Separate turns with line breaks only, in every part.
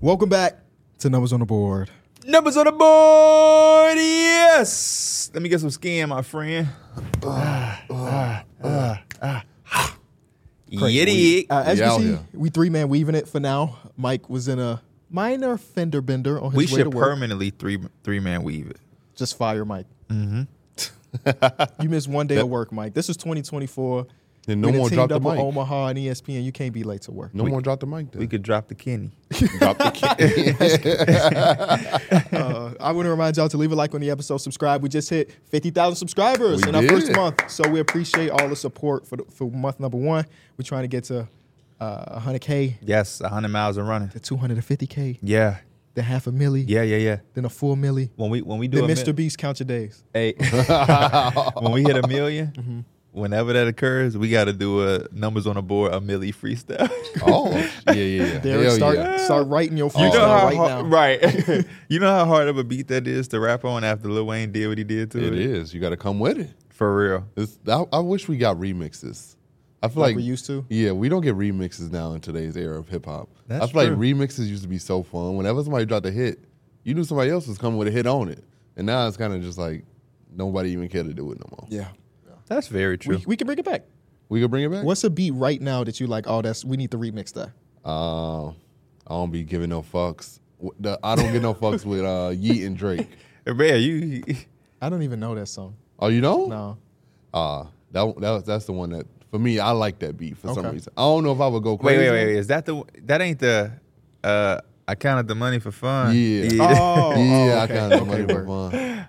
Welcome back to Numbers on the Board.
Numbers on the board. Yes. Let me get some skin, my friend. Yeah, dig.
Uh, as you
We out
see,
here.
we three man weaving it for now. Mike was in a minor fender bender on his
We
way to
should
work.
permanently three three man weave it.
Just fire Mike. Mm-hmm. you missed one day of work, Mike. This is 2024.
Then no
we done
more
teamed
drop
up
the
with
mic.
Omaha and E ESPN. You can't be late to work.
No more drop the mic then.
We could drop the Kenny.
drop the
Uh, I want to remind y'all to leave a like on the episode, subscribe. We just hit 50,000 subscribers
We
in our
did
first
it.
month. So we appreciate all the support for, the, for month number one. We're trying to get to uh, 100K,
Yes, 100 miles and running.
to 250K,
Yeah.
then half a milli,
Yeah, yeah, yeah.
then a full milli,
When we when we do
then
a
Mr.
mil-
Beast count your days.
hey, when we hit a 1000000 whenever that occurs, we got to do a numbers on the board, a milli freestyle.
Oh, yeah, yeah, yeah.
Derek,
Hell
start,
yeah.
start writing your
You
freestyle
know how
right now.
hard, right? you know how hard of a beat that is to rap on after Lil Wayne did what he did to it.
It is. You got to come with it.
for real.
It's, I, I wish we got remixes. I feel
Like
like,
we used to?
Yeah, we don't get remixes now in today's era of hip hop. I
That's
feel like
true.
remixes used to be so fun. Whenever somebody dropped a hit, you knew somebody else was coming with a hit on it, and now it's kind of just like nobody even care to do it no more.
Yeah.
That's very true.
We, we can bring it back.
We could bring it back.
What's a beat right now that you like, oh, that's we need to remix that?
Uh, I don't be giving no fucks. W- The, I don't get no fucks with uh, Yeet and Drake.
Man, uh, you
I don't even know that song.
Oh, you know?
No.
Uh, that, one- that was- that's the one that for me I like that beat for some
Okay.
reason. I don't know if I would go
wait,
crazy.
wait, wait, wait. Is that the that ain't the uh I counted the money for fun.
Yeah.
Oh,
yeah, I
okay.
kind
Okay,
of know money
word.
for fun.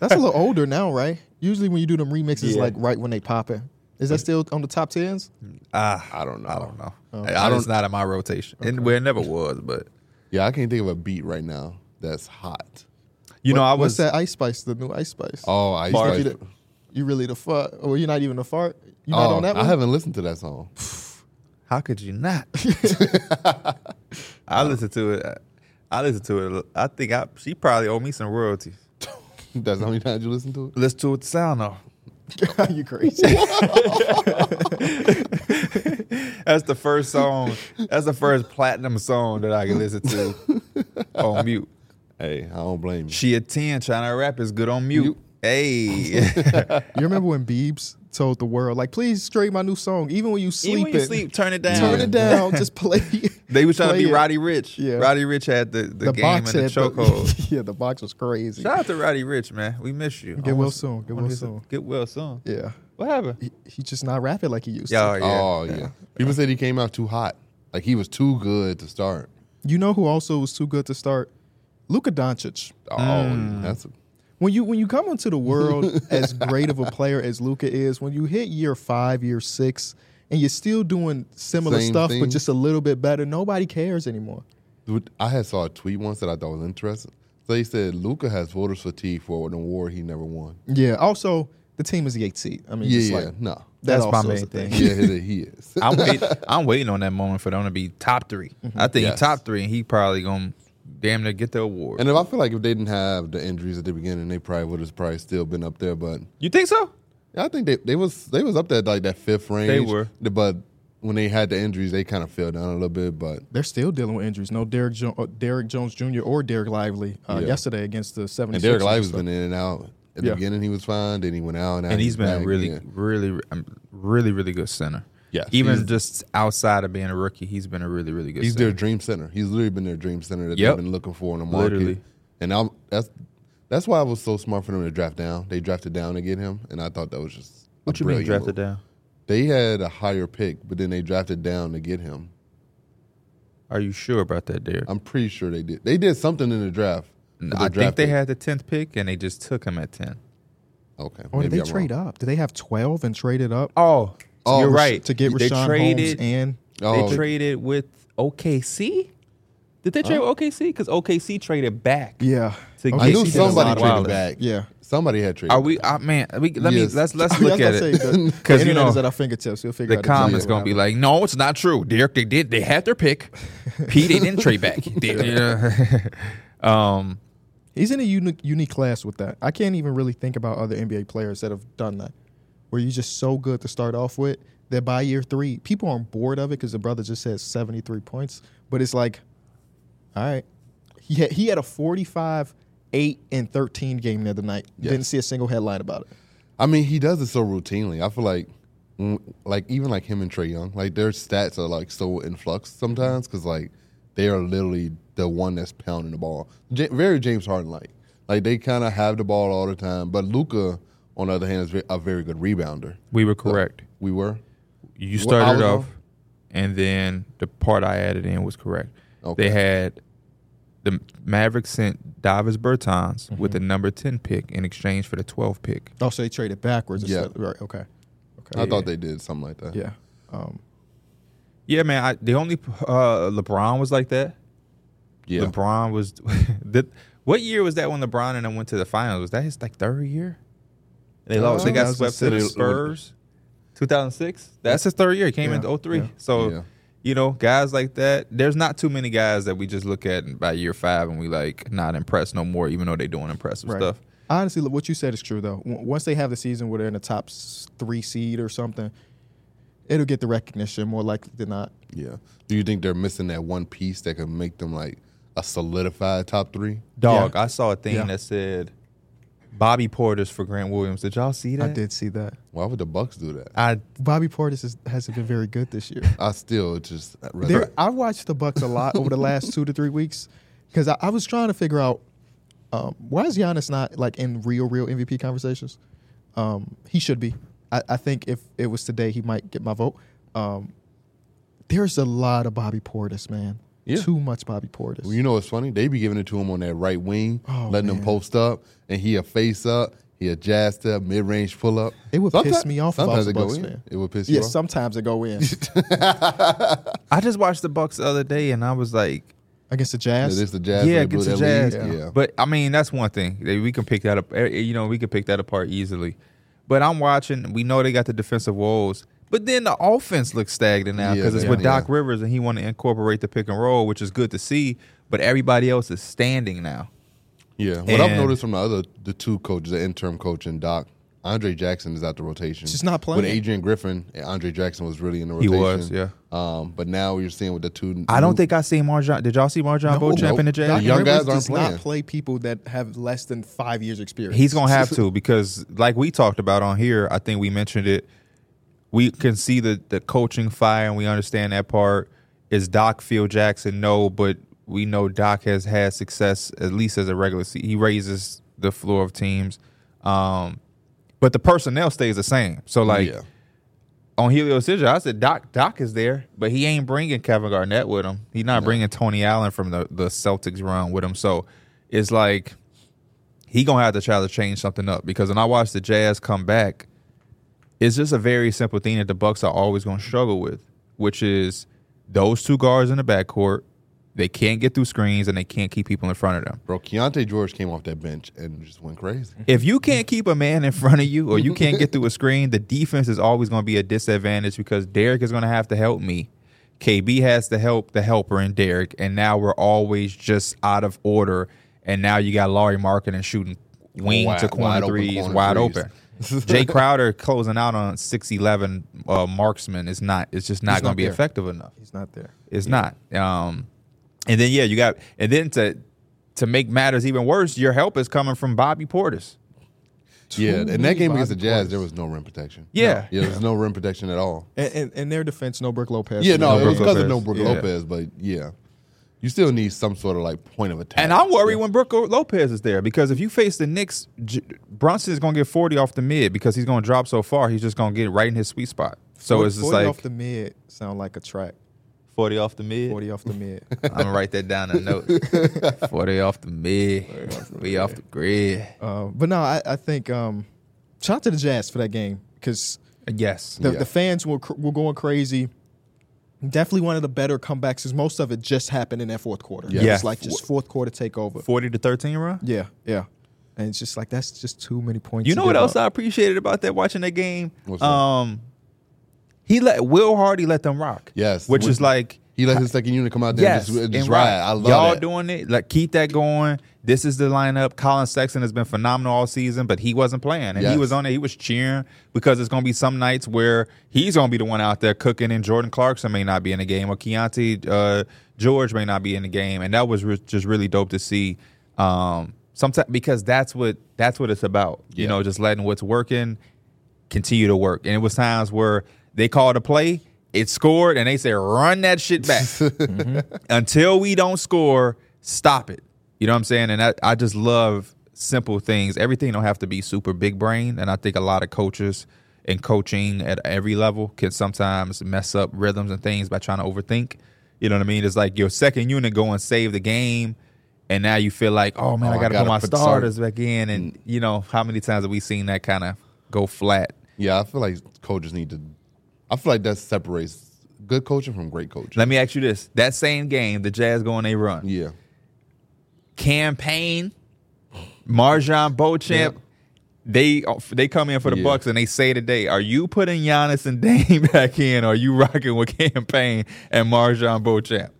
That's a little older now, right? Usually when you do them remixes,
Yeah.
like right when they pop it. Is that still on the top tens?
Ah,
I don't know.
I don't know.
Okay.
I, it's not in my rotation. And where it never was, but
Yeah, I can't think of a beat right now that's hot.
you know, I
What's
was
that Ice Spice? The new Ice Spice.
Oh, I
Bar-
used
you,
to.
the- you really the fart? Or you're not even a fart? You not
Oh,
on that one?
I haven't listened to that song.
how could you not? I listened to it. I listened to it. I think I she probably owe me some royalties.
that's how many times you listen to it.
Let's do it the sound off.
you crazy?
That's the first song. That's the first platinum song that I can listen to on mute.
Hey, I don't blame you.
She a ten trying to rap is good on mute. Hey,
you remember when Biebs told the world, like, please stream my new song, even when you sleep.
even when you sleep, turn it down.
turn it down. Just play.
They was trying
play
to be
it.
Roddy Rich.
Yeah.
Roddy Rich had the, the, game and the
had
chokehold.
yeah, the box was crazy.
Shout out to Roddy Rich, man. We miss you.
Get well soon. Get well soon.
Get well soon.
Yeah.
What happened?
He, he just not rapping like he used to.
Yeah, oh, yeah.
Oh yeah. People said he came out too hot. Like he was too good to start.
You know who also was too good to start? Luka Doncic.
Oh,
Mm.
that's.
When you when you come into the world as great of a player as Luca is, when you hit year five, year six, and you're still doing similar
Same
stuff but
thing.
just a little bit better, nobody cares anymore.
Dude, I had saw a tweet once that I thought was interesting. So he said Luca has voters fatigue for an award he never won.
Yeah. Also, the team is the eighth seed. I mean,
Yeah,
just
yeah,
like, that
no.
That's my
also is
main
a thing.
thing.
Yeah, he he is.
I'm, wait, I'm waiting on that moment for them to be top 3
Mm-hmm.
I think
Yes.
top three, and he probably gonna damn near get the award.
And if I feel like if they didn't have the injuries at the beginning, they probably would have probably still been up there. But
you think so?
I think they, they was they was up there like that fifth range.
They were.
but when they had the injuries, they kind of fell down a little bit. But
They're still dealing with injuries. No Derrick, jo- uh, Derrick Jones Jr. or Derrick Lively uh,
Yeah.
yesterday against the 76ers.
and Derek Lively's been in and out. At
Yeah.
the beginning, he was fine. Then he went out, now
And he's been a
back
really,
again.
really, um, really, really good center.
Yes,
Even
he's-
just outside of being a rookie, he's been a really, really good
He's
center.
their dream center. He's literally been their dream center that
Yep.
they've been looking for in the market.
Literally.
And I'm that's that's why I was so smart for them to draft down. They drafted down to get him, and I thought that was just
what
a
you mean
brilliant
drafted
move.
down?
They had a higher pick, but then they drafted down to get him.
Are you sure about that, Derek?
I'm pretty sure they did. They did something in the draft. for
I
their
think
draft
they
pick.
had the tenth pick and they just took him at ten.
Okay.
Or did
maybe
they
I'm
trade
wrong.
up? Did they have 12 and traded up
Oh,
Oh,
you're
Rash-
right.
to get
they
Rashawn Holmes
traded.
and
Oh,
They traded with OKC. Did they trade with OKC? Because OKC traded back.
Yeah.
To
Okay.
I
get
knew
He did a
somebody
lot of
traded
wilding.
back.
Yeah.
Somebody had traded.
Are we? Uh, man, we, let
Yes.
me let's let's look at it because you know
is at our fingertips. You'll figure
the
out exactly
comments
what
gonna be like, no, it's not true. Derek, they did. They had their pick. P, they didn't trade back. They- yeah. um,
He's in a unique unique class with that. I can't even really think about other NBA players that have done that, where you're just so good to start off with that by year three, people aren't bored of it because the brother just has 73 points. But it's like, All right. He had, he had a 45, 8, and 13 game the other night. Didn't see a single headline about it.
I mean, he does it so routinely. I feel like, mm, like even like him and Trey Young, like their stats are like so in flux sometimes because like they are literally the one that's pounding the ball. J- very James Harden like. Like they kind of have the ball all the time, but Luca, on the other hand, is ve- a very good rebounder.
We were correct.
We were
You
Wh- I was
started off,
off?
and then the part I added in was correct.
Okay.
They had the Mavericks sent Davis Bertans with the number ten pick in exchange for the twelve pick.
Oh, so they traded backwards.
Yeah.
instead- Right. Okay. Okay.
I thought they did something like that.
yeah. Um,
Yeah, man. I, the only uh, LeBron was like that.
yeah.
LeBron was. that, what year was that when LeBron and them went to the finals? Was that his like third year? They lost. They got swept to the
2006.
Spurs. 2006. That's his third year. He came
Yeah,
in 03.
yeah.
So,
Yeah.
you know, guys like that. There's not too many guys that we just look at and by year five and we like not impressed no more, even though they doing impressive
Right.
stuff.
Honestly, look, what you said is true though. W- Once they have the season where they're in the top s- three seed or something, it'll get the recognition more likely than not.
Yeah. Do you think they're missing that one piece that could make them like a solidified top three?
Dog, I saw a thing
Yeah.
that said Bobby Porter's for Grant Williams. Did y'all see that?
I did see that.
Why would the Bucks do that?
I
Bobby Portis is, hasn't been very good this year.
I still just
There, I watched the Bucks a lot over the last two to three weeks because I, I was trying to figure out um, why is Giannis not like in real, real MVP conversations. Um, he should be. I, I think if it was today, he might get my vote. Um, there's a lot of Bobby Portis, man.
Yeah.
Too much Bobby Portis.
Well, you know what's funny? They be giving it to him on that right wing,
Oh,
letting him
man.
post up, and he a face up, he a jazz step, mid range pull up.
It would
Someti-
piss me off if I was
Sometimes
a
it go
Bucks
in.
fan.
It would piss you
yeah,
off.
sometimes it go in
I just watched the Bucks the other day and I was like,
against the
It
Jazz.
is the jazz.
yeah,
they blew
against the
that
Jazz.
lead. Yeah.
But I mean, that's one thing They- we can pick that up. eh, You know, we can pick that apart easily. But I'm watching. We know they got the defensive woes, but then the offense looks stagnant now
Yeah,
because it's
they-
with
yeah.
Doc Rivers, and he want to incorporate the pick and roll, which is good to see. But everybody else is standing now.
yeah. What I've
And-
noticed from the other the two coaches, the interim coach and Doc, Andre Jackson is out the rotation.
She's not playing.
With Adrian Griffin, and Andre Jackson was really in the
He
rotation.
was, yeah.
Um, but now you're seeing with the two.
I don't
new-
think I seen Marjan. Did y'all see Marjan
No,
Beauchamp in the
nope.
Jazz?
Doc
Oh, The young
Rivers
guys aren't
does
playing.
not play people that have less than five years experience.
He's gonna have to because, like we talked about on here, I think we mentioned it. We can see the the coaching fire, and we understand that part. Is Doc Phil Jackson? No, but we know Doc has had success at least as a regular. Se- he raises the floor of teams, um, but the personnel stays the same. So like
Yeah.
on Helios Sijar, I said Doc Doc is there, but he ain't bringing Kevin Garnett with him. He's not bringing Tony Allen from the the Celtics run with him. So it's like he gonna have to try to change something up because when I watch the Jazz come back, it's just a very simple thing that the Bucks are always gonna struggle with, which is those two guards in the backcourt. They can't get through screens and they can't keep people in front of them.
Bro, Keontae George came off that bench and just went crazy.
If you can't keep a man in front of you or you can't get through a screen, the defense is always going to be a disadvantage because Derek is going to have to help me. KB has to help the helper in Derek, and now we're always just out of order. And now you got Laurie Markin and shooting wing
Wide-
to corner
wide open
threes,
corner
wide
threes.
open. Jay Crowder closing out on six eleven uh, marksman is not. It's just
He's
not
not
going to be
there.
effective enough.
He's not there.
It's not. Um, and then yeah, you got and then to to make matters even worse, your help is coming from Bobby Portis.
yeah, and that
many
game
Bobby
against the Jazz,
Portis.
there was no rim protection.
Yeah.
yeah, there was no rim protection at all.
And, and, and their defense, no Brook Lopez.
Yeah, no,
No
it
Brook
was because
Lopez.
of no Brook
Yeah.
Lopez, but yeah, you still need some sort of like point of attack.
And I'm worried when Brooke Lopez is there because if you face the Knicks, J- Brunson is going to get 40 off the mid because he's going to drop so far. He's just going to get right in his sweet spot. So
Forty-
it's just
40
like
off the mid sound like a track.
40 off the mid.
Forty off the mid.
I'm going to write that down in the notes. 40 off the mid. We off the grid.
Uh, but no, I, I think um, shout out to the Jazz for that game because
Yes.
the,
Yeah.
the fans were cr- were going crazy. Definitely one of the better comebacks because most of it just happened in that fourth quarter.
Yeah.
It
Yeah.
was like just fourth quarter takeover.
40 to 13 run?
Yeah, yeah. And it's just like that's just too many points.
You
to
know what
give
else
up.
I appreciated about that watching that game?
What's that?
um, he let Will Hardy let them rock.
Yes.
which is like
He let his second unit come out there and just, and just
and
ride. I love
y'all
that.
doing it. Like keep that going. This is the lineup. Colin Sexton has been phenomenal all season, but he wasn't playing, and he
Yes.
was on it. He was cheering because it's going to be some nights where he's going to be the one out there cooking, and Jordan Clarkson may not be in the game, or Keontae uh, George may not be in the game, and that was re- just really dope to see. Um, sometimes because that's what that's what it's about. You
Yeah.
know, just letting what's working continue to work. And it was times where they called a play, it scored, and they said, run that shit back. Mm-hmm. Until we don't score, stop it. You know what I'm saying? And I, I just love simple things. Everything don't have to be super big brain. And I think a lot of coaches and coaching at every level can sometimes mess up rhythms and things by trying to overthink. You know what I mean? It's like your second unit go and save the game. And now you feel like, oh man,
Oh,
I
I
gotta,
gotta
put my
put Mm.
starters back in. And you know, how many times have we seen that kind of go flat?
Yeah, I feel like coaches need to. I feel like that separates good coaching from great coaching.
Let me ask you this: that same game, the Jazz go on a run.
yeah,
Campaign, Marjan Beauchamp, they uh, they come in for the
Yeah.
Bucks and they say today, are you putting Giannis and Dame back in? Or are you rocking with Campaign and Marjan Beauchamp?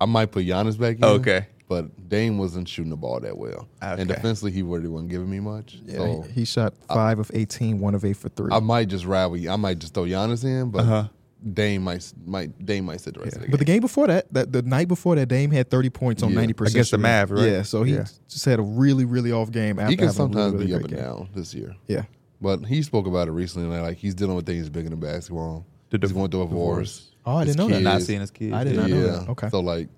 I might put Giannis back in.
Okay.
but Dame wasn't shooting the ball that well,
Okay.
and defensively he really wasn't giving me much.
Yeah,
so
he, he shot five of 18, one of eight for three.
I might just ride with. I might just throw Giannis in, but
Uh-huh.
Dame might might Dame might sit the rest of
but
the
the
game.
game before that, that the night before that, Dame had 30 points on
Yeah.
90 percent
Against the Mav, right?
Yeah, so he
Yeah.
just had a really, really off game. After
He can
having a really,
sometimes
really
be up
great
and
game.
down this year.
Yeah,
But he spoke about it recently, like, like he's dealing with things bigger than basketball.
The
he's
div-
going through a divorce.
Oh, I
His
didn't know that.
Not
kids.
seeing his kids.
I did
yeah.
not know that. Okay.
So like,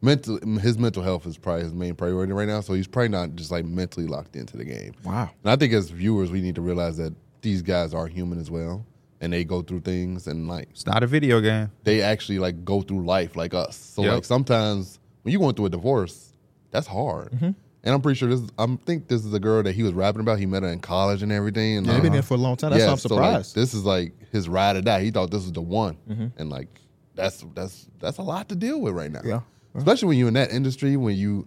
mental, his mental health is probably his main priority right now. So he's probably not just like mentally locked into the game.
wow.
And I think as viewers, we need to realize that these guys are human as well, and they go through things, and like
It's not a video game.
they actually like go through life like us. So
Yep.
like sometimes when you're going through a divorce, that's hard.
Mm-hmm.
And I'm pretty sure this. I'm think this is a girl that he was rapping about. He met her in college and everything. And uh,
Yeah, they've been there
like,
for a long time. That's why I'm
Uh-huh. so, like,
surprised. Mm-hmm.
this is like his ride or die. He thought this was the one, and like that's that's that's a lot to deal with right now.
Yeah.
especially when you're in that industry when you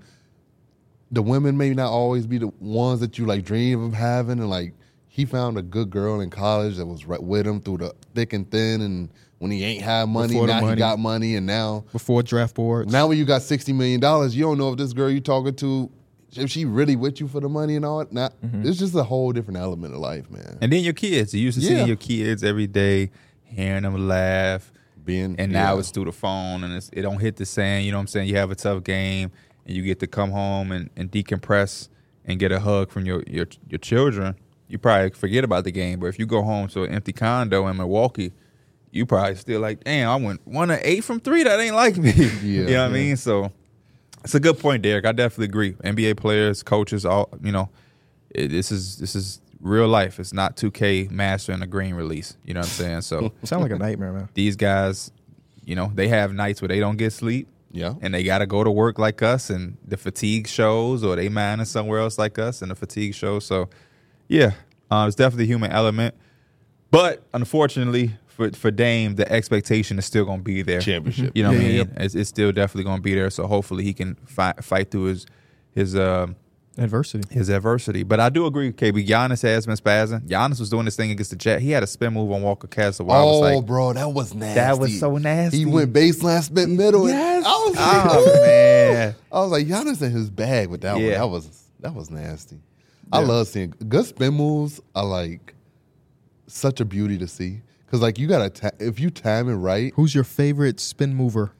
the women may not always be the ones that you like dream of having, and like he found a good girl in college that was right with him through the thick and thin, and when he ain't had money,
Before the
now
money.
he got money, and now
Before draft boards,
now when you got sixty million dollars, you don't know if this girl you talking to. If she really with you for the money and all that, nah,
Mm-hmm.
it's just a whole different element of life, man.
And then your kids. You used to
Yeah.
see your kids every day, hearing them laugh.
Being
and now
yeah.
it's through the phone and it's, it don't hit the same. You know what I'm saying? You have a tough game and you get to come home and, and decompress and get a hug from your, your your children. You probably forget about the game, but if you go home to an empty condo in Milwaukee, you probably still like, damn, I went one of eight from three. That ain't like me. you know what I
yeah.
mean? So it's a good point, Derek. I definitely agree. NBA players, coaches, all you know, it, this is this is real life. It's not 2K master and a green release. You know what I'm saying? So
sound like a nightmare, man.
these guys, you know, they have nights where they don't get sleep
Yeah.
and they got to go to work like us and the fatigue shows or they mining somewhere else like us and the fatigue shows. So, yeah, uh, it's definitely a human element. But unfortunately for, for Dame, the expectation is still going to be there.
Championship.
You know what I
Yeah,
mean?
yeah,
It's, it's still definitely going to be there. So hopefully he can fight, fight through his, his, um,
Adversity.
his adversity. But I do agree, KB. Giannis has been spazzing. Giannis was doing this thing against the Jet. He had a spin move on Walker Kessler. where I was
Oh,
like,
bro, that was nasty.
That was so nasty.
He went baseline, spit middle.
Yes.
And I was like,
Oh man.
I was like, Giannis in his bag with that one.
Yeah.
That was that was nasty. I love seeing good spin moves. Are like such a beauty to see because like you gotta ta- if you time it right,
Who's your favorite spin mover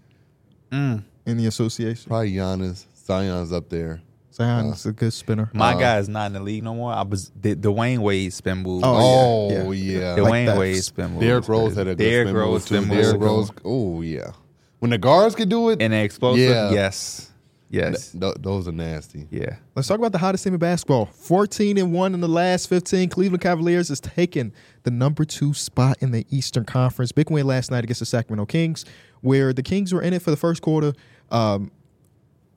in the association?
probably Giannis, Zion's up there.
Zion's a good spinner.
My guy is not in the league no more. I was the Dwayne Wade spin move.
Oh,
Oh,
yeah,
yeah,
Like
Dwayne
that.
Wade spin move. was
Derrick
crazy.
Rose had a good
Derrick
spin
Rose
move
spin
too.
move.
Derrick
Rose
Rose, oh yeah, when the guards can do it,
and an explosive.
Yeah.
Yes. Yes.
th- those are nasty.
Yeah.
Let's talk about the hottest team in basketball. 14 and 1 in the last 15. Cleveland Cavaliers is taking the number two spot in the Eastern Conference. Big win last night against the Sacramento Kings, where the Kings were in it for the first quarter. Um,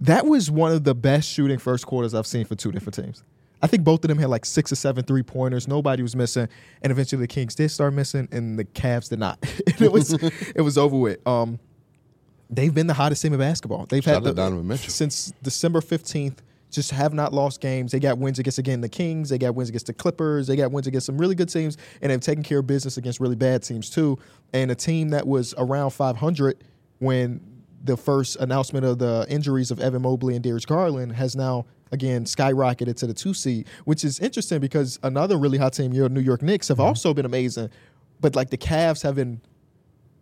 that was one of the best shooting first quarters I've seen for two different teams. I think both of them had like six or seven three pointers. Nobody was missing, and eventually the Kings did start missing, and the Cavs did not. And it was it was over with. Um, they've been the hottest team in basketball. They've
Shout
had
out
the,
Donovan Mitchell.
since December fifteenth. Just have not lost games. They got wins against again the Kings. They got wins against the Clippers. They got wins against some really good teams, and they've taken care of business against really bad teams too. And a team that was around five hundred when the first announcement of the injuries of Evan Mobley and Darius Garland has now again skyrocketed to the two seed, which is interesting because another really hot team, your New York Knicks, have
Mm-hmm.
also been amazing, but like the Cavs have been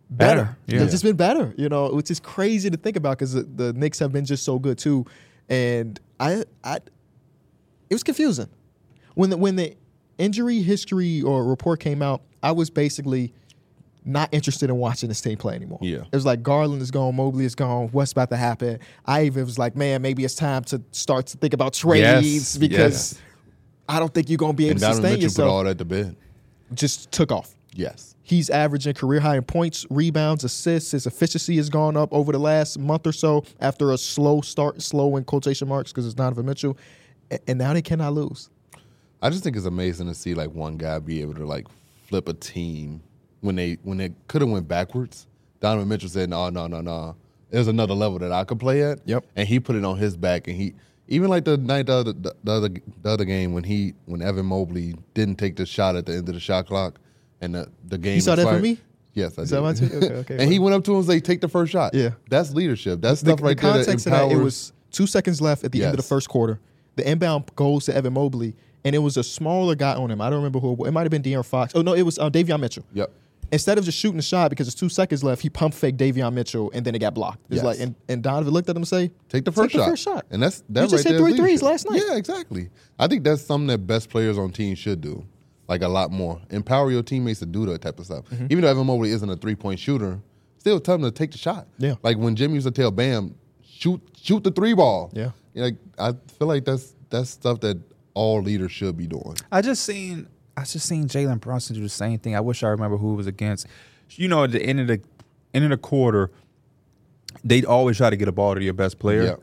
better.
Better, yeah.
They've just been better, you know, which is crazy to think about because the, the Knicks have been just so good too, and I, I, it was confusing when the when the injury history or report came out. I was basically not interested in watching this team play anymore.
Yeah.
It was like Garland is gone, Mobley is gone, what's about to happen? I even was like, man, maybe it's time to start to think about trades
Yes,
because
yes.
I don't think you're gonna be able
And
to
Donovan
sustain
Mitchell put all
yourself.
that to bed.
Just took off.
Yes.
He's averaging career high in points, rebounds, assists. His efficiency has gone up over the last month or so after a slow start, slow in quotation marks because it's Donovan Mitchell. A- And now they cannot lose.
I just think it's amazing to see like one guy be able to like flip a team when they when they could have went backwards. Donovan Mitchell said, "No, no, no, no. There's another level that I could play at."
Yep.
And he put it on his back, and he even like the night the other the other, the other game when he when Evan Mobley didn't take the shot at the end of the shot clock, and the, the game.
saw that from
expired-
me?
Yes, I
Is
did.
that my tweet? Okay, okay,
and he went up to him and said, "Take the first shot."
Yeah.
that's leadership. That's
the,
stuff right
the
there.
context of
that
that, it
empowers-
was two seconds left at the end of the
Yes.
first quarter. The inbound goes to Evan Mobley, and it was a smaller guy on him. I don't remember who it was. It might have been De'Aaron Fox. Oh, no, it was uh, Davion Mitchell.
Yep.
Instead of just shooting the shot because it's two seconds left, he pump faked Davion Mitchell, and then it got blocked. It's
Yes.
like, and, and Donovan looked at him and say,
Take the first
Take the
shot.
first shot.
And that's
You
that right
just hit
there is
three threes
leadership.
last night.
Yeah, exactly. I think that's something that best players on teams should do. Like a lot more. Empower your teammates to do that type of stuff.
Mm-hmm.
Even though Evan Mobley isn't a three point shooter, still tell them to take the shot.
Yeah.
Like when Jimmy used to tell Bam, shoot shoot the three ball.
Yeah.
Like I feel like that's that's stuff that all leaders should be doing.
I just seen I just seen Jalen Brunson do the same thing. I wish I remember who it was against. You know, at the end of the end of the quarter, they'd always try to get a ball to your best player.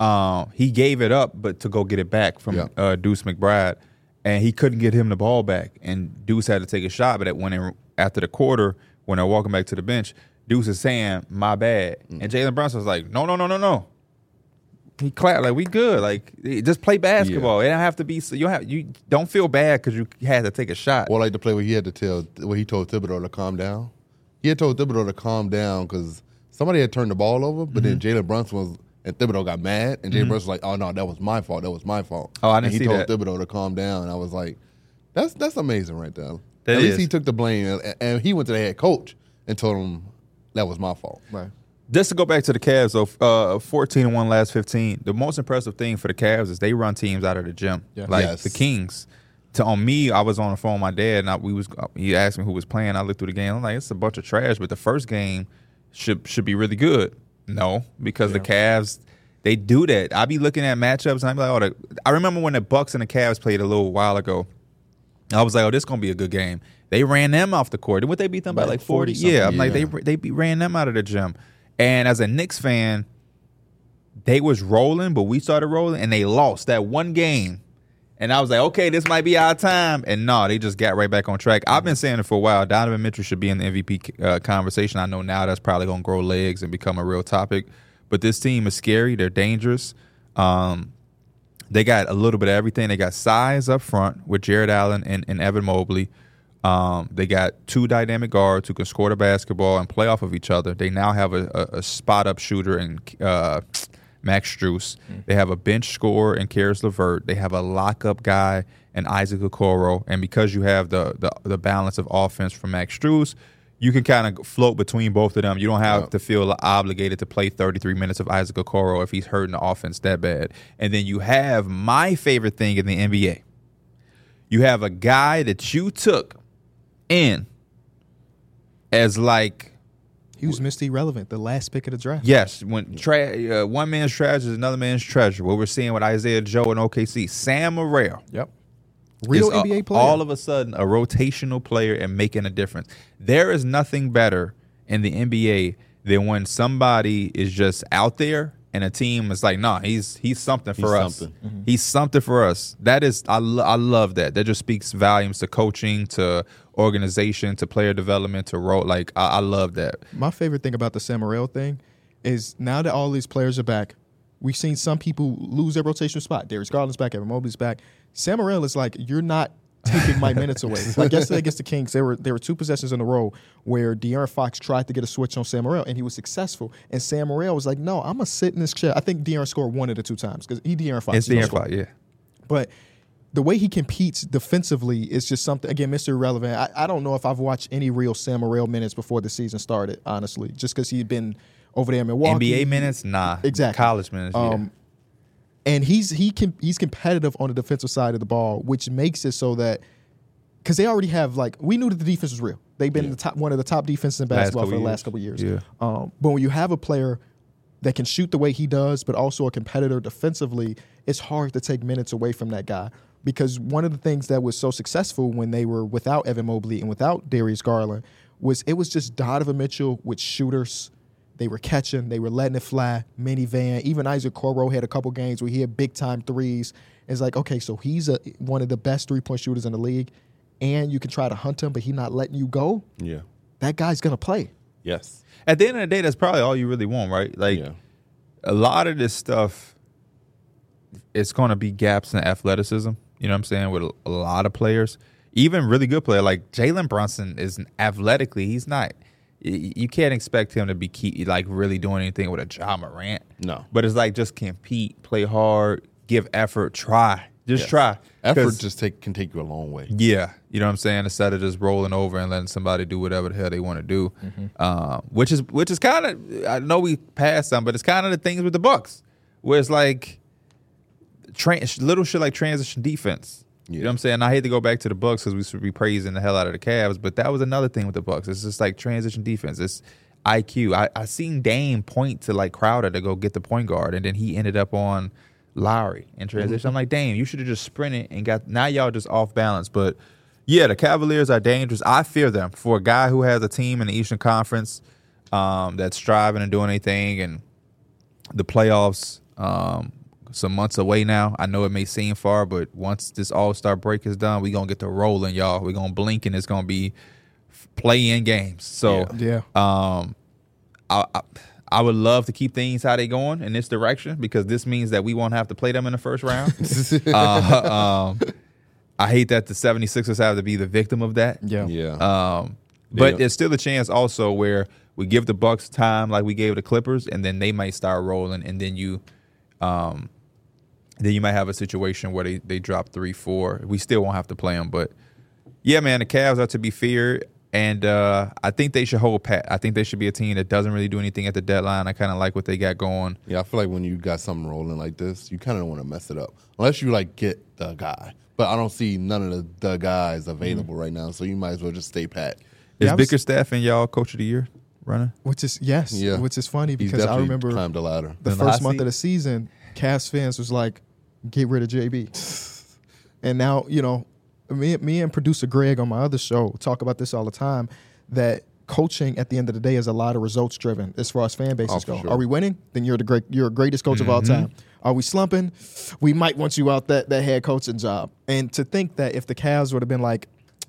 Uh, he gave it up, but to go get it back from
Yeah.
uh, Deuce McBride, and he couldn't get him the ball back, and Deuce had to take a shot. But at when it, after the quarter, when they're walking back to the bench, Deuce is saying, "My bad," and Jalen Brunson was like, "No, no, no, no, no." He clapped like we good. Like just play basketball. It don't have to be. so- You don't have you don't feel bad because you had to take a shot.
Or like the play where he had to tell where he told Thibodeau to calm down. He had told Thibodeau to calm down because somebody had turned the ball over, but
Mm-hmm.
then Jalen Brunson was and Thibodeau got mad, and Jalen Brunson was like, "Oh no, that was my fault. That was my fault."
Oh, I didn't
and he
see
told
that.
Thibodeau to calm down. And I was like, "That's that's amazing right there."
That
At
is.
least he took the blame, and, and he went to the head coach and told him that was my fault.
Right.
Just to go back to the Cavs, though, uh, 14 and 1 last 15. The most impressive thing for the Cavs is they run teams out of the gym,
Yeah.
like
Yes.
the Kings. To on me, I was on the phone with my dad, and I, we was uh, he asked me who was playing. I looked through the game. I'm like, it's a bunch of trash, but the first game should should be really good. No, because the Cavs they do that. I be looking at matchups, and I'm like, oh, the, I remember when the Bucks and the Cavs played a little while ago. I was like, oh, this gonna be a good game. They ran them off the court. Would they beat them by
By
like 40?
40
Yeah, I'm like,
Yeah.
they they be, ran them out of the gym. And as a Knicks fan, they was rolling, but we started rolling, and they lost that one game. And I was like, okay, this might be our time. And no, they just got right back on track. I've been saying it for a while. Donovan Mitchell should be in the MVP uh, conversation. I know now that's probably gonna grow legs and become a real topic. But this team is scary. They're dangerous. Um, they got a little bit of everything. They got size up front with Jared Allen and, and Evan Mobley. Um, they got two dynamic guards who can score the basketball and play off of each other. They now have a, a, a spot up shooter in uh, Max Struess. They have a bench scorer in Karis Levert. They have a lockup guy in Isaac Okoro. And because you have the, the the balance of offense from Max Struess, you can kind of float between both of them. You don't have to feel obligated to play 33 minutes of Isaac Okoro if he's hurting the offense that bad. And then you have my favorite thing in the NBA. You have a guy that you took in as like
He was Mr. Irrelevant, the last pick of the draft.
yes, when tra- uh, one man's trash is another man's treasure. What we're seeing with Isaiah Joe and OKC, Sam Morrell.
Yep. Real
is a-
NBA player.
uh, All of a sudden, a rotational player and making a difference. There is nothing better in the NBA than when somebody is just out there and a team is like, "Nah, he's he's something for
He's
us. Mm-hmm.
something. Mm-hmm.
He's something for us." That is, I lo- I love that. That just speaks volumes to coaching, to organization, to player development, to role. Like I, I love that.
My favorite thing about the Samarel thing is now that all these players are back, we've seen some people lose their rotation spot. Darius Garland's back, Evan Mobley's back. Samarel is like you're not taking my minutes away. Like yesterday against the Kings, there were there were two possessions in a row where De'Aaron Fox tried to get a switch on Sam Morril and he was successful. And Sam Morril was like, "No, I'm gonna sit in this chair." I think De'Aaron scored one of the two times because he De'Aaron Fox.
It's
he
the
don't
air
score.
fight, yeah.
But the way he competes defensively is just something again, Mr. Irrelevant. I, I don't know if I've watched any real Sam Morril minutes before the season started, honestly, just because he'd been over there in Milwaukee.
NBA minutes, nah.
Exactly.
College minutes,
Um, and he's he can he's competitive on the defensive side of the ball, which makes it so that because they already have like we knew that the defense was real. They've been the top one of the top defenses in basketball for the
couple
last
years.
couple years.
Yeah.
Um, but when you have a player that can shoot the way he does, but also a competitor defensively, it's hard to take minutes away from that guy. Because one of the things that was so successful when they were without Evan Mobley and without Darius Garland was it was just Donovan Mitchell with shooters. They were catching, they were letting it fly. Mini Van, even Isaac Corro had a couple games where he had big time threes. It's like, okay, so he's a, one of the best three point shooters in the league, and you can try to hunt him, but he's not letting you go.
Yeah.
That guy's gonna play.
Yes.
yeah. At the end of the day, that's probably all you really want, right? Like
Yeah.
a lot of this stuff it's going to be gaps in athleticism you know what i'm saying with a, a lot of players even really good player like jalen brunson is athletically he's not y- you can't expect him to be key, like really doing anything with a John Morant.
No.
but it's like just compete, play hard, give effort, try, just
Yes.
try. 'Cause-
Effort just take can take you a long way.
yeah, you know what I'm saying. Instead of just rolling over and letting somebody do whatever the hell they want to do, Uh, which is which is kind of I know we passed some, but it's kind of the things with the Bucks where it's like trans little shit like transition defense. You know
Yeah.
what I'm saying? I hate to go back to the Bucks because we should be praising the hell out of the Cavs, but that was another thing with the Bucks. It's just like transition defense. It's IQ. I, I seen Dame point to like Crowder to go get the point guard, and then he ended up on Lowry in transition. I'm like, damn, you should have just sprinted and got. Now y'all just off balance, but. Yeah, the Cavaliers are dangerous. I fear them for a guy who has a team in the Eastern Conference um, that's striving and doing anything and the playoffs um, some months away now. I know it may seem far, but once this All Star break is done, we gonna get to rolling, y'all. We're gonna blink and it's gonna be play in games. So
Yeah.
um, I, I I would love to keep things how they going in this direction because this means that we won't have to play them in the first round. uh, um, I hate that the 76ers have to be the victim of that.
Yeah.
Yeah.
Um, but
Yeah.
there's still a chance also where we give the Bucks time like we gave the Clippers, and then they might start rolling, and then you, um, then you might have a situation where they they drop three, four. We still won't have to play them, but yeah, man, the Cavs are to be feared, and uh, I think they should hold pat. I think they should be a team that doesn't really do anything at the deadline. I kind of like what they got going.
Yeah, I feel like when you got something rolling like this, you kind of don't want to mess it up unless you like get the guy. But I don't see none of the, the
Mm-hmm.
guys available right now, so you might as well just stay pat.
Is
Yeah, I was-
Bickerstaff and y'all coach of the year running?
Which is yes.
Yeah.
Which is funny
He's
because I
definitely
remember
climbed the ladder.
the
In the hot
first month
seat?
of the season, Cavs fans was like, "Get rid of JB," and now you know, me, me and producer Greg on my other show talk about this all the time. That coaching at the end of the day is a lot of results driven as far as fan bases
Oh, for
go.
sure.
Are we winning? Then you're the great, you're the greatest coach of all time. Are we slumping? We might want you out that that head coaching job. And to think that if the Cavs would have been like.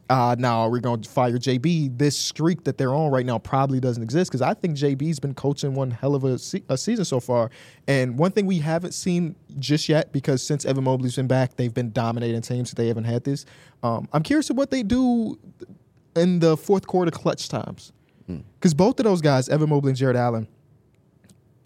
Uh, no, we're going to fire JB. This streak that they're on right now probably doesn't exist because I think JB's been coaching one hell of a, se- a season so far. And one thing we haven't seen just yet, because since Evan Mobley's been back, they've been dominating teams. They haven't had this. Um, I'm curious of what they do in the fourth quarter clutch times. Because both of those guys, Evan Mobley and Jared Allen,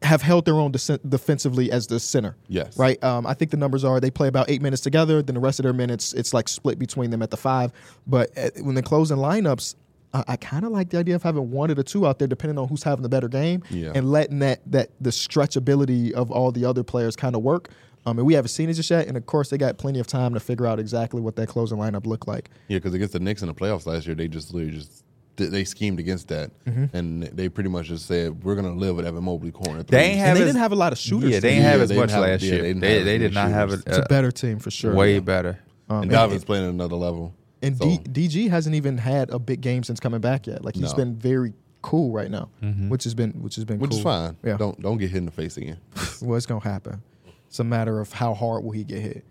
have held their own desen- defensively as the center.
Yes.
Right? Um, I think the numbers are they play about eight minutes together, then the rest of their minutes, it's like split between them at the five. But uh, when they're closing lineups, I, I kind of like the idea of having one or the two out there, depending on who's having the better game,
Yeah.
and letting that, that the stretchability of all the other players kind of work. Um, and we haven't seen it just yet. And of course, they got plenty of time to figure out exactly what that closing lineup looked like.
Yeah, because against the Knicks in the playoffs last year, they just literally just they- they schemed against that, and they pretty much just said we're gonna live with Evan Mobley corner.
They ain't
And
have
Mm-hmm. they
as-
didn't have a lot of shooters.
Yeah, they
though.
didn't have
Yeah,
as
they didn't
much
have-
last
yeah,
year. They,
they didn't
they,
have as
did
many
not have
shooters.
a,
It's a
a
better team for sure.
way better.
and
Oh,
Davin's playing at another level.
And
so,
D, DG hasn't even had a big game since coming back yet. Like he's
No. Mm-hmm.
been very cool right now, which has been which has been
which
cool.
is fine.
Yeah,
Don't don't get hit in the face again.
what's gonna happen? It's a matter of how hard will he get hit.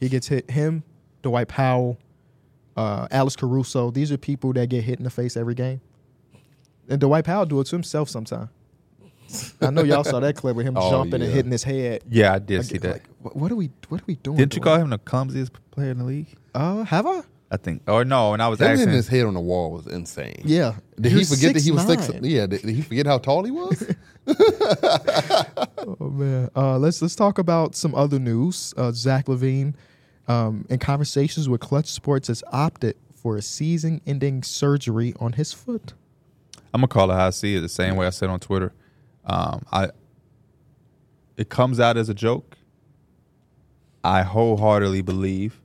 He gets hit. Him, Dwight Powell, uh, Alice Caruso. These are people that get hit in the face every game. And Dwight Powell do it to himself sometime. I know y'all saw that clip with him
Oh,
jumping and
yeah.
hitting his head.
Yeah, I did see
Like,
that.
like, what what are we? What are we doing?
Didn't you
Dwight?
call him the clumsiest player in the league?
Uh, have I?
I think. Or no, when I was
Him
asking.
hitting his head on the wall was insane.
Yeah.
Did
You're
he forget that he was six?
6'9".
Yeah. Did, did he forget how tall he was?
Oh man. Uh, let's let's talk about some other news. Uh, Zach Levine, um, in conversations with Clutch Sports, has opted for a season-ending surgery on his foot.
I'm gonna call it how I see it. The same way I said on Twitter. Um, I it comes out as a joke. I wholeheartedly believe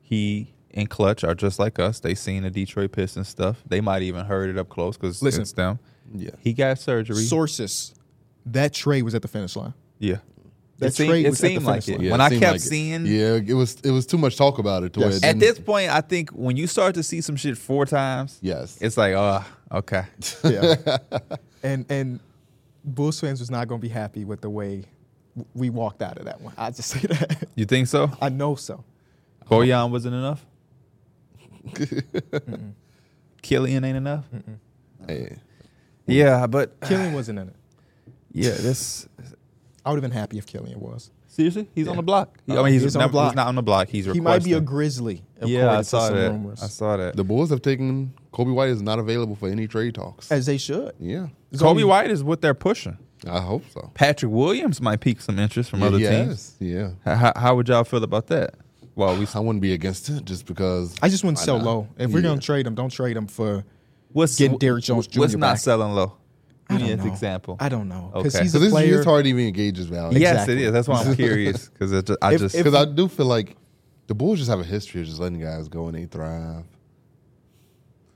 he and Clutch are just like us. They seen the Detroit Pistons stuff. They might even heard it up close because
Listen.
it's them.
yeah.
He got surgery.
Sources. That trade was at the finish line.
yeah.
That
it seemed,
trade
it
was at the
seemed like
finish
it.
line.
Yeah,
when
it
I
seemed
kept
like it.
seeing
Yeah, it was it was too much talk about it. To where
Yes.
it
at
didn't-
this point, I think when you start to see some shit four times,
yes,
it's like, oh, okay.
Yeah. and and Bulls fans was not going to be happy with the way w- we walked out of that one. I just say that.
You think so?
I know so.
Boyan wasn't enough. Killian ain't enough.
Hey.
Yeah, but
Killian wasn't in it.
yeah, this
I would have been happy if Killian was.
seriously, he's on the block. He- I
Uh,
mean, he's,
he's on
not,
the block.
he's not on the block. He's
He might be a
requesting.
Grizzly.
yeah. I
according to
saw
some
that.
rumors.
I saw that.
the Bulls have taken Kobe White is not available for any trade talks.
As they should.
yeah,
There's
Kobe
only-
White is what they're pushing.
I hope so.
Patrick Williams might pique some interest from
Yeah,
other
he
teams.
has. Yeah,
How, how- how would y'all feel about that? Well, we
I wouldn't be against it just because.
I just wouldn't
Why
sell
not?
low. If we're
Yeah.
gonna trade him, don't trade him for.
what's
Getting Derrick Jones
What's
Jr.
not
back.
selling low?
I
Give
don't
me an
know.
example.
I don't know because
Okay.
he's
So
a
this
player.
is hard even engages value.
Yes, it
Exactly.
is. That's why I'm curious because I
If-
just
if-
because I do feel like the Bulls just have a history of just letting guys go and they thrive.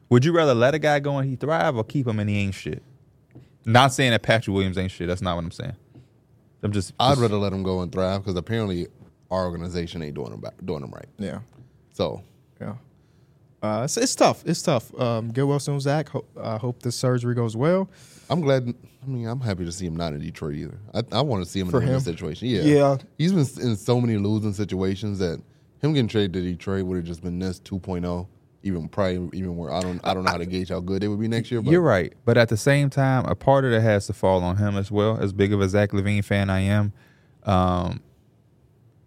Would you rather let a guy go and he thrive or keep him and he ain't shit? Not saying that Patrick Williams ain't shit. That's not what I'm saying. I'm just.
I'd
just-
rather let them go and thrive because apparently our organization ain't doing them back, doing them right.
Yeah,
So
yeah. Uh, it's, it's tough. It's tough. Um, get well soon, Zach. Ho- I hope the surgery goes well.
I'm glad. I mean, I'm happy to see him not in Detroit either. I, I want to see him
For
in a
him?
winning situation. Yeah,
Yeah.
He's been in so many losing situations that him getting traded to Detroit would have just been this 2.0, oh, even probably even where I don't I don't know how to gauge how good they would be next year. But
You're right, but at the same time, a part of that has to fall on him as well. As big of a Zach Levine fan I am, um,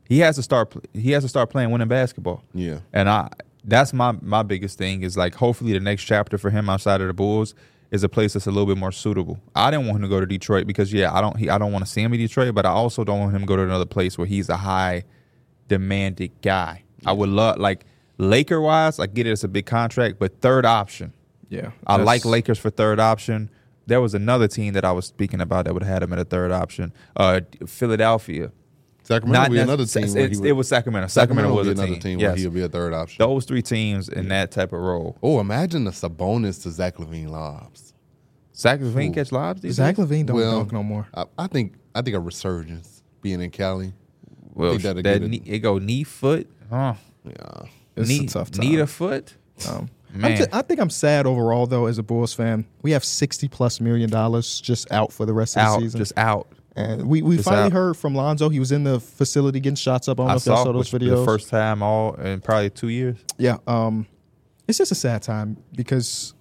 he has to start. pl- He has to start playing winning basketball.
Yeah.
and I that's my my biggest thing is like hopefully the next chapter for him outside of the Bulls is a place that's a little bit more suitable. I didn't want him to go to Detroit because yeah, I don't he, I don't want to see him in Detroit, but I also don't want him to go to another place where he's a high demanded guy. I would love like Laker wise, I get it it's a big contract, but third option.
Yeah,
I like
That's-
Lakers for third option. There was another team that I was speaking about that would have had him at a third option. Uh, Philadelphia.
Sacramento would be
nec-
another team.
it's-
where
it's-
he would-
it was Sacramento. Sacramento,
would be
was a
another
team.
team where
yes.
he'll be a third option.
Those three teams in that type of role.
Oh, imagine the Sabonis to Zach Levine lobs.
Zach Levine catch lobs. these
Zach
days?
Levine don't
Well,
dunk no more.
I, I think I think a resurgence being in Cali.
Well,
think that'll
that
get it.
knee, it go knee foot. Huh.
Yeah.
It's
knee,
a tough time.
knee to foot.
Um, I'm
Man.
ju- I think I'm sad overall though. As a Bulls fan, we have sixty plus million dollars just out for the rest of
Out,
the season.
just out.
and we, we
just
finally
out.
heard from Lonzo. He was in the facility getting shots up. I don't know
I
if y'all
saw,
saw those
which- the
videos.
first time all in probably two years.
yeah um it's just a sad time because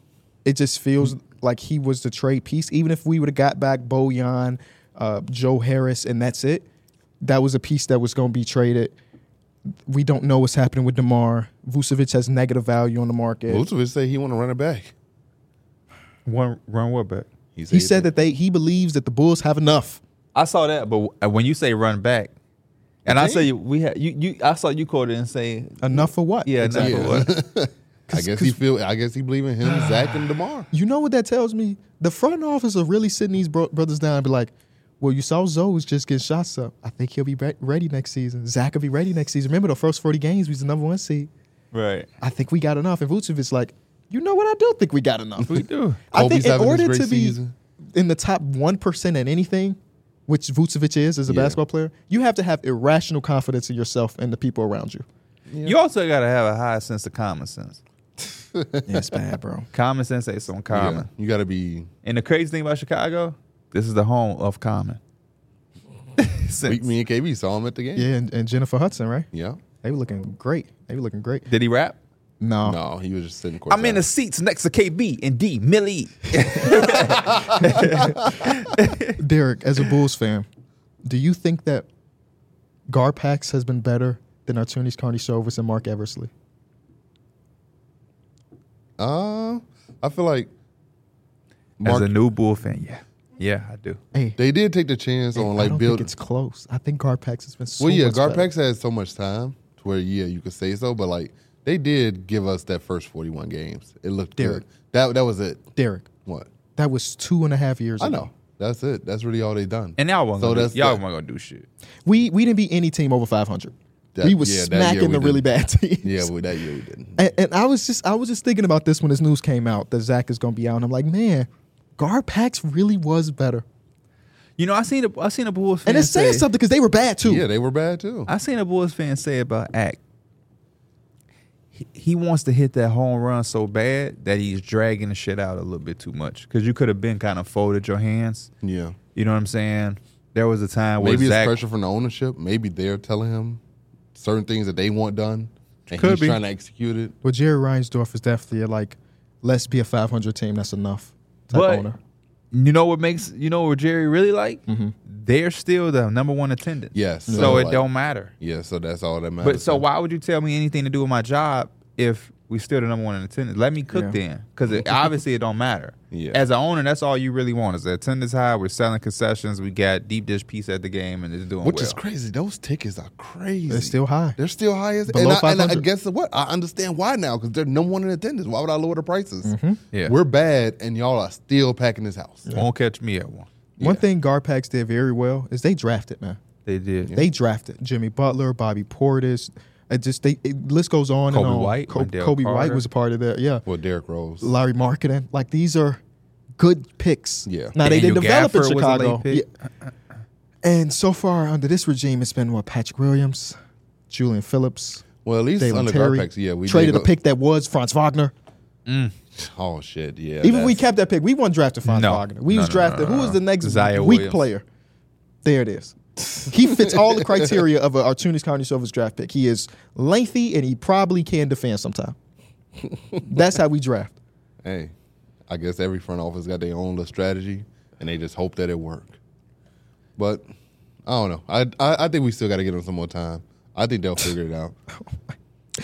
it just feels like he was the trade piece even if we would have got back bojan uh joe harris and that's it that was a piece that was going to be traded we don't know what's happening with demar vucevic has negative value on the market
Vucevic say he want to run it back.
One run what back?
he said that they he believes that the bulls have enough
I saw that, but w- when you say run back, and I
Okay.
say we had you, you. I saw you quoted and say
enough for what
yeah, exactly.
Yeah.
what.
I guess he feel. I guess he believe in him, Zach, and Demar.
you know what that tells me the front office of really sitting these bro- brothers down and be like well, you saw Zoe was just getting shots up. I think he'll be re- ready next season. Zach will be ready next season. Remember the first 40 games, we was the number one seed.
right.
I think we got enough. And Vucevic's like, you know what? I do think we got enough.
We do.
I think
Kobe's
in
having his
order
great
to be
season.
in the top one percent in anything, which Vucevic is as a
Yeah.
basketball player, you have to have irrational confidence in yourself and the people around you.
You also got to have a high sense of common sense.
Yeah, it's bad, bro.
Common sense ain't some common.
Yeah. You got to be
And the crazy thing about Chicago, this is the home of common.
We,
Sense.
me and KB saw him at the game.
Yeah, and, and Jennifer Hudson, right?
Yeah.
They were looking great. They were looking great.
Did he rap?
No,
No, he was just sitting. Courtside.
I'm in the seats next to KB and D Millie.
Derek, as a Bulls fan, do you think that Garpax has been better than Artunis Carney Sovers and Mark Eversley?
Uh, I feel like
As
Mark,
a new Bull fan, yeah, yeah, I do.
Hey,
they did take the chance
I
on
don't
like
think
building.
it's close. I think Garpax has been so
Well, yeah,
much better.
Garpax has so much time to where yeah, you could say so, but like they did give us that first forty-one games. It looked
Derek.
good. That that was it.
Derek,
What
that was two and a half years
I
ago.
know. That's it. That's really all they done.
And y'all
So
wasn't gonna
that's
do, y'all
the-
weren't gonna do shit.
We we didn't beat any team over 500.
That-
we was
yeah, that year
smacking
we
the really bad teams.
yeah, well, that year we didn't.
And, and I was just I was just thinking about this when this news came out that Zach is going to be out, and I'm like, man, Garpax really was better.
You know, I seen a I seen a Bulls fan
And it's saying
say-
something because they were bad too.
Yeah, they were bad too.
I seen a Bulls fan say about Act. He, he wants to hit that home run so bad that he's dragging the shit out a little bit too much. Because you could have been kind of folded your hands.
yeah,
You know what I'm saying? There was a time where
maybe it's
Zach
pressure from the ownership. Maybe they're telling him certain things that they want done, and
Could
he's
be.
trying to execute it.
But Jerry Reinsdorf is definitely a, like, let's be a 500 team. That's enough. Type
But-
owner.
You know what makes you know what Jerry really like? They're still the number one attendant.
Mm-hmm. Yes.
So,
So,
it
like-
don't matter.
Yeah, so that's all that matters.
But so why would you tell me anything to do with my job if we still the number one in attendance? Let me cook
Yeah.
then, because it, obviously it don't matter.
Yeah.
As an owner, that's all you really want is the attendance high. We're selling concessions. We got deep dish pizza at the game, and it's doing
Which
well.
is crazy. Those tickets are crazy.
They're still high.
They're still high as
Below
and I, and I
500.
guess what I understand why now because they're number one in attendance. Why would I lower the prices?
Mm-hmm.
Yeah.
We're bad and y'all are still packing this house.
Won't catch me at one.
One thing Garpax did very well is they drafted, man.
They did.
They drafted Jimmy Butler, Bobby Portis. It just they it, list goes on
Kobe
and on.
White,
Co-
Wendell
Kobe White
Carter.
was a part of that. Yeah,
Well, Derrick Rose.
Larry Marketing. Like these are good picks.
Yeah.
Now they didn't
Daniel
develop in
Gafford was a late
Chicago.
pick.
Yeah. And so far under this regime, it's been what Patrick Williams, Julian Phillips,
Well, at least
Daylon
under
Terry.
Garpex, yeah, we
traded
did
a
go-
pick that was Franz Wagner.
Oh shit, yeah.
Even if we
that's-
kept that pick, we won drafted Franz
No.
Wagner. We
No,
was
no, no,
drafted.
no,
Who was
no.
the next
Zion
weak
Williams.
player? There it is. He fits all the criteria of a Artunis County Silvers draft pick. He is lengthy and he probably can defend sometime. That's how we draft.
Hey, I guess every front office got their own little strategy, and they just hope that it work. But I don't know. I I, I think we still got to give them some more time. I think they'll figure it out.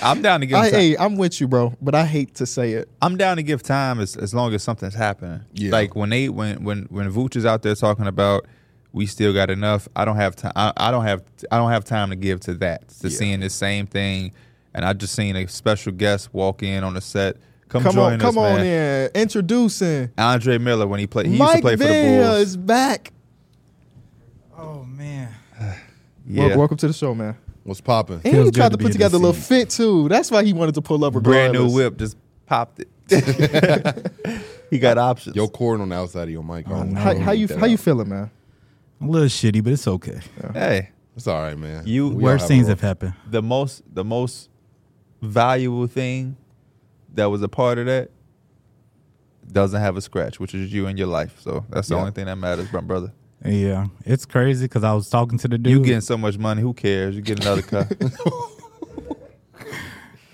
I'm down to give.
I,
time.
hey, I'm with you, bro, but I hate to say it.
I'm down to give time as, as long as something's happening.
Yeah.
Like when they when when when Vooch is out there talking about we still got enough. I don't have time. I, I don't have I don't have time to give to that to
Yeah.
seeing the same thing. And I just seen a special guest walk in on the set. Come,
Come
join
on,
us,
come on
man.
in. Introducing
Andre Miller when he played, he used to
Mike
play for the
Villa
Bulls.
is back.
Oh man.
Yeah.
Wel- welcome to the show, man.
What's popping?
And he
Feels
tried to
good to be
put
in
together a
the
little
scene.
fit too. That's why he wanted to pull up regardless.
brand new whip just popped it. he got options.
Your cord on the outside of your mic. I don't know.
How, how you
That
how you
out.
feeling, man?
A little shitty, but it's okay.
hey,
It's all right, man.
You-
We all
Worst
a
things
rough-
have happened.
the most the most valuable thing that was a part of that doesn't have a scratch, which is you and your life. So that's the
Yeah.
only thing that matters, my brother.
Yeah. It's crazy because I was talking to the dude.
You getting so much money, who cares? You get another car.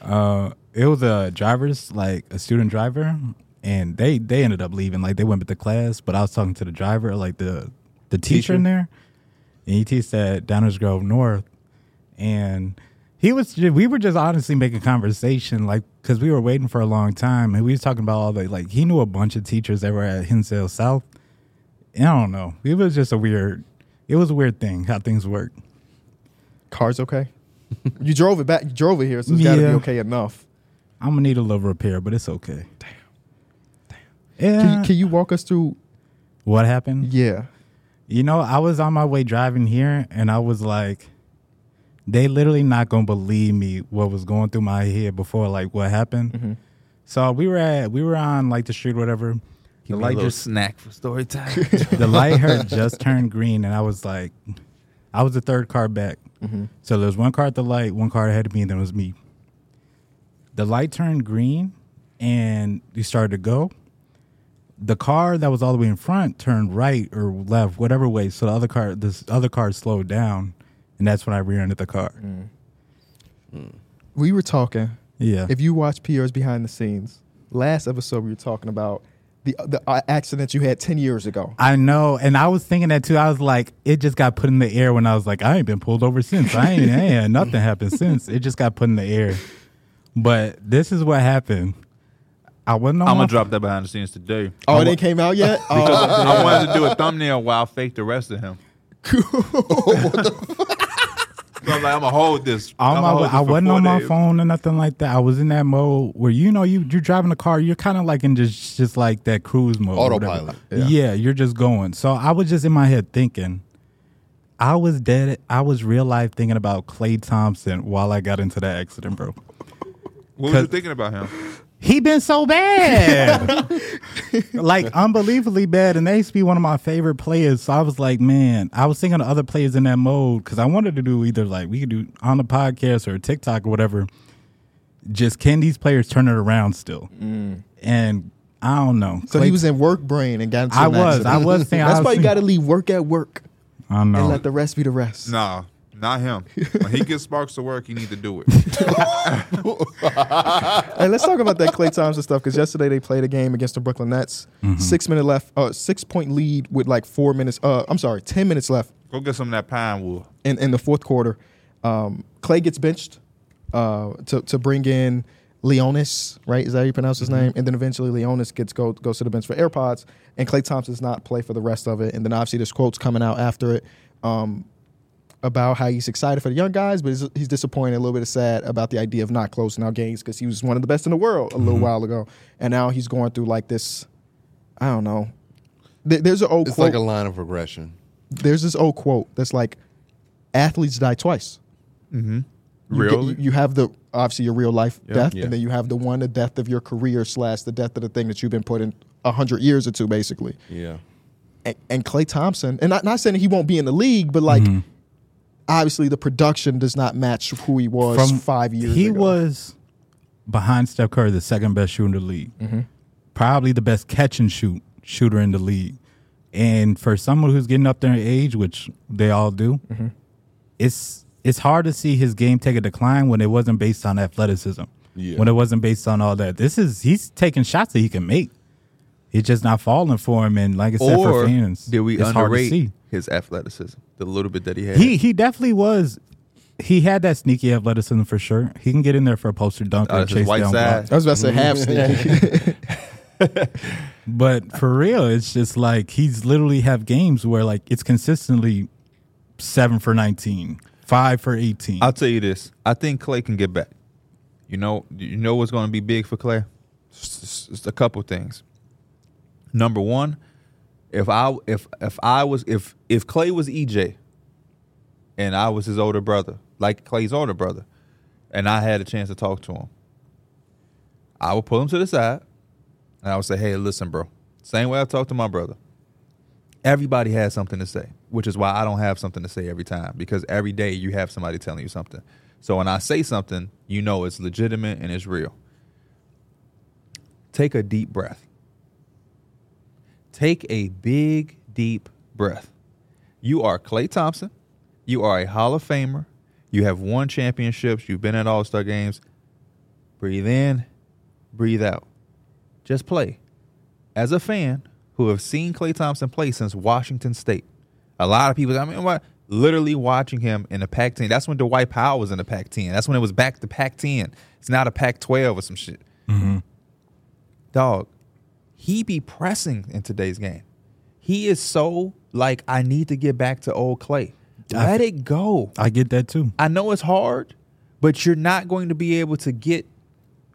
uh it was a driver's like a student driver and they they ended up leaving. Like they went with the class, but I was talking to the driver, like the the teacher,
Teacher?
in there. And he teached at Downers Grove North. And he was ju- we were just honestly making conversation, like because we were waiting for a long time and we was talking about all the like he knew a bunch of teachers that were at Hinsdale South. And I don't know. It was just a weird it was a weird thing how things work.
Car's okay. you drove it back. You drove it here, so it's got to
Yeah.
be okay enough.
I'm gonna need a little repair, but it's okay. Damn. Damn. Yeah.
Can you, can you walk us through?
what happened?
Yeah.
You know, I was on my way driving here and I was like, they literally not gonna believe me what was going through my head before like what happened. So we were at we were on like the street or whatever. The light just
snack for story time.
the light had just turned green and I was like I was the third car back. So there was one car at the light, one car ahead of me, and then it was me. The light turned green and we started to go. The car that was all the way in front turned right or left, whatever way. So the other car, this other car slowed down, and that's when I rear-ended the car.
We were talking.
Yeah,
If you watch PR's behind the scenes, last episode we were talking about the the uh, accident you had ten years ago.
I know, and I was thinking that too. I was like, it just got put in the air when I was like, I ain't been pulled over since. I ain't, I ain't had nothing happened since. It just got put in the air. But this is what happened. I wasn't on
I'm
my
gonna drop that behind the scenes today.
Oh, it ain't came out yet. Oh,
I wanted to do a thumbnail while I faked the rest of him. so I'm like, I'm gonna hold this.
on
I'ma
my,
hold this
I
for
wasn't
four
on my
days.
phone or nothing like that. I was in that mode where you know you you're driving a car, you're kind of like in just just like that cruise mode, or whatever.
Autopilot,
Yeah. you're just going. So I was just in my head thinking, I was dead. I was real life thinking about Clay Thompson while I got into that accident, bro.
What was you
Cause-
thinking about him?
He been so bad, like unbelievably bad, and they used to be one of my favorite players. So I was like, man, I was thinking of other players in that mode because I wanted to do either like we could do on the podcast or TikTok or whatever. Just can these players turn it around still? And I don't know.
Mm. so
Clay-
he was in work brain and got into
I
an
was,
accident.
I was saying, I
That's
was
why you
thinking-
got to leave work at work
I don't
and
know.
let the rest be the rest.
Nah, not him. When he gets sparks to work, he need to do it.
Hey, let's talk about that Clay Thompson stuff because yesterday they played a game against the Brooklyn Nets.
Mm-hmm.
Six minute left, uh, six point lead with like four minutes. Uh, I'm sorry, ten minutes left
Go get some of that pine wool.
in, in the fourth quarter. Um, Clay gets benched uh, to to bring in Leonis, right? Is that how you pronounce
Mm-hmm.
his name? And then eventually Leonis gets go goes to the bench for AirPods, and Clay Thompson's not play for the rest of it. And then obviously there's quotes coming out after it. Um, about how he's excited for the young guys, but he's, he's disappointed, a little bit of sad about the idea of not closing out games because he was one of the best in the world a
Mm-hmm.
little while ago, and now he's going through like this. I don't know. There- There's an old
It's
quote
like a line of regression.
there's this old quote that's like, athletes die twice. Mm-hmm. You, get-
Really?
you- you have the obviously your real life death,
Yeah.
and then you have the one the death of your career slash the death of the thing that you've been put in a hundred years or two, basically.
Yeah.
And, and Clay Thompson, and not not saying he won't be in the league, but like.
Mm-hmm.
Obviously, the production does not match who he was five years
He
ago.
was behind Steph Curry, the second best shooter in the league,
Mm-hmm.
probably the best catch and shoot shooter in the league. And for someone who's getting up there in age, which they all do,
Mm-hmm.
it's it's hard to see his game take a decline when it wasn't based on athleticism,
Yeah.
when it wasn't based on all that. This is he's taking shots that he can make. It's just not falling for him, and like I said, for
Or
fans,
did we
it's hard to see.
underrate his athleticism? The little bit that he had.
He he definitely was. He had that sneaky athleticism for sure. He can get in there for a poster dunk
Oh,
or
it's his
chase
white
down. block.
side.
I was about to say half
Mm-hmm.
sneaky.
But for real, it's just like he's literally have games where like it's consistently seven for 19, five for eighteen.
I'll tell you this. I think Clay can get back. You know, you know what's going to be big for Clay? It's a couple things. Number one, if I if if I was if if Clay was EJ, and I was his older brother, like Clay's older brother, and I had a chance to talk to him, I would pull him to the side, and I would say, "Hey, listen, bro. Same way I talked to my brother. Everybody has something to say, which is why I don't have something to say every time because every day you have somebody telling you something. So when I say something, you know it's legitimate and it's real. Take a deep breath. Take a big, deep breath. You are Clay Thompson. You are a Hall of Famer. You have won championships. You've been at All Star games. Breathe in, breathe out. Just play. As a fan who have seen Clay Thompson play since Washington State, a lot of people, I mean, what? Literally watching him in the Pac 10. That's when Dwight Powell was in the Pac 10. That's when it was back to Pac 10. It's not a Pac 12 or some shit. Dog, he be pressing in today's game. He is so like, I need to get back to old Clay. Let it go.
I get that too.
I know it's hard, but you're not going to be able to get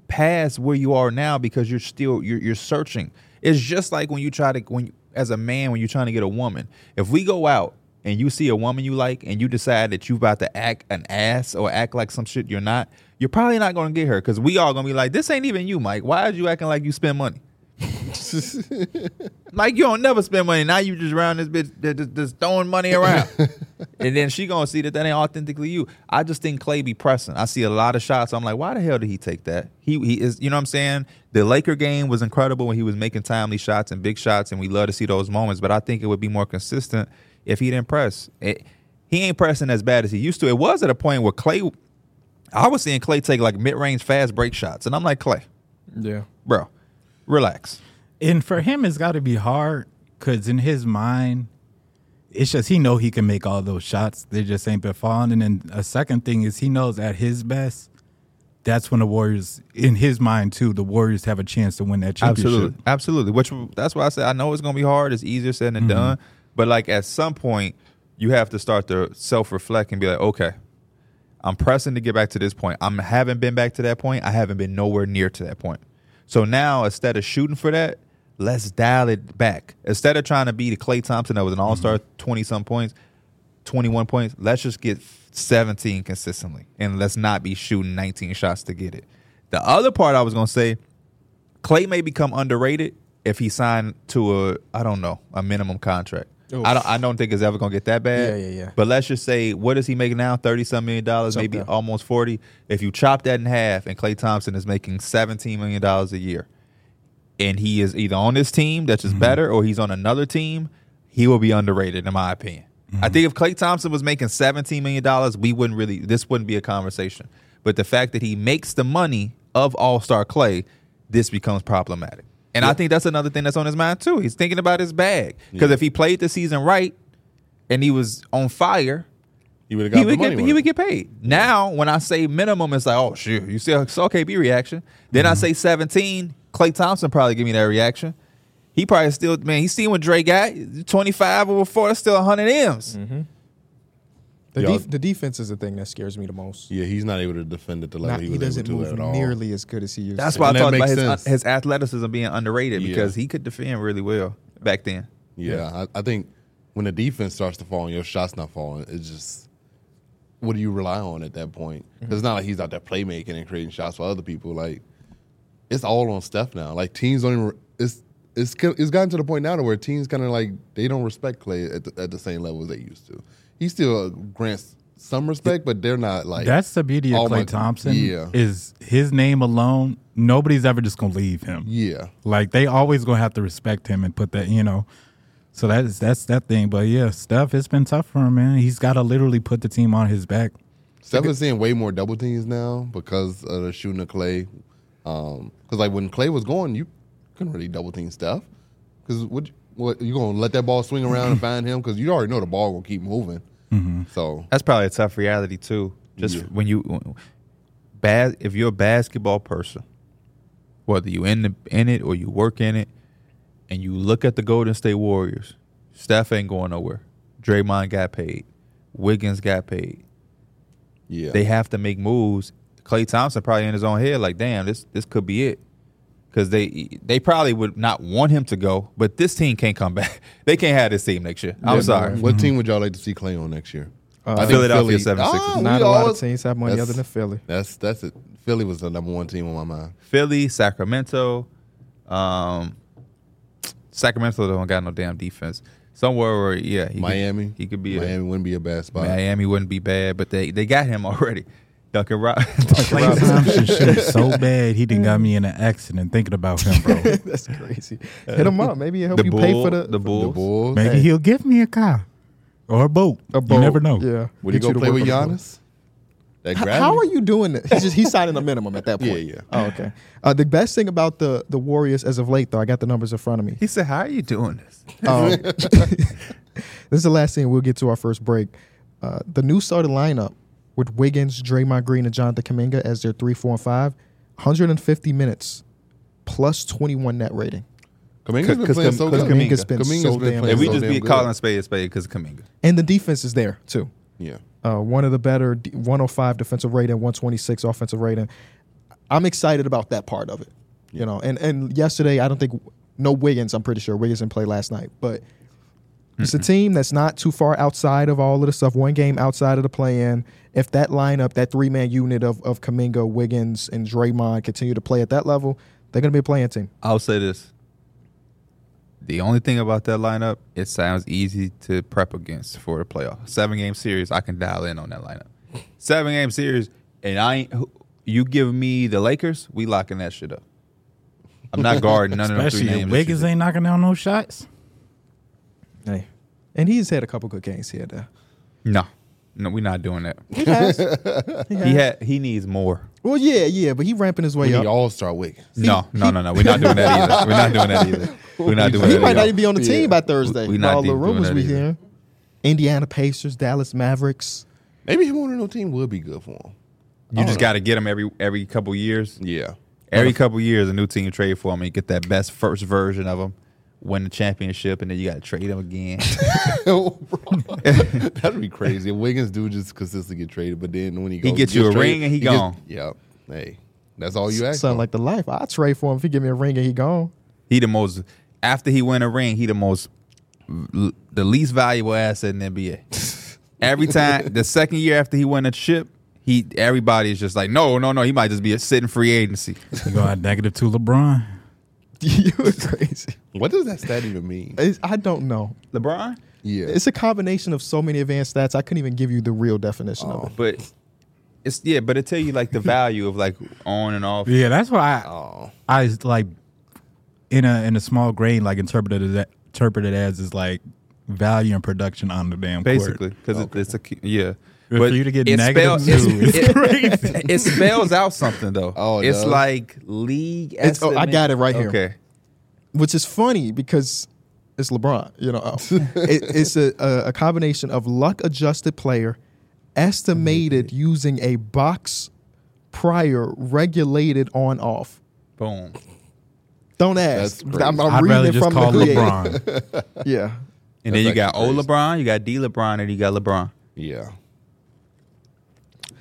past where you are now because you're still you're you're searching. It's just like when you try to when you, as a man when you're trying to get a woman. If we go out and you see a woman you like and you decide that you about to act an ass or act like some shit you're not, you're probably not going to get her because we all going to be like, this ain't even you, Mike. Why is you acting like you spend money? like you don't never spend money. Now you just around this bitch, th- th- just throwing money around, and then she gonna see that that ain't authentically you. I just think Clay be pressing. I see a lot of shots. I'm like, why the hell did he take that? He he is, you know what I'm saying? The Laker game was incredible when he was making timely shots and big shots, and we love to see those moments. But I think it would be more consistent if he didn't press. It, he ain't pressing as bad as he used to. It was at a point where Clay, I was seeing Clay take like mid range fast break shots, and I'm like, Clay,
yeah.
bro, relax.
And for him, it's got to be hard because in his mind, it's just he know he can make all those shots. They just ain't been falling. And then a second thing is he knows at his best, that's when the Warriors, in his mind too, the Warriors have a chance to win that championship.
Absolutely, absolutely. Which that's why I said I know it's gonna be hard. It's easier said than done. But like at some point, you have to start to self reflect and be like, okay, I'm pressing to get back to this point. I haven't been back to that point. I haven't been nowhere near to that point. So now instead of shooting for that, let's dial it back. Instead of trying to be the Clay Thompson that was an All Star
Mm-hmm.
twenty some points, twenty one points. Let's just get seventeen consistently, and let's not be shooting nineteen shots to get it. The other part I was gonna say. Clay may become underrated if he signed to a I don't know a minimum contract.
Oof.
I don't I don't think it's ever gonna get that bad.
Yeah, yeah, yeah.
But let's just say what is he making now? Thirty some million dollars, maybe
Something.
almost forty. If you chop that in half, and Clay Thompson is making seventeen million dollars a year, and he is either on this team that's just better or he's on another team, he will be underrated in my opinion. I think if Clay Thompson was making seventeen million dollars, we wouldn't really this wouldn't be a conversation. But the fact that he makes the money of All Star Clay, this becomes problematic. And I think that's another thing that's on his mind too. He's thinking about his bag because if he played the season right and he was on fire,
You would have
he
got the
would
money.
get
with
he
it.
would get paid. Now, when I say minimum, it's like, oh shoot, you see a OKB reaction. Then
Mm-hmm.
I say seventeen. Clay Thompson probably give me that reaction. He probably still man. He seen what Dre got twenty five over four. That's still hundred M's.
Mm-hmm.
The,
Y'all-
def- the defense is the thing that scares me the most.
yeah, he's not able to defend at the level
Not,
he
he
was
doesn't
able to
move
at all.
nearly as good as he used
That's
to.
why I
And that
talked about
makes
his
sense.
his athleticism being underrated
Yeah.
because he could defend really well back then.
Yeah, I, I think when the defense starts to fall and your shots not falling, it's just what do you rely on at that point?
Mm-hmm.
'Cause It's not like he's out there playmaking and creating shots for other people. Like it's all on Steph now. Like teams don't even it's it's ki- it's gotten to the point now to where teams kind of like they don't respect Clay at the, at the same level as they used to. He still grants some respect, but they're not like
That's the beauty of
Oh
Clay
my-
Thompson.
yeah.
Is his name alone, nobody's ever just gonna leave him.
yeah.
Like they always gonna have to respect him and put that, you know. So that is that's that thing. But yeah, Steph, it's been tough for him, man. He's gotta literally put the team on his back.
Steph is seeing way more double teams now because of the shooting of Clay. Because like when Clay was going, you couldn't really double team Steph. Because what, you- what you gonna let that ball swing around and find him? Because you already know the ball gonna keep moving.
Mm-hmm.
So
That's probably a tough reality too. Just
Yeah.
when you bad if you're a basketball person, whether you in the in it or you work in it, and you look at the Golden State Warriors, Steph ain't going nowhere. Draymond got paid. Wiggins got paid.
yeah,
They have to make moves. Clay Thompson probably in his own head, like, damn, this this could be it. Cause they they probably would not want him to go, but this team can't come back. they can't have this team next year. I'm
Yeah,
sorry.
What team would y'all like to see Clay on next year?
Uh,
think
Philadelphia
Philly- Ah,
76ers.
we
Not a lot of
always-
teams have money
That's-
other than Philly.
That's that's it. Philly was the number one team on my mind.
Philly, Sacramento. Um, Sacramento don't got no damn defense. Somewhere where yeah, he could-
Miami.
he could be a-
Miami wouldn't be a bad spot.
Miami wouldn't be bad, but they they got him already. Duncan, Rob- Duncan
Clay
Robinson.
Thompson shit is so bad he didn't got me in an accident thinking about him, bro.
That's crazy.
Uh,
Hit him up. Maybe it'll help
The
you
Bull,
pay for the,
the
The
Bulls.
Bulls.
Maybe
Hey.
he'll give me a car. Or a boat.
a boat.
You never know.
Yeah.
Would he
Get
go
to
play
work
with
on the boat.
Giannis? That
H-
gravity.
How are you doing this? He's just he's signing a minimum at that point.
Yeah, yeah.
Oh, okay. Uh, the best thing about the the Warriors as of late, though, I got the numbers in front of me.
He said, "How are you doing this?"
Um, this is the last thing. We'll get to our first break. Uh, the new starting lineup with Wiggins, Draymond Green, and Jonathan Kaminga as their three, four, and five. 150 minutes, plus 21 net rating.
Kaminga's been
Cause-
playing
cause-
so
cause
good.
Kaminga.
Kaminga's been
Kaminga's
so
been
damn
playing
good.
And we
so
just
damn
be
good.
calling a spade a spade because Kaminga.
And the defense is there, too.
Yeah.
uh, one of the better d- 105 defensive rating, 126 offensive rating. I'm excited about that part of it. You know, and and yesterday I don't think no Wiggins. I'm pretty sure Wiggins didn't play last night, but it's a team that's not too far outside of all of the stuff. One game outside of the play-in. If that lineup, that three-man unit of of Kaminga, Wiggins, and Draymond continue to play at that level, they're going to be a playing team.
I'll say this. The only thing about that lineup, it sounds easy to prep against for the playoff. Seven game series, I can dial in on that lineup. Seven game series, and I ain't, who- you give me the Lakers, we locking that shit up. I'm not guarding none of them three
Especially
names.
if
that you
Wiggins
did.
ain't knocking down no shots.
Hey, and he's had a couple good games here and there.
No, no, we're not doing that.
He has.
He had, he needs more.
Well, yeah, yeah, but he ramping his way
We
up.
need All Star Wiggins.
No, no, no, no. We're not doing that either. We're not doing that either. We're not doing
He
that.
might not
either.
even be on the team by Thursday.
We
We
not
all the
doing
rumors
that
we
either.
hearing. Indiana Pacers, Dallas Mavericks.
Maybe him on no team would be good for him.
You just got to get them every every couple years.
Yeah.
Every couple years, a new team trade for him. You get that best first version of him, win the championship, and then you got to trade him again.
Oh, That'd be crazy. If Wiggins do just consistently get traded, but then when he goes,
gets you a ring and he
gets-
gone.
Yep. Hey, that's all you ask.
Sound
for.
like the life. I trade for him if he give me a ring and he gone.
he the most after he win a ring, he the most the least valuable asset in the NBA. Every time the second year after he win a chip, he everybody is just like, no, no, no. He might just be a sitting free agency.
You go out negative to LeBron.
you were crazy.
what does that stat even mean?
It's- I don't know.
LeBron,
Yeah.
It's a combination of so many advanced stats. I couldn't even give you the real definition
Oh.
of it.
but it's yeah, but it tell you like the value of like on and off.
Yeah, that's why I,
oh,
I was, like in a in a small grain like interpreted as, interpreted as is like value and production on the damn
basically
court.
because it, it's a cu- yeah.
But for you to get
it
negative
spell-
too
it's-
is
it, it spells out something though.
Oh, it
it's
does?
like league.
It's- oh, I
estimate-
got it right here.
Okay,
which is funny because it's LeBron. You know, it, it's a, a, a combination of luck-adjusted player estimated using a box prior regulated on-off.
boom.
Don't ask.
That's
I'm,
crazy.
I'm
I'd
reading
rather
it
just
from
call
the creator.
LeBron.
Yeah,
And
That's
then you got
actually
O
crazy.
LeBron, you got D LeBron, and you got LeBron.
yeah.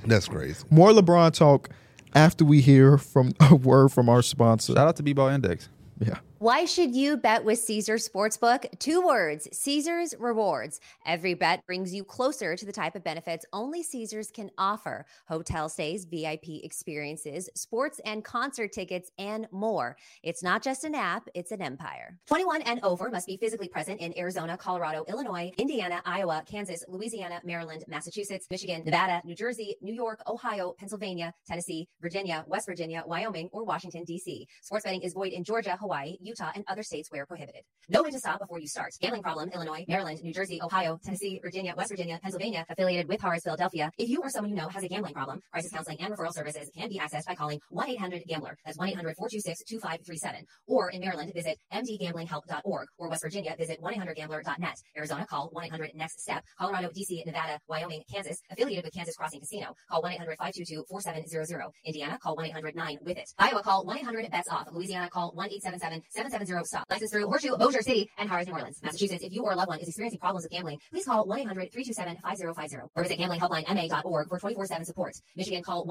That's crazy.
more LeBron talk after we hear from a word from our sponsor.
Shout out to B Ball Index.
Yeah.
Why should you bet with Caesars Sportsbook? Two words Caesars Rewards. Every bet brings you closer to the type of benefits only Caesars can offer hotel stays, VIP experiences, sports and concert tickets, and more. It's not just an app, it's an empire. 21 and over must be physically present in Arizona, Colorado, Illinois, Indiana, Iowa, Kansas, Louisiana, Maryland, Massachusetts, Michigan, Nevada, New Jersey, New York, Ohio, Pennsylvania, Tennessee, Virginia, West Virginia, Wyoming, or Washington, D.C. Sports betting is void in Georgia, Hawaii, Utah, and other states where prohibited. Know when to stop before you start. Gambling problem, Illinois, Maryland, New Jersey, Ohio, Tennessee, Virginia, West Virginia, Pennsylvania, affiliated with Horace, Philadelphia. If you or someone you know has a gambling problem, crisis counseling and referral services can be accessed by calling 1-800-GAMBLER. That's 1-800-426-2537. Or in Maryland, visit mdgamblinghelp.org. Or West Virginia, visit 1-800-GAMBLER.net. Arizona, call 1-800-NEXT-STEP. Colorado, D.C., Nevada, Wyoming, Kansas, affiliated with Kansas Crossing Casino. Call 1-800-522-4700. Indiana, call 1-800-9-WITH-IT. Iowa, call 1-800-BETS-OFF. Louisiana, call 1-877-770-STOP. License through Horseshoe, Bossier City, and Harris, New Orleans. Massachusetts, if you or a loved one is experiencing problems with gambling, please call 1-800-327-5050 or visit gamblinghelplinema.org for 24-7 support. Michigan, call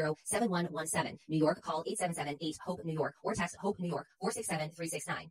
1-800-270-7117. New York, call 877-8-HOPE-NEW YORK or text HOPE-NEW YORK 467-369.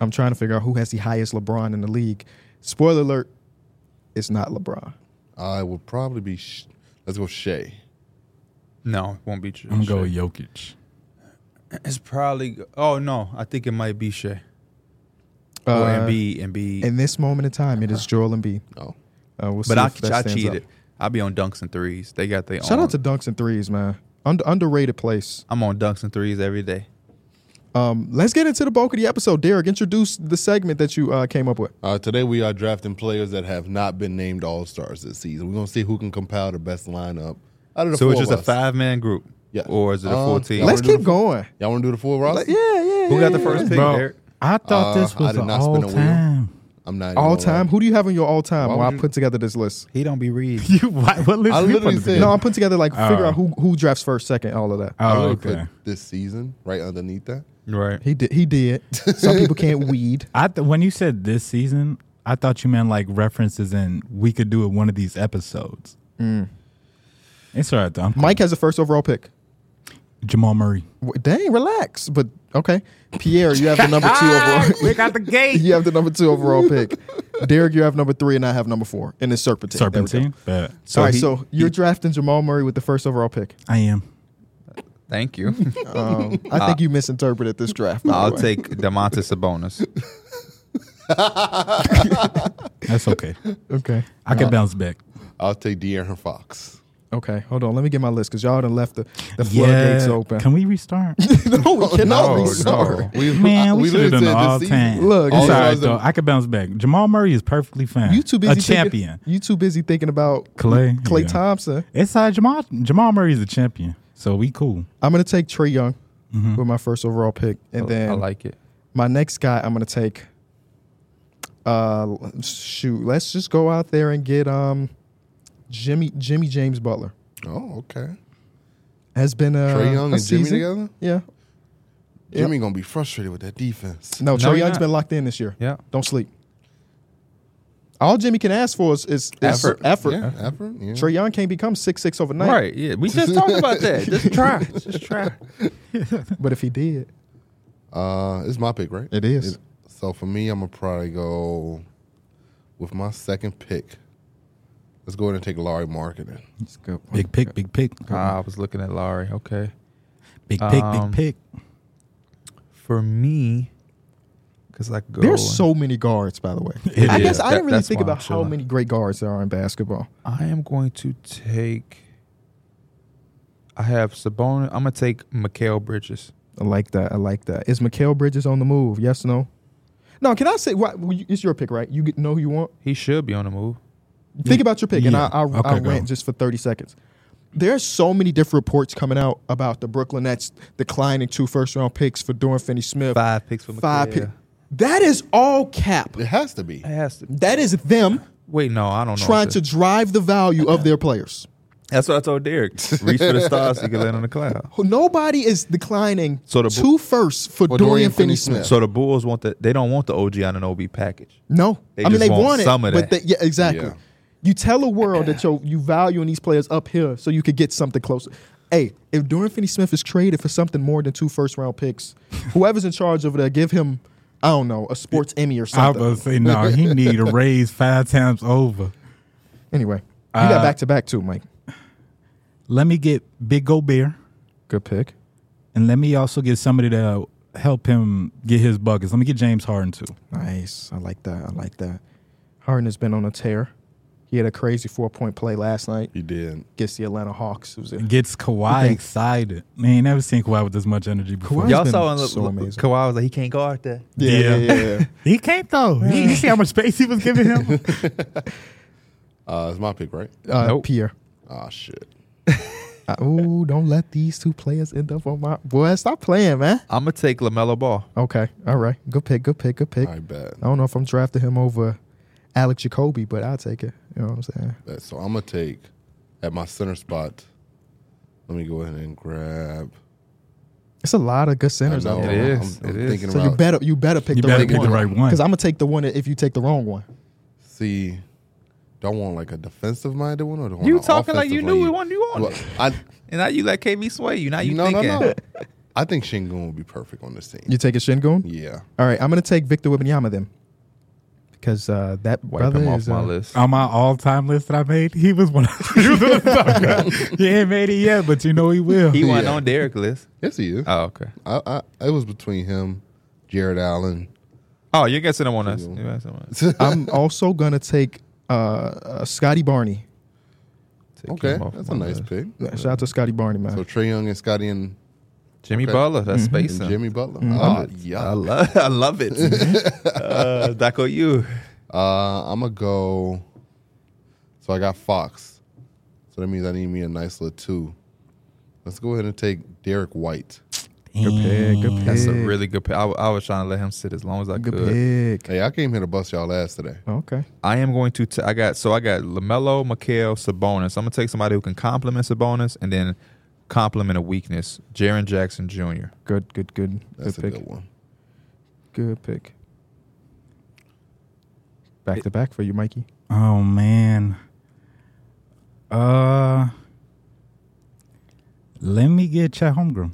I'm trying to figure out who has the highest LeBron in the league. Spoiler alert, it's not LeBron.
I would probably be. Sh- Let's go Shea.
No, it won't be true.
I'm going Jokic.
It's probably. Oh no, I think it might be Shea or
Uh,
Embiid. Embiid.
In this moment in time, it is Joel Embiid.
Uh-huh. No.
Uh, we'll see
but I,
if that
I
stands up.
cheated. I'll be on dunks and threes. They got their
Shout
own.
out to dunks and threes, man. Under, underrated place.
I'm on dunks and threes every day.
Um, let's get into the bulk of the episode. Derek, introduce the segment that you uh, came up with.
Uh, today we are drafting players that have not been named All Stars this season. We're gonna see who can compile the best lineup out of the
So
four
it's just
of
a
us.
five man group.
Yeah.
Or is it a
Uh,
full team?
wanna
Let's
do the
keep
full-
going.
Y'all want to do the full roster?
Yeah, yeah.
Who
yeah,
got the
yeah.
first pick?
Bro,
Derek?
I thought
Uh,
this
I
was
did
an
not spin a
all
wheel.
time.
I'm not even
All
gonna
time.
lie.
Who do you have on your all time?
Why
While
would
I
you-
put together this list.
He don't be reading.
You why, what list
I
you
literally
putting
said-
together?
No, I'm putting together like
Uh.
figure out who who drafts first, second, all of that.
I
Oh,
literally
okay.
put this season right underneath that.
right.
He did. He did. Some people can't weed.
I th- when you said this season, I thought you meant like references, and we could do it one of these episodes. It's all right though. I'm-
Mike has the first overall pick.
Jamal Murray.
W- Dang, relax. But okay, Pierre, you have the number two overall.
Quick out the gate.
you have the number two overall pick. Derek, you have number three, and I have number four. And it's Serpentine. There we go.
Serpentine. Bet.
So
All right,
he-
so you're drafting Jamal Murray with the first overall pick.
I am.
Thank you.
Um, I think you misinterpreted this draft. by the
I'll
way.
take Demontis Sabonis.
That's okay.
Okay.
I
Uh,
can bounce back.
I'll take De'Aaron Fox.
Okay, hold on. Let me get my list because y'all done left the, the floodgates open.
Can we restart?
no, we cannot.
Oh,
be
no.
sorry.
We,
Man, we, should have
literally said
done it
this
all
season.
time.
Look,
it's
all
all
of
right
us
though.
that-
I could bounce back. Jamal Murray is perfectly fine.
You too busy.
A
thinking-
champion.
you too busy thinking about
Clay.
Clay
yeah.
Thompson.
It's uh, Jamal. Jamal Murray's a champion, so we cool.
I'm gonna take Trey Young
Mm-hmm.
with my first overall pick, and then
I like it.
my next guy. I'm gonna take. Uh, shoot. Let's just go out there and get um, Jimmy Jimmy James Butler
Oh, okay.
has been a
Trey Young
Uh, a
and Jimmy
season.
together.
Yeah.
Jimmy gonna be frustrated with that defense.
No,
No,
Trey
you're
Young's
not.
been locked in this year.
Yeah.
Don't sleep. All Jimmy can ask for is, is, is effort.
Effort.
Yeah, effort. Yeah.
Trey Young can't become six six overnight.
Right. Yeah. We just talked about that. Just try. Just try.
But if he did,
Uh, it's my pick, right?
It is.
so for me, I'm gonna probably go with my second pick. Let's go ahead and take Larry Marketing.
it's good.
Big pick, big pick,
Ah, I was looking at Laurie. Okay.
big pick,
um,
big pick.
For me, because I go.
There's so many guards, by the way.
It
I
is.
guess I
That-
didn't really
that's
think
why I'm
about how
chilling.
many great guards there are in basketball.
I am going to take. I have Sabonis. I'm gonna take Mikael Bridges.
I like that. I like that. Is Mikael Bridges on the move? Yes, no. No, can I say? Why, well, you- it's your pick, right? You get- know who you want.
He should be on the move.
Think about your pick, and I,
Yeah.
I, will
Okay,
I'll
go.
rant just for 30 seconds. There's so many different reports coming out about the Brooklyn Nets declining two first round picks for Dorian Finney Smith.
Five picks for Mikael.
Five pick. That is all cap.
It has to be.
It has to.
That is them
Wait, no, I don't know.
trying to drive the value of their players.
That's what I told Derek. Reach for the stars so you can land on the cloud.
Nobody is declining
So the-
two firsts for,
For
Dorian
Dorian
Finney Smith.
Finney-Smith.
So the Bulls want the. They don't want the OG on an OB package.
No,
They
I mean
just
they
want
want it,
some of
but
that.
they- yeah, exactly.
Yeah.
You tell the world that you're you valuing these players up here so you could get something closer. Hey, if Dorian Finney-Smith is traded for something more than two first-round picks, whoever's in charge over there, give him I don't know a sports Emmy or
I
something.
was gonna say no. he need a raise five times over.
anyway, you got back to back too, Mike.
Let me get Big Go Bear,
Good pick.
and let me also get somebody to help him get his buckets. Let me get James Harden too.
Nice. I like that. I like that. Harden has been on a tear. He had a crazy four-point play last night
He did.
against the Atlanta Hawks. It was a-
Gets Kawhi excited. Man, never seen Kawhi with this much energy before.
Kawhi-
Y'all
been
saw in
so amazing.
Kawhi was like he can't guard that.
yeah, yeah, yeah.
He can't though. You see how much space he was giving him.
Uh, it's my pick, right?
yeah. Uh,
Nope.
Pierre.
Ah, shit.
I, Uh, ooh, don't let these two players end up on my boy. Stop playing, man.
I'm gonna take Lamelo Ball.
Okay, all right. Good pick. Good pick. Good pick.
I bet.
I don't know if I'm drafting him over Alex Jacoby, but I'll take it. You know what I'm saying?
bet. So I'm gonna take at my center spot. Let me go ahead and grab.
It's a lot of good
I
centers
know,
out
It
there.
is,
I'm, I'm
it is.
thinking
So you
about.
better you better pick
You
the
better
right
pick
one.
the right one.
Because I'm gonna take the one that if you take the wrong one.
see, don't want like a defensive minded one or do
You talking like you knew we wanted you on
Well,
it.
I
And now you let KB sway you. Now you
no, no,
thinking.
no. I think Shingun would be perfect on this team.
You take a Shingun.
Yeah.
All right, I'm gonna take Victor Wembanyama then, because uh, that
Wipe
brother
him off
is
my
uh,
list.
on my all time list that I made, he was one of he was on the top guy. He ain't made it yet, but you know he will.
he wasn't
yeah.
on Derek's list.
Yes, he is.
Oh, okay.
I, I, it was between him, Jared Allen.
Oh, you're guessing him on us. You're guessing him on us.
I'm also gonna take uh, uh, Scotty Barney.
Take
Okay,
him off
that's
my
a nice
list.
pick.
Shout out to Scotty Barney, man.
So Trey Young and Scotty and,
Jimmy
Okay.
Butler. That's
and
spacing.
Jimmy Butler.
Mm-hmm.
Oh,
Oh,
I
yeah.
love, I love it. uh, Daco, you.
Uh, I'm gonna go. So I got Fox. So that means I need me a nice little two. Let's go ahead and take Derek White.
Good pick. Good pick.
That's a really good pick. I, w- I was trying to let him sit as long as I
good
could.
pick.
Hey, I came here to bust y'all ass today.
Oh, Okay.
I am going to. T- I got so I got Lamelo, Mikael, Sabonis. I'm gonna take somebody who can compliment Sabonis and then compliment a weakness. Jaron Jackson Jr.
Good, good, good.
That's
good
a
pick.
good one.
Good pick. Back to back for you, Mikey.
Oh man. Uh let me get Chet Holmgren.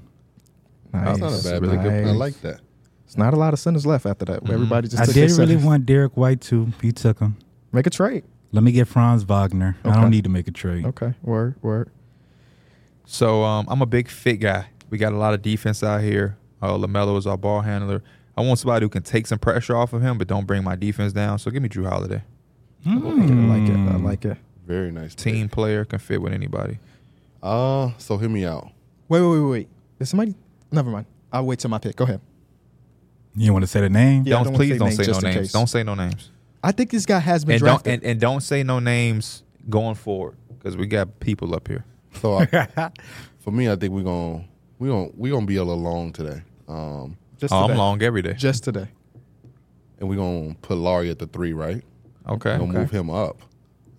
Nice.
That's not a bad pick. I
Nice.
like that.
It's not a lot of centers left after that. Everybody just
I
took
did
their
really
centers.
want Derek White too. He took him.
make a trade.
Let me get Franz Wagner. I
Okay.
don't need to make a trade.
Okay, word, word.
So um, I'm a big fit guy. We got a lot of defense out here. Uh, Lamelo is our ball handler. I want somebody who can take some pressure off of him, but don't bring my defense down. So give me Drew Holiday.
I like it. I like it.
Very nice pick.
Team player can fit with anybody.
Uh, so hear me out.
Wait, wait, wait, wait. Did somebody? Never mind. I'll wait till my pick. Go ahead.
You want to say the name?
Yeah, I don't
don't,
wanna
please
say
don't
names
say no
just in
names.
case.
Don't say no names.
I think this guy has been
And don't
drafted.
and, and don't say no names going forward because we got people up here.
So I, for me, I think we're gonna we gonna we gonna be a little long today. Um,
just
Oh,
today.
I'm long every day.
Just today.
and we're gonna put Laurie at the three, right?
Okay.
We're gonna
Okay.
move him up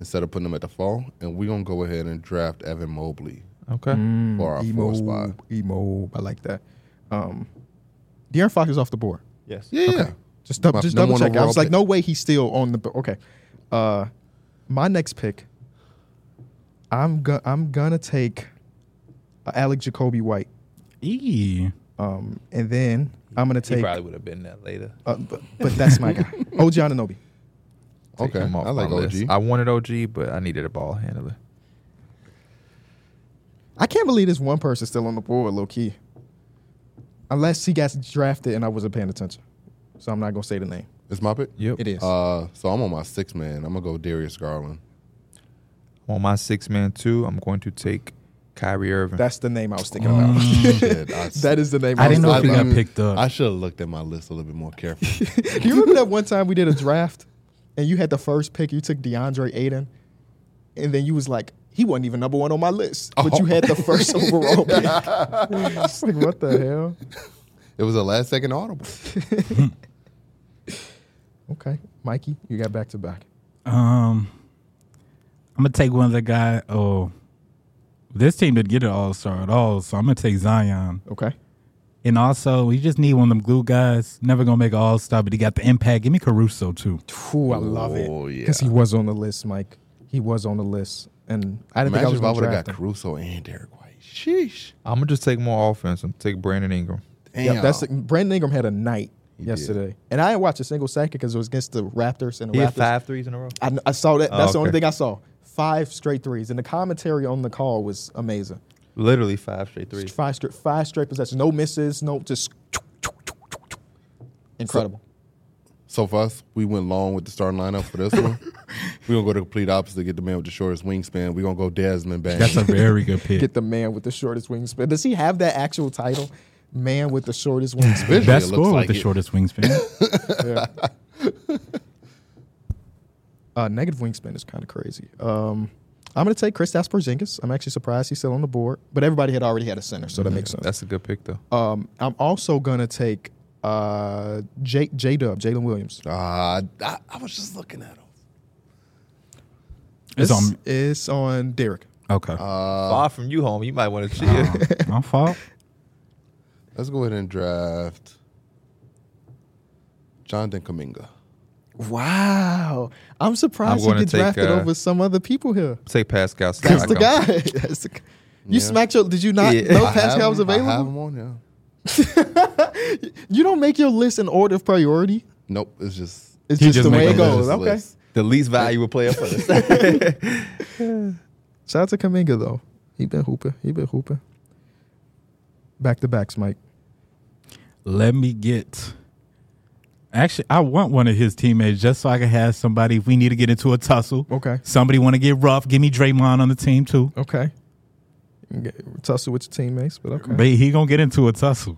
instead of putting him at the four, and we're gonna go ahead and draft Evan Mobley
Okay.
Mm.
for our
Emo,
four spot.
emo. I like that. Um, De'Aaron Fox is off the board.
Yes.
Yeah, yeah.
Just, dub-
My
just
number
double
one
check. I was
overall
like,
pick.
no way he's still on the. bo- Okay. Uh, my next pick, I'm go- I'm gonna take uh, Alec Jacoby White,
E.
um, and then I'm gonna
He
take.
probably would have been that later.
Uh, but, but that's my guy, OG Ananobi.
Take
Okay,
him off
I like
my
OG.
list. I wanted OG, but I needed a ball handler.
I can't believe this one person still on the board, low key. Unless he got drafted and I wasn't paying attention, so I'm not gonna say the name.
It's my pick.
Yep.
It is.
Uh, so I'm on my six man. I'm gonna go Darius Garland.
On my six man too, I'm going to take Kyrie Irving.
that's the name I was thinking about.
oh, Shit, I,
that is the name.
I
was
didn't know if he
thinking
got
about.
picked up.
I should have looked at my list a little bit more carefully.
Do you remember that one time we did a draft and you had the first pick? You took DeAndre Aiden, and then you was like, he wasn't even number one on my list, but you had the first
Oh.
overall pick. It's like, what the hell?
it was a last second audible.
Okay, Mikey, you got back to back.
Um, I'm gonna take one of the guy. Oh, this team didn't get an All Star at all, so I'm gonna take Zion.
Okay,
And also, you just need one of them glue guys. Never gonna make an All Star, but he got the impact. Give me Caruso too.
Ooh, I love it
Oh, yeah.
because he was on the list, Mike. He was on the list, and I didn't think
Imagine if
I
I
was
would
going to
have
draft
got
him.
Caruso and Derek White. Sheesh.
I'm gonna just take more offense and take Brandon Ingram.
Damn.
Yep, that's Brandon Ingram had a night yesterday, and I didn't watch a single second because it was against the Raptors and the
He had
Raptors.
five threes in a row.
I, kn- I saw that. That's the only
okay.
thing I saw. Five straight threes, and the commentary on the call was amazing.
Literally five straight threes.
Five straight, five straight possessions, no misses, no just incredible.
So for us, we went long with the starting lineup for this one. We're gonna go the complete opposite, get the man with the shortest wingspan. We're gonna go Desmond Bang.
That's a very good pick.
Get the man with the shortest wingspan. Does he have that actual title? Man with the shortest wingspan.
Visually,
Best
it
score
looks
with
like
the
it.
shortest wingspan.
Uh, negative wingspan is kind of crazy. Um, I'm going to take Chris Porzingis. I'm actually surprised he's still on the board, but everybody had already had a center, so that makes sense.
That's a good pick though.
Um, I'm also going to take uh, J J Dub, Jalen Williams.
Ah, I, I was just looking at him.
It's
This
on.
is on Derek.
Okay, Um,
Uh,
Far from you, home. You might want to chill.
my fault.
Let's go ahead and draft Jonathan Kaminga.
Wow. I'm surprised
I'm
you
gonna
get
take,
drafted
uh,
over some other people here.
take Pascal.
That's the
Siakam.
guy. That's the, guy. you smacked your. Did you not
Yeah.
know
I have
Pascal was
him- I have
available?
him on, yeah.
You don't make your list in order of priority.
Nope, it's just
It's
You
just,
just
the
make
way
a
it goes.
list.
Okay.
List.
The least valuable player first.
Shout out to Kaminga though. He been hooping. He been hooping. Back to backs, Mike.
Let me get. Actually, I want one of his teammates just so I can have somebody. If we need to get into a tussle,
Okay.
Somebody want to get rough? Give me Draymond on the team too.
Okay. You can get- Tussle with your teammates, but okay.
But he gonna get into a tussle.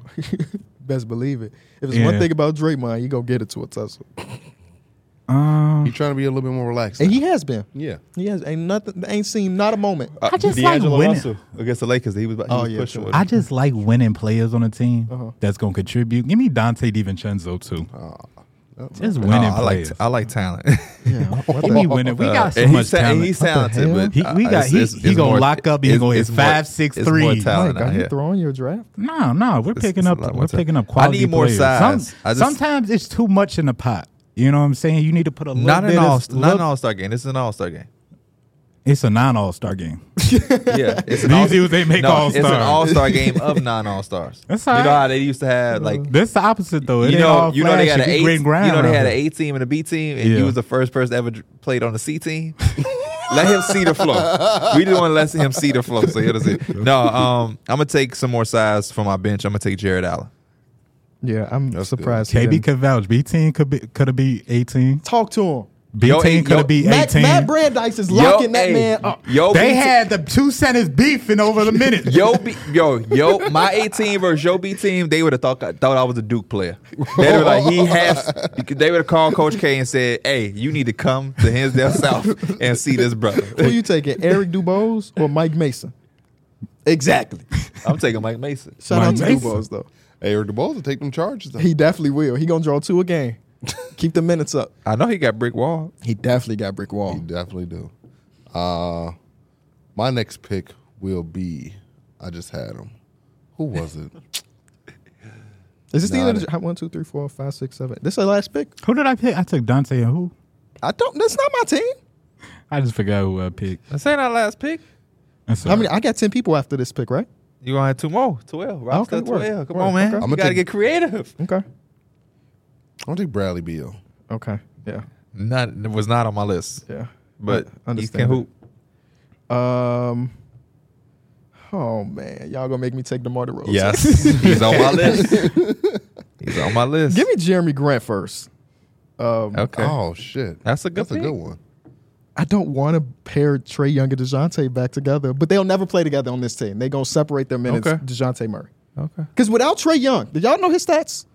Best believe it. If it's one
Yeah.
thing about Draymond, you gonna get it to a tussle,
Um,
you trying to be a little bit more relaxed.
and
now.
he has been.
yeah.
He has ain't nothing. Ain't seen not a moment.
Uh,
I
just like winning.
against the Lakers. He was, he
Oh,
was
yeah,
pushing
true.
with
I
him.
just like winning players on a team
Uh-huh.
that's gonna contribute. Give me Dante Divincenzo too. just winning
No, I like
players.
I like talent.
Yeah. What
Give me
the-
winning. We got so
Uh, And
much
he's ta- and
talent.
he's
What the
talented,
hell?
but
He- we
uh,
got he,
it's-
he
it's
gonna
more-
lock up and he
it's-
gonna hit
it's more-
five six
it's more
three.
My
talent out
God, you
here.
throwing your draft?
No, no, we're
It's-
picking
it's a
up.
lot more
We're
talent.
picking up
I
quality
need more
players.
size.
Some-
I just-
sometimes it's too much in the pot. You know what I'm saying? You need to put a little
Not
bit
an all,
of
not an
look-
all star game. This is an all star game.
It's a non All Star game.
Yeah, it's an
These
all-
dudes, they make
It's an
all-stars.
all star game of non all stars.
That's
You know
alright.
how they used to have like
That's the opposite though.
you
It ain't
know
all
you know they had an
flashy. Be
A
great
you
ground
know they had
of
an
it.
A team and a B team, and
Yeah.
you was the first person that ever dr- played on the C team. let him see the flow. We didn't want to let him see the flow, so he'll see. No, um, I'm gonna take some more size for my bench. I'm gonna take Jared Allen.
Yeah, I'm
good.
surprised. he
KB
didn't.
could vouch. B team could be could have be eighteen.
talk to him.
B
Yo,
team
eight-
could
yo,
have be
Matt,
eighteen.
Matt Brandeis is locking that
hey,
man up.
Yo,
they
B-
had the two centers beefing over the minute.
Yo, B, yo, yo, my A team versus your B team, they would have thought thought I was a Duke player. They were like, he has. They would have called Coach K and said, "Hey, you need to come to Hinsdale South and see this brother."
Who you taking, Eric Dubose or Mike Mason? Exactly.
I'm taking Mike Mason.
Shout
Mike
out to
Mason.
Dubose though.
Hey, Eric DeBose will take them charges. Though.
He definitely will. He gonna draw two a game. Keep the minutes up.
I know he got brick wall.
He definitely got brick
You
wall.
definitely do. Uh, my next pick will be. I just had him. Who was it?
Is this the
Nah,
end of the one, two, three, four, five, six, seven? This is the last pick.
Who did I pick? I took Dante and who?
I don't. That's not my team.
I just forgot who I picked.
That's ain't our last pick.
That's
I mean,
all
I got ten people after this pick, right?
You gonna have two more, twelve. Right,
Okay, word,
twelve. Come
word,
on, man.
okay.
You
I'ma
gotta
take-
get creative.
Okay.
I'll take Bradley Beal.
Okay. Yeah.
Not it was not on my list,
Yeah.
but he can
Understand.
hoop.
Um. Oh man, y'all gonna make me take DeMar DeRozan.
he's on my list. He's on my list.
Give me Jeremy Grant first. Um,
okay.
Oh shit,
That's a good
That's a
pick.
good one.
I don't want to pair Trey Young and Dejounte back together, but they'll never play together on this team. They're gonna separate their minutes.
Okay.
Dejounte Murray.
Okay.
Because without Trey Young, did y'all know his stats?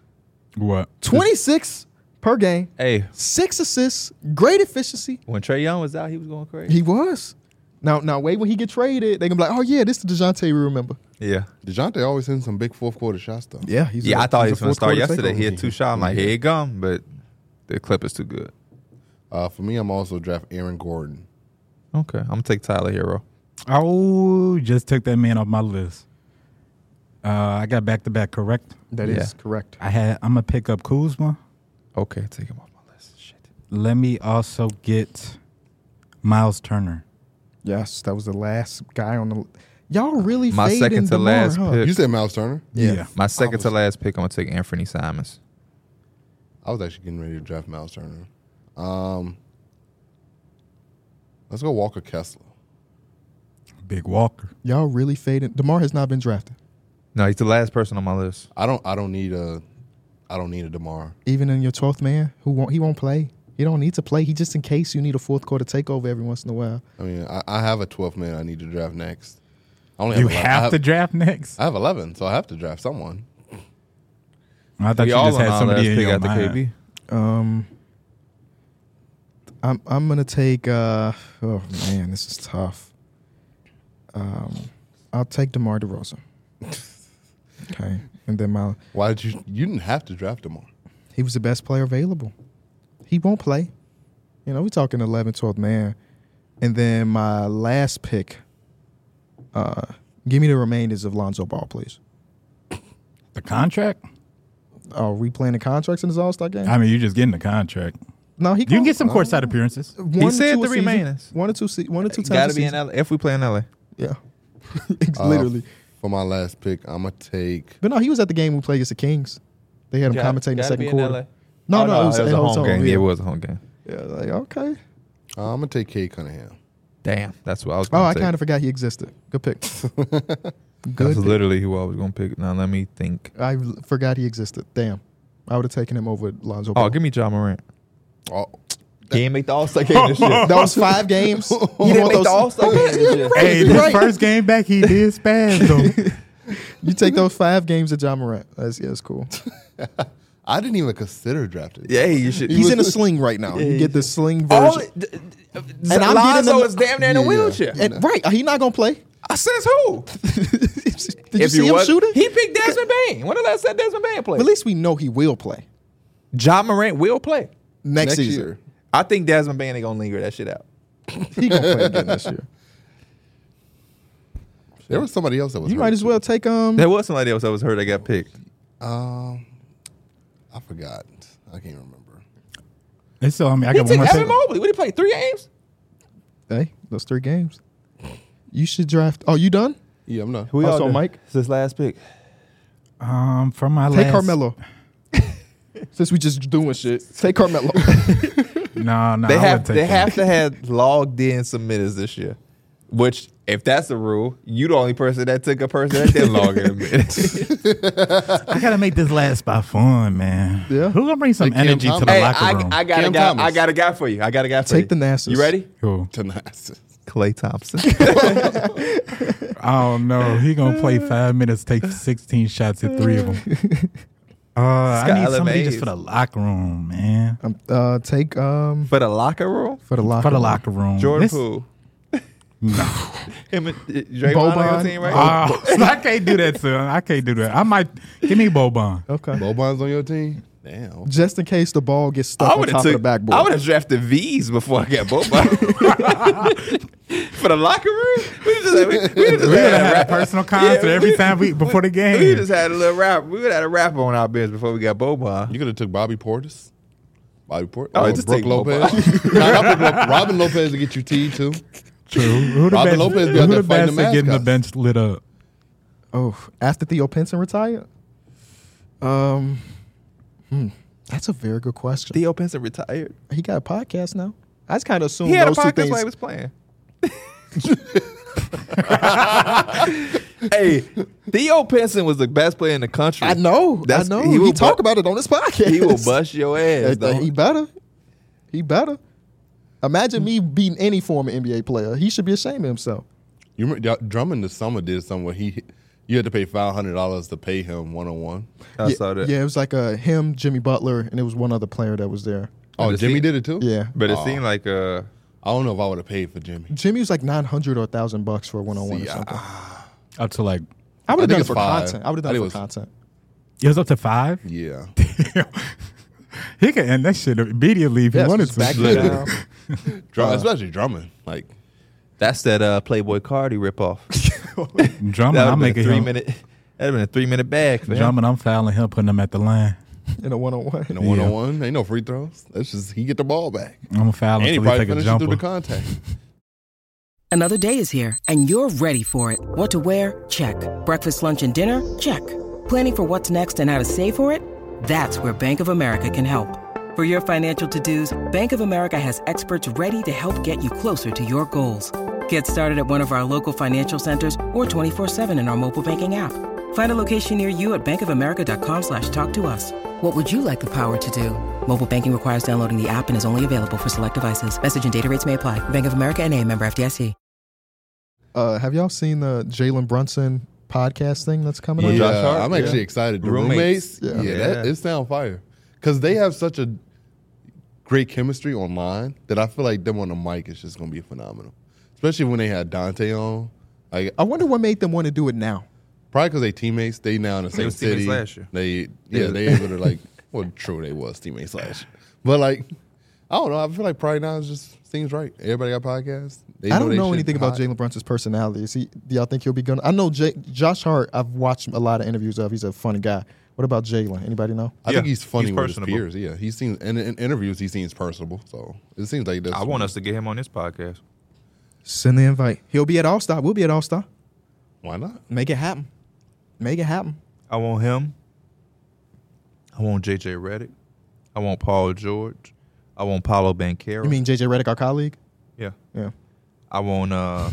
what?
26 per game,
Hey,
six assists, great efficiency.
when Trey Young was out, he was going crazy.
He was. Now, now wait when he get traded, they gonna be like, oh yeah, this is the Dejounte we remember.
yeah.
Dejounte always hitting some big fourth quarter shots though.
Yeah, he's
yeah,
I
I thought he was going to start yesterday. He
Here.
had two shots. I'm like, here you come. But the clip is too good.
Uh, for me, I'm also draft Aaron Gordon.
Okay. I'm going to take Tyler Hero.
Oh, just took that man off my list. Uh, I got back to back correct.
That is
Yeah.
correct.
I had. I'm gonna pick up Kuzma.
Okay. Take him off my list. Shit.
Let me also get Miles Turner.
Yes, that was the last guy on the. Y'all really
My
fading
second to
DeMar,
last
huh?
pick.
You said Miles Turner.
Yeah.
My second to last pick, I'm going to take Anthony Simons.
I was actually getting ready to draft Miles Turner. Um, let's go Walker Kessler.
Big Walker.
Y'all really fading. Demar has not been drafted,
No, he's the last person on my list.
I don't. I don't need a. I don't need a Demar.
even in your twelfth man who won't. He won't play. He don't need to play. He just in case you need a fourth quarter takeover every once in a while.
I mean, I, I have a 12th man I need to draft next. I only
You
ele- I
have to draft next.
I have 11, so I have to draft someone.
I thought
We
you
all
just
on
had
our
somebody
last
in
pick
your
after
mind.
KB.
Um, I'm I'm gonna take. Uh, oh man, this is tough. Um, I'll take Demar Derozan. okay, and then my
Why did you? You didn't have to draft Demar.
he was the best player available. He won't play. You know, we're talking 11, 12 man. And then my last pick. Uh, give me the remainders of Lonzo Ball, please.
The contract?
Are we playing the Oh, contracts in this All Star game?
I mean, you're just getting the contract.
no, he
You can get some courtside appearances.
One
Oh, He
to
said
two a
the
season.
remainders.
One or two, se- one or two times.
Got to
a
be in
season.
LA. If we play in LA.
Yeah.
Uh,
Literally.
For my last pick, I'm gonna take.
But no, he was at the game we played against the Kings. They had him
Gotta-
commentating the
gotta be
second
in LA.
quarter. No,
Oh,
no, it was, at
a home
Hotel,
game.
Yeah.
Yeah, it was a home game.
Yeah, like, okay.
Uh, I'm gonna take Kate Cunningham.
Damn, that's what I was.
Oh,
Gonna
I
take.
kind of forgot he existed. Good pick. Good. pick.
That's literally who I was gonna pick. Now let me think.
I l- forgot he existed. Damn. I would have taken him over Lonzo.
Oh,
Ball.
give me John Morant.
Oh,
He didn't make the All Star game this year.
that was five games. Oh, You
He didn't
want
make
those-
the All Star game this year.
Hey, this first game back, he did spaz though.
You take those five games at John Morant. That's yeah, that's cool.
I didn't even consider drafting.
Yeah, you should.
He's in a sling right now. You get the sling
All,
version.
d- d-
And I'm
Lonzo
getting
is damn near in a
Yeah.
wheelchair.
and, right, he not gonna play.
I says who?
Did you see him
was-
shooting?
He picked Desmond Bain. When the last time Desmond Bain
But
played?
at least we know he will play
John Morant will play.
next,
Next
season.
year.
I think Desmond Bain ain't gonna linger that shit out.
He gonna play again this year.
There was somebody else that was.
You
hurt,
might as
too.
well take um.
There was somebody else I was heard that got picked.
Um, I forgot. I can't remember.
And so I mean, I
He
got one
took
more.
Evan
Second.
Mobley. What did he play? Three games?
Hey, those three games. You should draft. Oh, you done?
Yeah, I'm not.
Who
Also, Mike?
It's his last pick.
Um, from my
Take
last.
Carmelo. Since we just doing shit, take Carmelo.
No, no,
They
I
have
wouldn't take
they
him.
have to have logged in submitters this year. Which, if that's the rule, you the only person that took a person that didn't log in. hey,
I gotta make this last by fun, man.
Yeah.
Who gonna bring some
Like Cam
energy to the
Thomas. Hey,
locker
I,
room?
I got a
Cam
guy.
Thomas.
I got a guy for you. I got a guy for you.
Take the Nasus.
You ready?
Who?
Tonight.
Clay Thompson.
I don't know. He gonna play five minutes, take sixteen shots at three of them. Uh, I need
Skylar
somebody
Mays.
just for the locker room, man.
um, uh, take um
for the locker room,
for the locker.
For the
room.
locker room,
Jordan
This-
Poole. No. Him and uh, Draymond on your
Boban.
team right now?
Oh, I can't do that, son. I can't do that. I might give me Boban.
Okay.
Boban's on your team? Damn.
Just in case the ball gets stuck on
would've
top of the
took- I would
backboard.
have drafted V's before I got Boba. For the locker room, we just, we, we just
We
had
would
a
have had a
rap-
personal concert
Yeah,
every time we before the game.
We just had a little rap. We would have had a rap on our bench before we got Boba.
You could have took Bobby Portis. Bobby Portis.
Oh,
or
just
Brook
take
Lopez. Nah, not Brook Lopez. Robin Lopez to get you T too.
True. Who the
Robin
best?
Lopez be out
who
there
the
fighting
best
the
at getting the
mascots.
bench lit up?
oh, after Theo Pinson retired. Um, hmm, that's a very good question.
Theo Pinson retired.
he got a podcast now. I just kind of assumed
He had a
those two
podcast
things.
while he was playing. hey, Theo Pinson was the best player in the country.
I know.
That's-
I know.
he
He,
will
talk
bu-
about it on his podcast.
He will bust your ass.
Uh,
dog.
he better. He better. Imagine me beating any former NBA player. He should be ashamed of himself.
You remember Dr- Drummond this summer did something where he you had to pay five hundred dollars to pay him one on one.
I
yeah,
saw that.
Yeah, it was like uh, him, Jimmy Butler, and it was one other player that was there.
Oh,
does
Jimmy
he-
did it too?
Yeah,
But it seemed like uh,
I don't know if I would have paid for Jimmy.
Jimmy was like nine hundred or thousand bucks for one on one or
See, I-
something.
Up to like
I would have
I think
done it
it's
for
five.
content. I would have
I
done it
think
for
it was-
content.
it was up to five.
Yeah.
He could end that shit immediately if
Yes,
he wanted
just
to.
back
Shit.
it down.
Drum, especially Drummond. Like
that's that uh, Playboy Cardi ripoff.
Drummond,
that would have been
I'm making
a three
him.
minute. That'd have been a three minute bag for him.
Drummond, I'm fouling him, putting him at the line.
in a one on
in
one.
a one on one, ain't no free throws. That's just he get the ball back.
I'm gonna foul
And
him
he
until he
probably
take a
finishes through the
jumper.
contact.
Another day is here, and you're ready for it. What to wear? Check. Breakfast, lunch, and dinner? Check. Planning for what's next and how to save for it? That's where Bank of America can help. For your financial to dos, Bank of America has experts ready to help get you closer to your goals. Get started at one of our local financial centers or 24-7 in our mobile banking app. Find a location near you at bankofamerica.com slash talk to us. What would you like the power to do? Mobile banking requires downloading the app and is only available for select devices. Message and data rates may apply. Bank of America and a member FDIC.
Uh, have y'all seen the Jalen Brunson podcast thing that's coming
With
up?
Josh Hart?
I'm actually
Yeah.
excited. The
Roommates.
roommates,
Yeah.
yeah, That,
Yeah.
it sound fire because they have such a great chemistry online that I feel like them on the mic is just gonna be phenomenal. Especially when they had Dante on, like uh,
I wonder what made them want to do it now.
probably because they teammates. They now in the
They
same
was teammates
city.
last year.
They yeah, they able to like well true they was teammates last year, but like I don't know. I feel like probably now it just seems right. Everybody got podcasts. They
I don't
they
know
shit
anything about
hot.
Jalen Brunson's personality. Is he, do y'all think he'll be good? I know J- Josh Hart. I've watched a lot of interviews of. He's a funny guy. What about Jalen? Anybody know?
I think
Yeah,
he's funny
he's
with his
personable.
peers. Yeah, he seems in, in interviews he seems personable. So it seems like that's
I want us to get him on this podcast.
Send the invite. He'll be at All Star. We'll be at All Star.
Why not?
Make it happen. Make it happen.
I want him. I want JJ Redick. I want Paul George. I want Paolo Banquero.
You mean JJ Redick, our colleague?
yeah?
Yeah.
I want uh.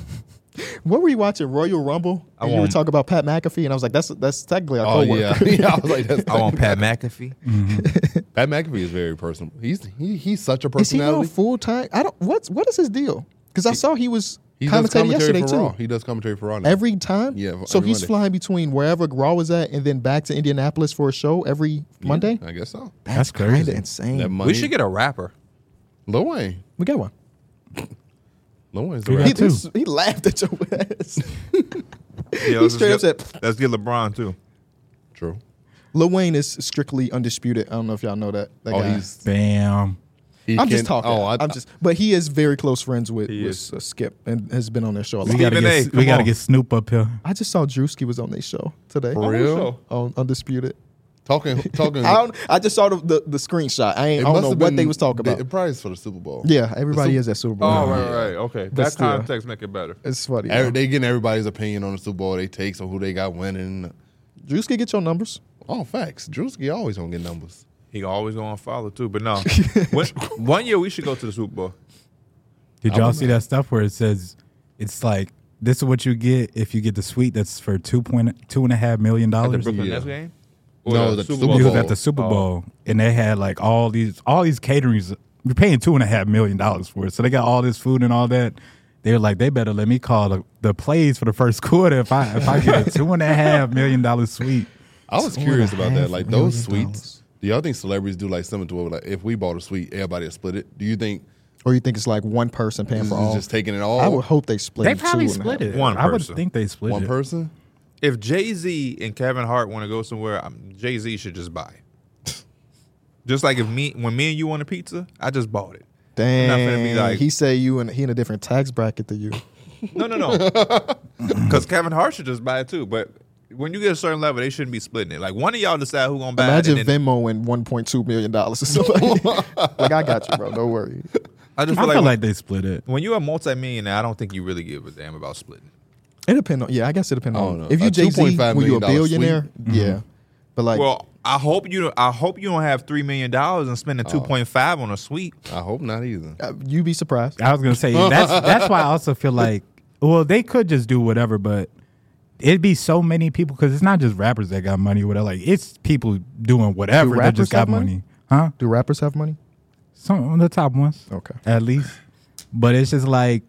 What were you watching? Royal Rumble.
I
And you were
want-
talking about Pat McAfee, and I was like, "That's that's technically our
Oh
coworker."
yeah, yeah. I was like, that's
I want Pat McAfee.
Pat McAfee is very personable. He's he, he's such a
Is he on
personality.
full time? I don't. What's what is his deal? Because I saw he was
He does
commentating
commentary
yesterday
for
too.
Raw. He does commentary for Raw now.
Every time?
Yeah, for
So
every
he's
Monday.
flying between wherever Raw was at and then back to Indianapolis for a show every Monday?
I guess so.
That's
Kinda
crazy.
insane.
That money.
We should get a rapper.
Lil Wayne.
we got one.
Lil Wayne's the
We
rapper.
He,
got two.
he laughed at your ass.
Yeah,
let's straight get- up said-
"Let's get LeBron too."
True.
Lil Wayne is strictly undisputed. I don't know if y'all know that. that
Oh,
guy.
he's.
Damn.
He
I'm just
can-
talking.
Oh, I,
I'm just. But he is very close friends with,
He
with
is.
uh, Skip and has been on their show a
We
lot.
gotta
Stephen
get
A,
we
come
gotta
on.
get Snoop up here.
I just saw Drewski was on their show today
For real?
on Undisputed.
Talking, talking.
I don't. I just saw the the, the screenshot. I, ain't, I
it
don't
must
know
have
what
been-
they was talking
they-
about.
It probably is for the Super Bowl.
yeah, everybody
Sup-
is at Super Bowl.
Oh,
now.
right, right. Okay.
But
that
still.
context make it better.
It's funny.
Every,
Every day.
they getting everybody's opinion on the Super Bowl, they takes on who they got winning.
Juice can get your numbers.
All facts. Drewski always gonna get numbers.
He always gonna follow too, but no. When- one year we should go to the Super Bowl.
Did y'all see that stuff where it says it's like this is what you get if you get the suite that's for two point two and a half million
At the
dollars?
Brooklyn
yeah.
Nets game?
No, the Super
It
Bowl.
was at the Super
Oh.
Bowl and they had like all these all these caterings. You're paying two and a half million dollars for it, so they got all this food and all that. They were like, they better let me call the, the plays for the first quarter if I if I get a two and a half million dollar suite.
I was
Two
curious
and a
about that.
half
Like those
million
suites. Do y'all think celebrities do like something to where like if we bought a suite, everybody would split it? Do you think
Or you think it's like one person paying
this
for
is
all?
just taking it all?
I would hope they split.
They
it
probably
two and a
split
half.
it.
One
I would
person.
think they split
one
it.
person.
If Jay Z and Kevin Hart want to go somewhere, Jay Z should just buy. it. just like if me, when me and you want a pizza, I just bought it. I'm not finna be
Dang.
like-
he say you and he in a different tax bracket than you.
No, no, no. Because Kevin Hart should just buy it too. But when you get a certain level, they shouldn't be splitting it. Like one of y'all decide who gonna buy
Imagine
it. and then-
Venmo and one point two million dollars or something. like I got you, bro. Don't worry.
I just
I
feel
feel
like,
like they split it.
when you're a multimillionaire, I don't think you really give a damn about splitting.
It depend on. Yeah, I guess it depend
I
on.
don't know.
If you
A
Jay Z,
$2.5
when you a
million dollar
billionaire, yeah. But like,
Well, I hope you. don't- I hope you don't have three million dollars and spending two point five on a suite.
I hope not either.
uh, you be surprised.
I was gonna say that's that's why I also feel like well they could just do whatever, but it'd be so many people because it's not just rappers that got money. Whatever, like it's people doing whatever that
rappers
just got
have money?
money? huh?
Do rappers have money?
Some of the top ones,
Okay.
at least. But it's just like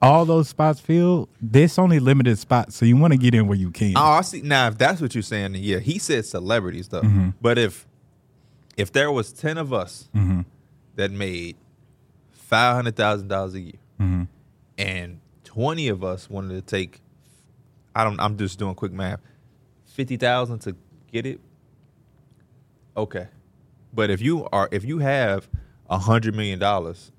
all those spots filled. There's only limited spots, so you want to get in where you can.
Oh, I see. Now, if that's what you're saying, then yeah, he said celebrities though.
Mm-hmm.
But if if there was ten of us
Mm-hmm.
that made five hundred thousand dollars a year,
Mm-hmm.
and twenty of us wanted to take, I don't. I'm just doing quick math. Fifty thousand to get it. Okay, but if you are if you have a hundred million dollars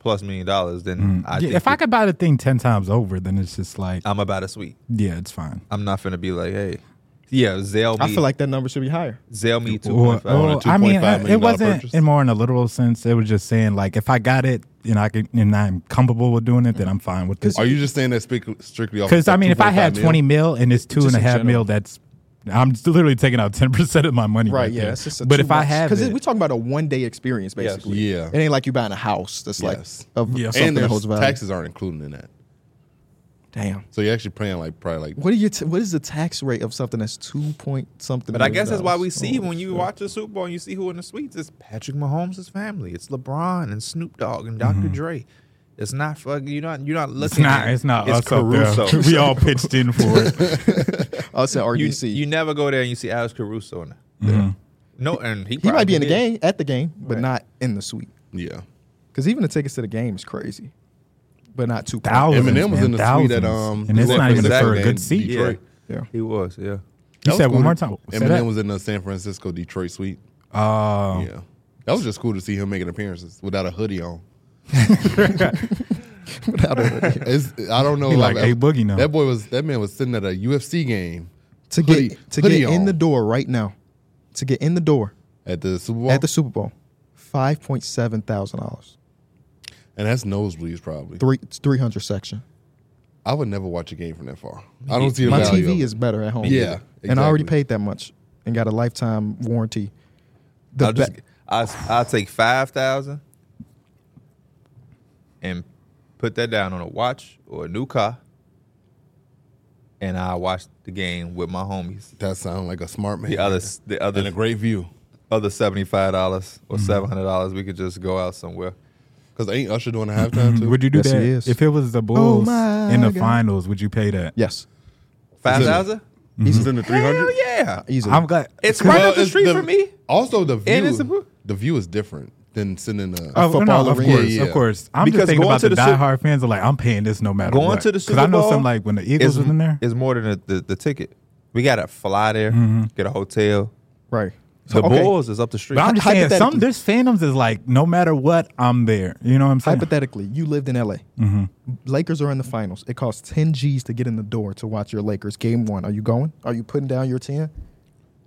plus million dollars, then I
Mm. Yeah,
think Oh.
if I could buy the thing ten times over, then it's just like
I'm about a sweet.
yeah, it's fine.
I'm not gonna be like, hey, yeah, Zell.
I
me-
feel like that number should be higher.
Zell me two
Well,
point five.
well,
a
oh, I mean,
$2.5
I-
million
it wasn't
purchase.
in more in a literal sense. It was just saying like, if I got it, you know, I can, and I'm comfortable with doing it, then I'm fine with this.
Are you just saying that speak- strictly off?
Because
that
I mean, if I
$2.5
had
million?
20 mil and it's two and
Just
a
in
half mil,
general.
that's I'm just literally taking out 10 percent of my money. Right.
Right, yeah.
there.
It's just a
but
two
if I
months-
have it,
we're talking about a one day experience, basically.
Yeah.
It ain't like you buying a house that's
Yes.
like of
Yeah. And
something
and
that
there's
holds value.
taxes aren't included in that.
Damn.
So you're actually paying like probably like
What are you? T- what is the tax rate of something that's two point something?
But I
million
guess that's why we
dollars?
see
Oh,
when you
shit.
watch the Super Bowl and you see who in the suites. It's Patrick Mahomes' family. It's LeBron and Snoop Dogg and doctor Dre. It's not fucking. You're not. You're not looking.
Mm-hmm. it's not.
at-
It's not
It's
us up there.
Caruso.
we all pitched in for it.
us at
you,
RDC.
you never go there and you see Alex Caruso in there.
Mm-hmm.
No, and he,
he might be in the
probably
game at the game, but not in the suite.
yeah.
Because even the tickets to the game is crazy, but not two.
Thousands.
Eminem was
man,
in the suite at
thousands.
um.
and it's
San
not even
Francisco
for a
game,
good seat.
did.
Detroit.
Yeah.
He was. Yeah.
You
That
said
was cool
one more
to-
time. Say that.
Eminem was in the San Francisco Detroit suite.
Uh,
Yeah, that was just cool to see him making appearances without a hoodie on. It's, I don't know.
He like A Boogie now.
That boy was that man was sitting at a UFC game
to get
hoodie-
to
hoodie
get in
on.
the door right now, to get in the door
at the Super Bowl,
at the Super Bowl, five point seven thousand dollars,
and that's nosebleeds probably.
three three hundred section.
I would never watch a game from that far. I don't see the
My
value of
TV
it.
is better at home.
Yeah,
and I already
exactly.
paid that much and got a lifetime warranty. The
I'll just.
be-
I I'll take five thousand and put that down on a watch or a new car, and I watch the game with my homies.
That sound like a smart man.
The other, s- the other,
and a great view.
other seventy five dollars
Mm-hmm.
or hundred dollars, we could just go out somewhere.
Cause ain't Usher doing a halftime too?
Would you do
Yes, he
that
is.
if it was the Bulls
my
in the
God.
finals? Would you pay that?
yes, Mm-hmm.
Five thousand?
He's in the three
Hell
hundred.
yeah!
easily.
I'm glad.
It's right up the street
for
from me.
Also, the view
it's a-
the view is different than sitting in a.
Oh, no,
football
of
arena.
course,
Yeah, yeah.
of course. I'm
Because
just thinking
going
about
to
the,
the Sup-
diehard fans are like, I'm paying this no matter
Going
what.
to the
'Cause
Super
I know
Bowl
some like when the Eagles
is-
was in there.
is more than the, the, the ticket. We gotta fly there, get a hotel.
right.
The
okay,
Bulls is up the street.
Mm-hmm. But I'm just saying, some
hypothetically-
there's fandoms is like, no matter what, I'm there. You know what I'm saying?
Hypothetically, you lived in LA.
Mm-hmm.
Lakers are in the finals. It costs 10 G's to get in the door to watch your Lakers game one. Are you going? Are you putting down your 10?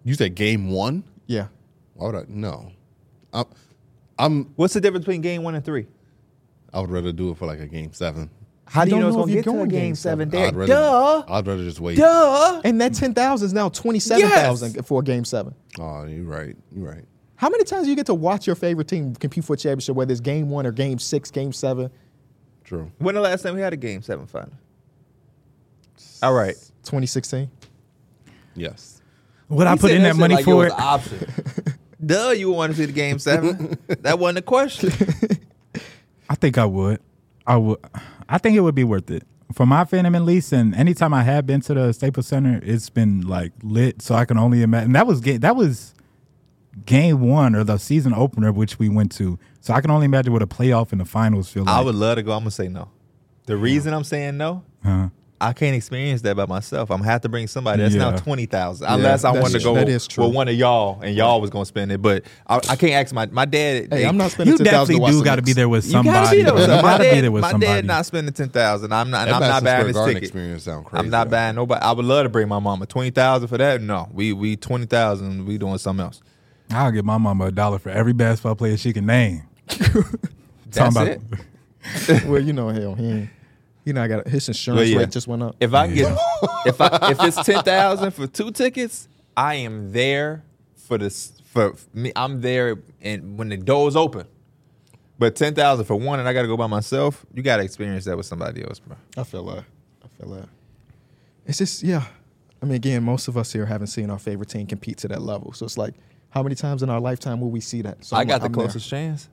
You said game one.
Yeah.
Why would I? No, I, I'm.
What's the difference between game one and three?
I would rather do it for like a game seven.
How do you
don't
know it's
know if
gonna
you're
get to a
going
game
game
seven?
seven.
There,
I'd rather,
duh,
I'd rather just wait.
duh.
Uh, And that 10,000 is now 27,000 for a game seven.
Oh, you're right. You're right.
How many times do you get to watch your favorite team compete for a championship, whether it's game one or game six, game seven?
True.
When the last time we had a game seven final? All right.
2016.
Yes.
Would I
He
put
said
in that
shit
money
like
for
was
it?
an option. Duh, you want to see the game seven? that wasn't a question.
I think I would. I would. I think it would be worth it for my fandom at least. And anytime I have been to the Staples Center, it's been like lit. So I can only imagine. That was game. That was game one or the season opener, which we went to. So I can only imagine what a playoff and the finals feel like.
I would love to go. I'm gonna say no. The reason I'm saying no,
Huh.
I can't experience that by myself. I'm gonna have to bring somebody. That's now
Yeah.
twenty thousand, unless I
that's
wanted to
true.
go
That is true.
with one of y'all, and y'all was gonna spend it. But I, I can't ask my my dad.
Hey,
they-
I'm not spending
You
10,000
definitely
to watch
do
the
got to be
Knicks.
there with
You gotta be
somebody.
there with
You
somebody.
got to be there with
my dad, my dad
somebody.
not spending ten thousand. I'm not. And I'm not
Madison Square
buying this
Garden
ticket.
experience sound crazy.
I'm not
right?
buying nobody. I would love to bring my mama twenty thousand for that. No, we we twenty thousand. We doing something else.
I'll give my mama a dollar for every basketball player she can name.
That's it.
well, you know, hell, he ain't. You know, I got his insurance
Well, yeah.
rate just went up.
If I get if I if it's ten thousand for two tickets, I am there for this for me. I'm there and when the doors open. But ten thousand for one, and I got to go by myself. You got to experience that with somebody else, bro.
I feel that. I feel that. It's just, yeah. I mean, again, most of us here haven't seen our favorite team compete to that level. So it's like, how many times in our lifetime will we see that? So
I
I'm-
got the
I'm there.
closest chance.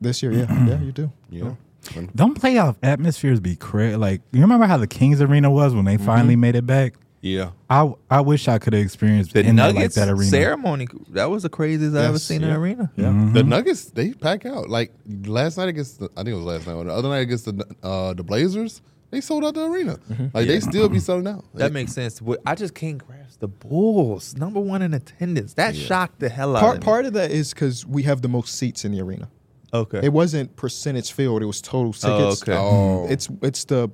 this year. Yeah, yeah, you do.
Yeah. When-
Don't playoff atmospheres be crazy. Like you remember how the Kings Arena was when they finally made it back.
Yeah.
I I wish I could have experienced
The
in that-
Nuggets
like that arena. Mm-hmm.
ceremony that was the craziest I ever
Yes,
seen in
yeah.
an arena.
Yeah.
The
Mm-hmm.
Nuggets they pack out. Like last night against the, I think it was last night. or The other night against the uh, the Blazers, they sold out the arena. Like they still be selling out.
Mm-hmm. That makes sense. What- I just can't grasp the Bulls number one in attendance. That shocked the hell out
Part
of me.
part of that is because we have the most seats in the arena.
okay.
It wasn't percentage filled; it was total
Oh,
tickets. Mm.
okay.
oh,
It's it's the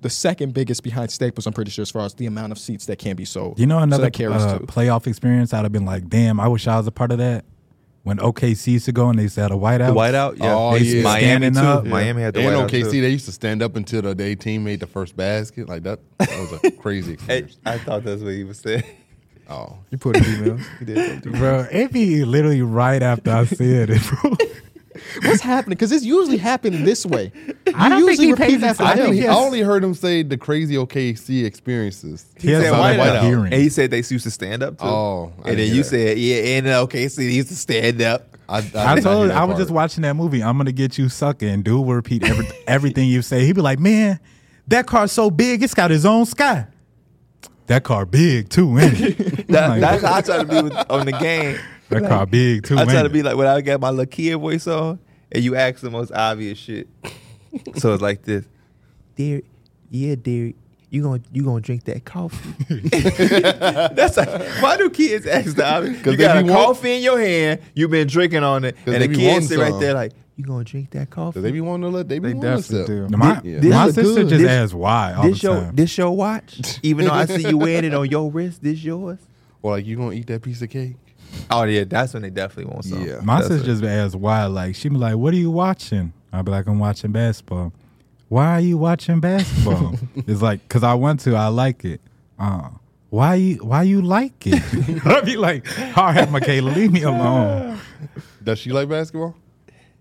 the second biggest behind Staples. I'm pretty sure as far as the amount of seats that can be sold.
You know
So
another
that carries
uh,
too.
playoff experience. I'd have been like, damn, I wish I was a part of that. When OKC used to go and they used to have a whiteout.
The whiteout, yeah.
Oh, yeah.
Miami
Standing
too.
up.
Miami had the
and
whiteout
OKC
too.
they used to stand up until the day team made the first basket. Like that, that was a crazy
Hey,
experience.
I thought that's what he was saying.
oh,
You put it emails. You did.
Bro, it be literally right after I said it, bro.
What's happening? Because it's usually happened this way. You
I don't think
usually
he
repeat
pays
after
attention.
him.
I think
I
Yes.
only heard him say the crazy OKC experiences.
He has
said
a lot of
whiteout.
hearing.
And he said they used to stand up too.
Oh, I
and then
didn't
you
hear that.
said, yeah, and OKC they used to stand up.
I, I, did not
I
hear
told
that
I was
part.
just watching that movie. I'm gonna get you sucker, and dude will repeat every, everything you say. He'd be like, "Man, that car's so big, it's got its own sky. That car big too, ain't it?
That,
I'm like,
that's how I try to be with, on the game.
that car big too.
I try
ain't
to
it?"
be like when I got my little kid voice on, and you ask the most obvious shit. so it's like this, dear, yeah, dear, you gonna you gonna drink that coffee? That's like, why do kids ask the obvious? You
they
got a
be want-
coffee in your hand, you've been drinking on it,
'Cause
and
they
the
be
kid
wanting
sit right
some.
there like, you gonna drink that coffee?
'Cause they be wanting to let they be
They
wanting to
definitely
sell.
do.
My,
Yeah.
my
This is
sister
good.
just
This-
asks why all
this
the
your
time.
this your watch? Even though I see you wearing it on your wrist, this yours?
Or like you gonna eat that piece of cake?
Oh yeah, that's when they definitely want some.
Yeah.
my
That's
sister
what-
just asks why. Like she be like, "What are you watching?" I be like, "I'm watching basketball." Why are you watching basketball? it's like, cause I want to. I like it. Uh, why you Why you like it? I be like, "All right, Michaela, leave me alone."
Does she like basketball?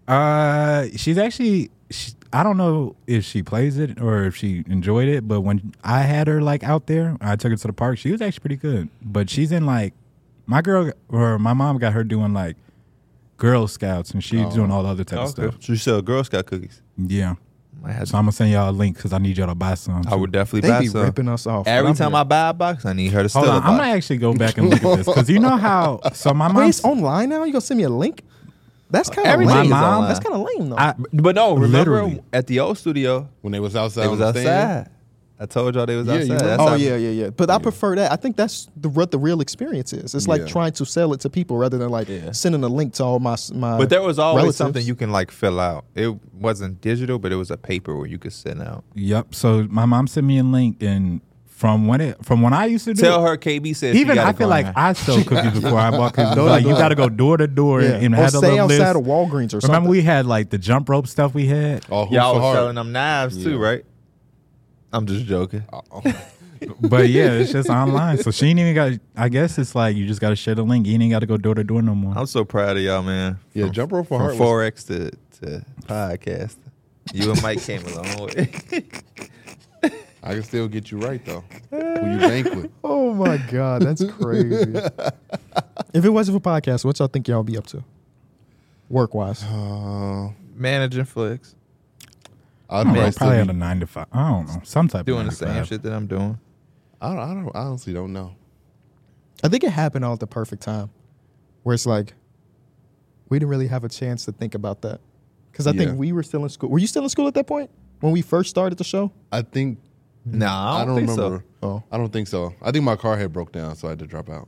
Uh, she's actually. She, I don't know if she plays it or if she enjoyed it, but when I had her like out there, I took her to the park. She was actually pretty good, but she's in like my girl or my mom got her doing like Girl Scouts and she's doing
Oh.
all the other type of stuff.
So you sell Girl Scout cookies.
Yeah,
I had
so I'm gonna send y'all a link because I need y'all to buy some.
I would definitely
They
buy
be
some.
ripping us off.
Every
I'm
time
here.
I buy a box, I need her to steal
Hold
a
on,
box.
I'm gonna actually go back and look at this because you know how. So my
Wait,
mom,
it's online now. You gonna send me a link? That's kind of lame.
Everything's
My mom-
online.
That's kind of lame though.
I,
But no, remember
Literally.
at the old studio,
When they was outside,
they was
on the stand?
outside. I told y'all they was
Yeah, you
outside.
know.
That's
oh
how-
yeah, yeah, yeah. But I prefer that. I think that's the what the real experience is. It's like
Yeah.
trying to sell it to people rather than like sending a link to all my s- my.
But there was always
relatives.
something you can like fill out. It wasn't digital, but it was a paper where you could send out.
Yep. So my mom sent me a link, and from when it from when I used to do
Tell
it,
her KB said
Even
she gotta
I feel
go
like
in there.
I sold cookies before I bought cookies.
Door to
like you
door.
got to go door to door
Yeah.
and
Or
have a
stay
little
outside
list.
of Walgreens or
Remember
something.
we had like the jump rope stuff we had.
Oh, who's
Y'all
so
was
hard?
selling them knives too, right? I'm just joking.
But yeah, it's just online. So she ain't even got. I guess it's like you just got to share the link. You ain't got to go door to door no more.
I'm so proud of y'all, man.
Yeah,
From-
Jump Rope for
from
Heart was-
forex to, to podcast. You and Mike came a long way.
I can still get you right though. Who you bank with?
Oh my God, that's crazy. if it wasn't for podcasts, what y'all think y'all be up to? Work wise.
Managing flicks,
I'd
I don't know,
Uh, probably still
probably had
be-
a nine to five. I don't know. Some type
doing
of
the same
nine to five.
shit that I'm doing.
I don't, I don't. I honestly don't know.
I think it happened all at the perfect time where it's like, we didn't really have a chance to think about that. Because I
Yeah.
think we were still in school. Were you still in school at that point when we first started the show?
I think
Nah,
I don't,
think so.
remember.
Oh.
I don't think so. I think my car had broke down, so I had to drop out.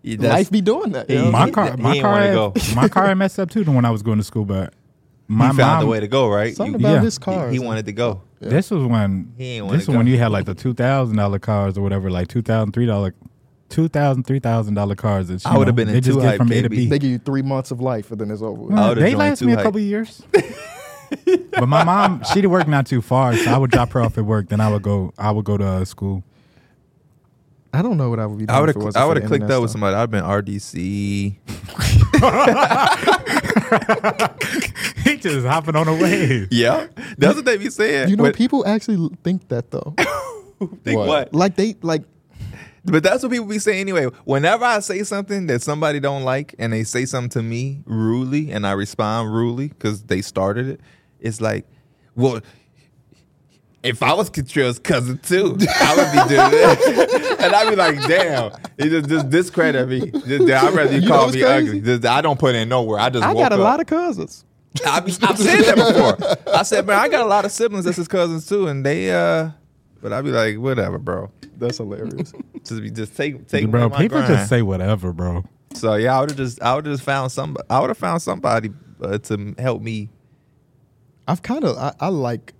Yeah, that's-
Life be doing that. yo.
My
He-
car,
he
my
ain't
car,
wanna
had-
go.
my car had messed up too when I was going to school. But my
he
mom,
found a way to go, right?
Something
You-
about
yeah.
his
he-
car.
he wanted to go.
This was when
He ain't wanna
this was when
go.
you had like the two thousand dollar cars or whatever, like two thousand three dollar, two thousand three thousand dollar cars. That, you
I would've
know,
been in
they just
too
get
hype,
from A to
KB.
B.
They give you three months of life and then it's over. with.
Uh,
would've
they
joined
last
Too
me a
Hype.
couple of years. but my mom, she did work not too far, so I would drop her off at work. Then I would go, I would go to uh, school.
I don't know what I would be doing.
I would
if it
have
wasn't
I
for
would
the
have clicked
internet
up with
stuff.
somebody. I've been RDC.
he just hopping on a wave.
Yeah, that's what they be saying.
You know,
But
people actually think that though.
think
What?
what?
like they like
But that's what people be saying anyway. Whenever I say something that somebody don't like and they say something to me rudely and I respond rudely because they started it, it's like, well, if I was Catrilla's cousin too, I would be doing that. and I'd be like, damn, you just, just discredit me. Just, I'd rather you,
You know
call
what's
me
crazy?
ugly. Just- I don't put in nowhere. I just
I
woke
got a
up.
lot of cousins.
I be, I've said that before. I said, man, I got a lot of siblings that's his cousins too, and they uh, but I'd be like, whatever, bro.
That's hilarious.
Just be just take take
bro,
my
people
grind.
just say whatever, bro.
So yeah, I would have just I would have found some I would have found somebody uh, to help me.
I've kind of I, I like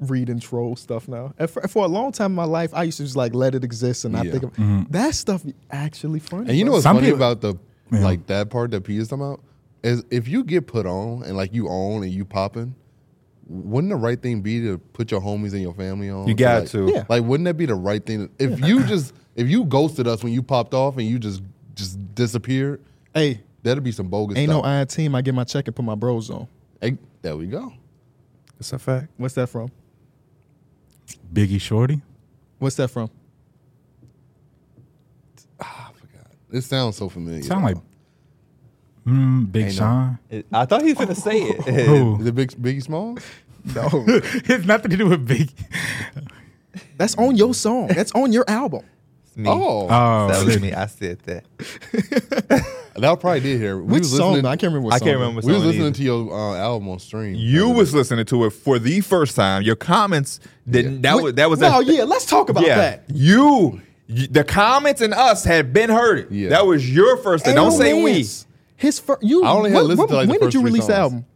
reading troll stuff now. And for, for a long time in my life, I used to just like let it exist and not
Yeah.
think of that stuff. Be actually funny.
And you know
bro.
what's
Some
funny
people-
about the
Yeah.
like that part that Peter's talking about is if you get put on and like you own and you popping, wouldn't the right thing be to put your homies and your family on?
You got
like,
to.
Yeah.
Like, wouldn't that be the right thing? If you just if you ghosted us when you popped off and you just just disappeared,
hey,
that'd be some bogus.
ain't no
stuff.
iron team. I get my check and put my bros on.
Hey, there we go.
That's a fact.
What's that from?
Biggie Shorty.
What's that from?
It sounds so familiar.
Sound like mm, Big
Ain't no-
Sean.
I thought he was gonna say it.
Who?
the big Biggie Smalls.
No,
it's nothing to do with Big.
that's on your song. That's on your album.
It's me.
Oh,
Oh,
that was
shit.
me. I said that.
that probably did hear. We
Which
was
song?
listening-
though? I can't remember. What
I
song
can't
though.
remember.
We was
song
listening
either.
to your uh, album on stream.
You was listening to it for the first time. Your comments didn't. That was that was
No,
a-
yeah. Let's talk about that.
You, you- the comments and us had been heard.
Yeah.
That was your first. Thing.
And
Don't say we.
Romance. His first. You.
I only had
when-
listened
when-
to, like, the
When
first
did you
three
release the
songs.
album?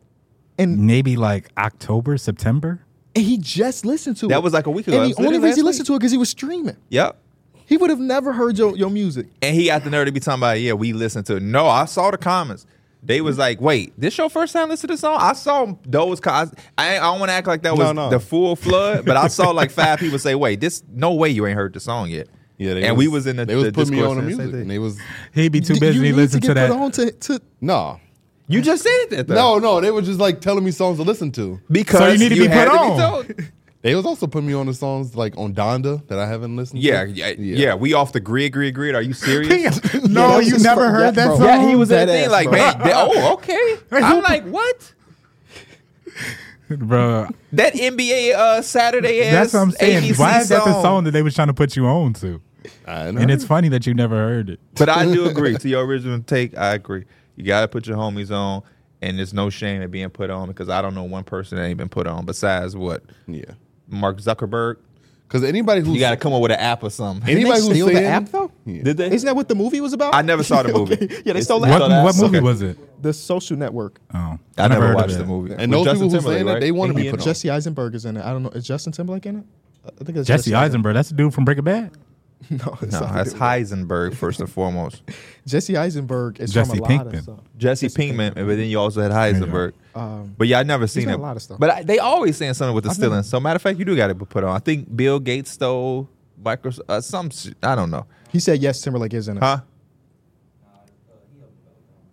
And
maybe like October, September.
And he just listened to it.
That was like a week ago.
And
It was
the only
literally
reason he
last
listened to it because he was streaming.
Yep.
He would have never heard your, your music.
And he got the nerve to be talking about, yeah, we listened to it. No, I saw the comments. They was like, wait, this your first time listening to this song? I saw those cause I, I don't want to act like that was
no.
the full flood, but I saw like five people say, wait, this no way you ain't heard the song yet.
Yeah, they
and we was in the
They was
the
putting me
discourse
on the
and same
music,
thing.
and they was
He'd be too
D-
busy
you
to
need
listen to,
get
that.
Put on to, to,
no,
You just said that though.
no, no. They were just like telling me songs to listen to.
because
So you need to be
had
put
be
on.
told.
They was also putting me on the songs like on Donda that I haven't listened.
Yeah,
to.
yeah, yeah, We off the grid, grid, grid. Are you serious?
Yeah,
no,
that's
you
his
never
fir-
heard
yeah,
that
bro.
song.
Yeah, he was
that
Dead
thing,
ass,
like,
bro.
man, they- oh, okay. I'm like, what?
bro.
That NBA uh, Saturday ass.
That's what I'm saying.
ABC
Why is that the song that they was trying to put you on to?
I
And it's funny that you never heard it.
But I do agree to your original take. I agree. You got to put your homies on, and there's no shame in being put on because I don't know one person that ain't been put on besides what
yeah.
Mark Zuckerberg.
Because anybody who's
You got to come up with an app or something.
Didn't
anybody
they
who's
steal
saying
the app though?
Did they?
Isn't that what the movie was about?
I never saw the movie.
Okay. Yeah, they
It's-
stole
it's
that.
What,
on the
what
app.
movie
Okay.
was it?
The Social Network.
Oh,
I never
heard of
watched
that.
the movie.
And
With
those
Justin
people who saying
Timberlake,
that, they wanna
Ain't
be
he
put
in
on.
it?
Jesse Eisenberg is in it. I don't know. Is Justin Timberlake in it? I think it's
Jesse Eisenberg. That's the dude from Breaking Bad.
No, it's
No,
not-
that's Heisenberg first and foremost.
Jesse Eisenberg is
Jesse
from a lot
Pinkman.
of stuff.
Jesse Pinkman, but then you also had Heisenberg. but yeah, I never seen
done
him.
a lot of stuff.
But I, they always saying something with the stealing.
never-
So matter of fact, you do got to put on. I think Bill Gates stole Microsoft. Uh, some sh- I don't know.
He said yes, Timberlake is in it.
Huh?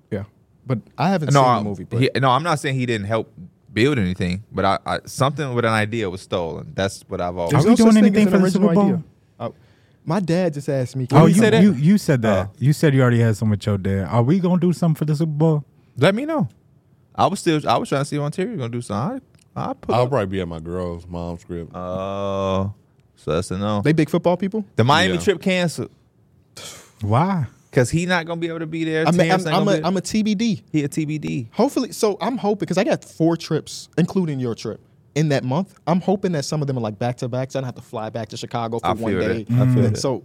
Yeah, but I haven't
No,
seen
I-
the movie. But
he- no, I'm not saying he didn't help build anything, but I, I something with an idea was stolen. That's what I've always.
There's
Are we
no such
doing
thing as
anything
an
for the
original
Super Bowl?
idea. Uh, my dad just asked me.
Oh,
you
you,
say that?
you you said that.
Oh.
You said you already had some with your dad. Are we gonna do something for the Super Bowl?
Let me know. I was still. I was trying to see if Ontario gonna do something. I, I put.
I'll
up.
probably be at my girl's mom's crib.
Oh, so that's a no.
they big football people.
the Miami
Yeah.
trip canceled
Why?
because he not gonna be able to be there.
I'm,
Terrence
I'm,
ain't
I'm,
gonna
a,
be there.
I'm a TBD.
he a TBD.
Hopefully, so I'm hoping because I got four trips, including your trip, in that month. I'm hoping that some of them are like back to backs. I don't have to fly back to Chicago for
I
one
feel
day. Mm.
that. I feel that.
so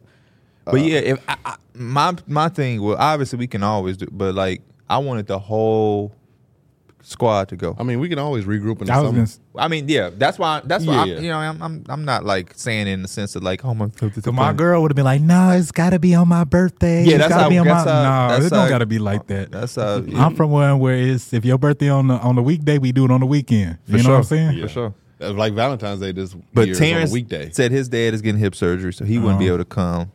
But yeah, if I, I, my my thing, well, obviously we can always do, but like I wanted the whole squad to go.
I mean, we can always regroup in the
I was
summer.
gonna. s-
I mean, yeah, that's why. That's why.
Yeah.
I'm, you know, I'm, I'm I'm not like saying in the sense of like, oh my,
So my girl would have been like, "No, it's got to be on my birthday.
Yeah,
it's
that's
gotta
how-
be on
that's
my.
how-
no,
that's
it don't
how-
got to be like that.
That's uh,
I'm from one where it's if your birthday on the on the weekday, we do it on the weekend.
for
You know
sure,
what I'm saying?
for sure.
Uh, Like Valentine's Day this
But
year is
Terrence
on a weekday.
said his dad is getting hip surgery, so he wouldn't be able to come.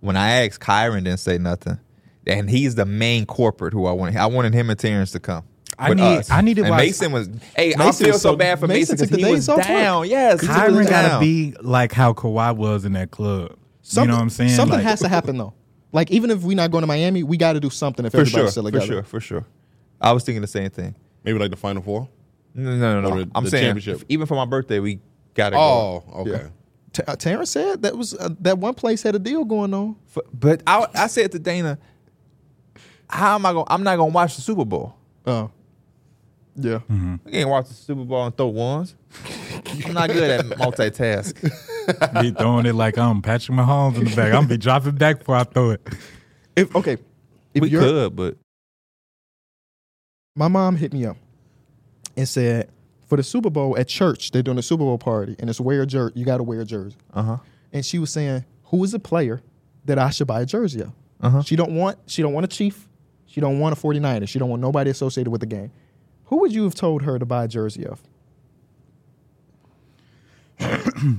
When I asked, Kyron didn't say nothing, and he's the main corporate who I wanted. I wanted him and Terrence to come.
I
with
need-
us.
I needed
And
like-
Mason was. Hey, I
Mason
feel so,
was so-
bad for
Mason
Mason because
took
he
the
was
days off work.
down. Yes, he took the
Kyron got to
down.
be like how Kawhi was in that club.
something,
you know what I'm saying?
Something
Like,
has to happen though. Like even if we're not going to Miami, we got to do something if
for
everybody's
sure,
still
for
together.
sure, for sure. I was thinking the same thing.
Maybe like the Final Four.
No, no, no.
Or
no.
the-
I'm
the
saying
championship.
even for my birthday, we gotta go.
Oh, okay.
T- uh, Terrence said that was uh, that one place had a deal going on.
F- But I, I said to Dana, how am I going? to I'm not gonna watch the Super Bowl.
Oh, yeah.
I can't watch the Super Bowl and throw ones. I'm not good at multitask.
be throwing it like I'm Patrick Mahomes in the back. I'm gonna be dropping back before I throw it.
If okay, if
we
you're,
could, but
my mom hit me up and said for the Super Bowl at church they're doing a Super Bowl party and it's wear a jersey. You got to wear a jersey.
uh huh.
and she was saying, "Who is a player that I should buy a jersey of?" She don't want she don't want a Chief, she don't want a 49er, she don't want nobody associated with the game. Who would you have told her to buy a jersey of?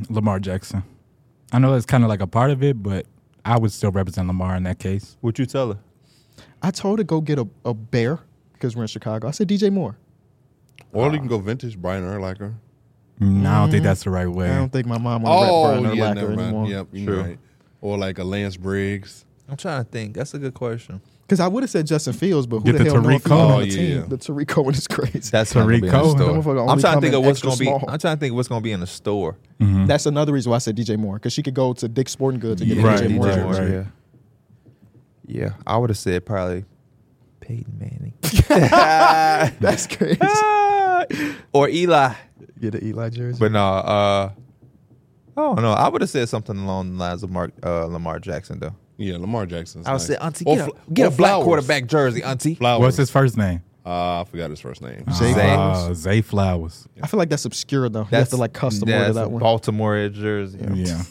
Lamar Jackson. I know that's kind of like a part of it, but I would still represent Lamar in that case.
What you tell her?
I told her go get a, a bear because we're in Chicago. I said DJ Moore.
Or
Uh,
you can go vintage Brian Urlacher.
Mm, I don't think that's the right way.
I don't think my mom
Oh,
want to rep Brian Urlacher anymore.
Yep, you
True.
right. Or like a Lance Briggs.
I'm trying to think. That's a good question.
Because I would have said Justin Fields, but who
Get
the,
the
hell knows if
Tariq
he's on the
Cohen. Oh, yeah.
team? The Tariq Cohen is crazy.
That's not gonna be in the
Tariq Cohen.
store.
That motherfucker
I'm
only
trying to
come
think
in
of what's
extra
gonna be.
small.
I'm trying to think of what's gonna be in the store.
That's another reason why I said DJ Moore because she could go to Dick's Sporting Goods and get
Right,
a DJ Moore.
right,
jersey.
Yeah.
right.
Yeah, I would have said probably Peyton Manning
That's crazy.
or Eli.
get an Eli jersey.
But no, uh, I don't know. I would have said something along the lines of Mark uh, Lamar Jackson though.
Yeah, Lamar Jackson's.
I would
nice.
say, uh, Auntie,
Or
get,
Fl-
a, get
or
a black
Flowers.
quarterback jersey, Auntie.
Flowers.
What's his first name?
Uh, I forgot his first name.
Zay Flowers.
Uh, Zay Flowers.
I feel like that's obscure though. you have to like custom
that's
order
a
that one.
Baltimore Edge jersey.
Yeah.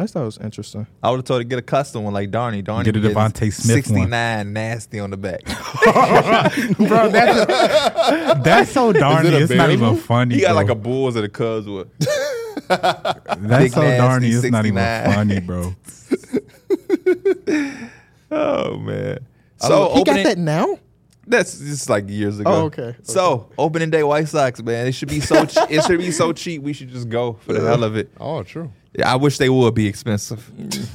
I just thought it was interesting.
I would have told her to get a custom one like Darnie. Darnie
Get a
getting
Devontae Smith one.
69 nasty on the back.
Bro, that's, that's so darny.
it a
It's not
bear?
even funny.
he got
bro.
like a Bulls or the Cubs one. big
That's so
nasty
darny. It's not even
69.
funny, bro.
oh man.
So he got
opening-
that now.
That's just like years ago.
Oh, okay.
So opening day, White Sox, man. It should be so. che- it should be so cheap. We should just go for the hell of it.
Oh, true.
I wish they would be expensive
Mm.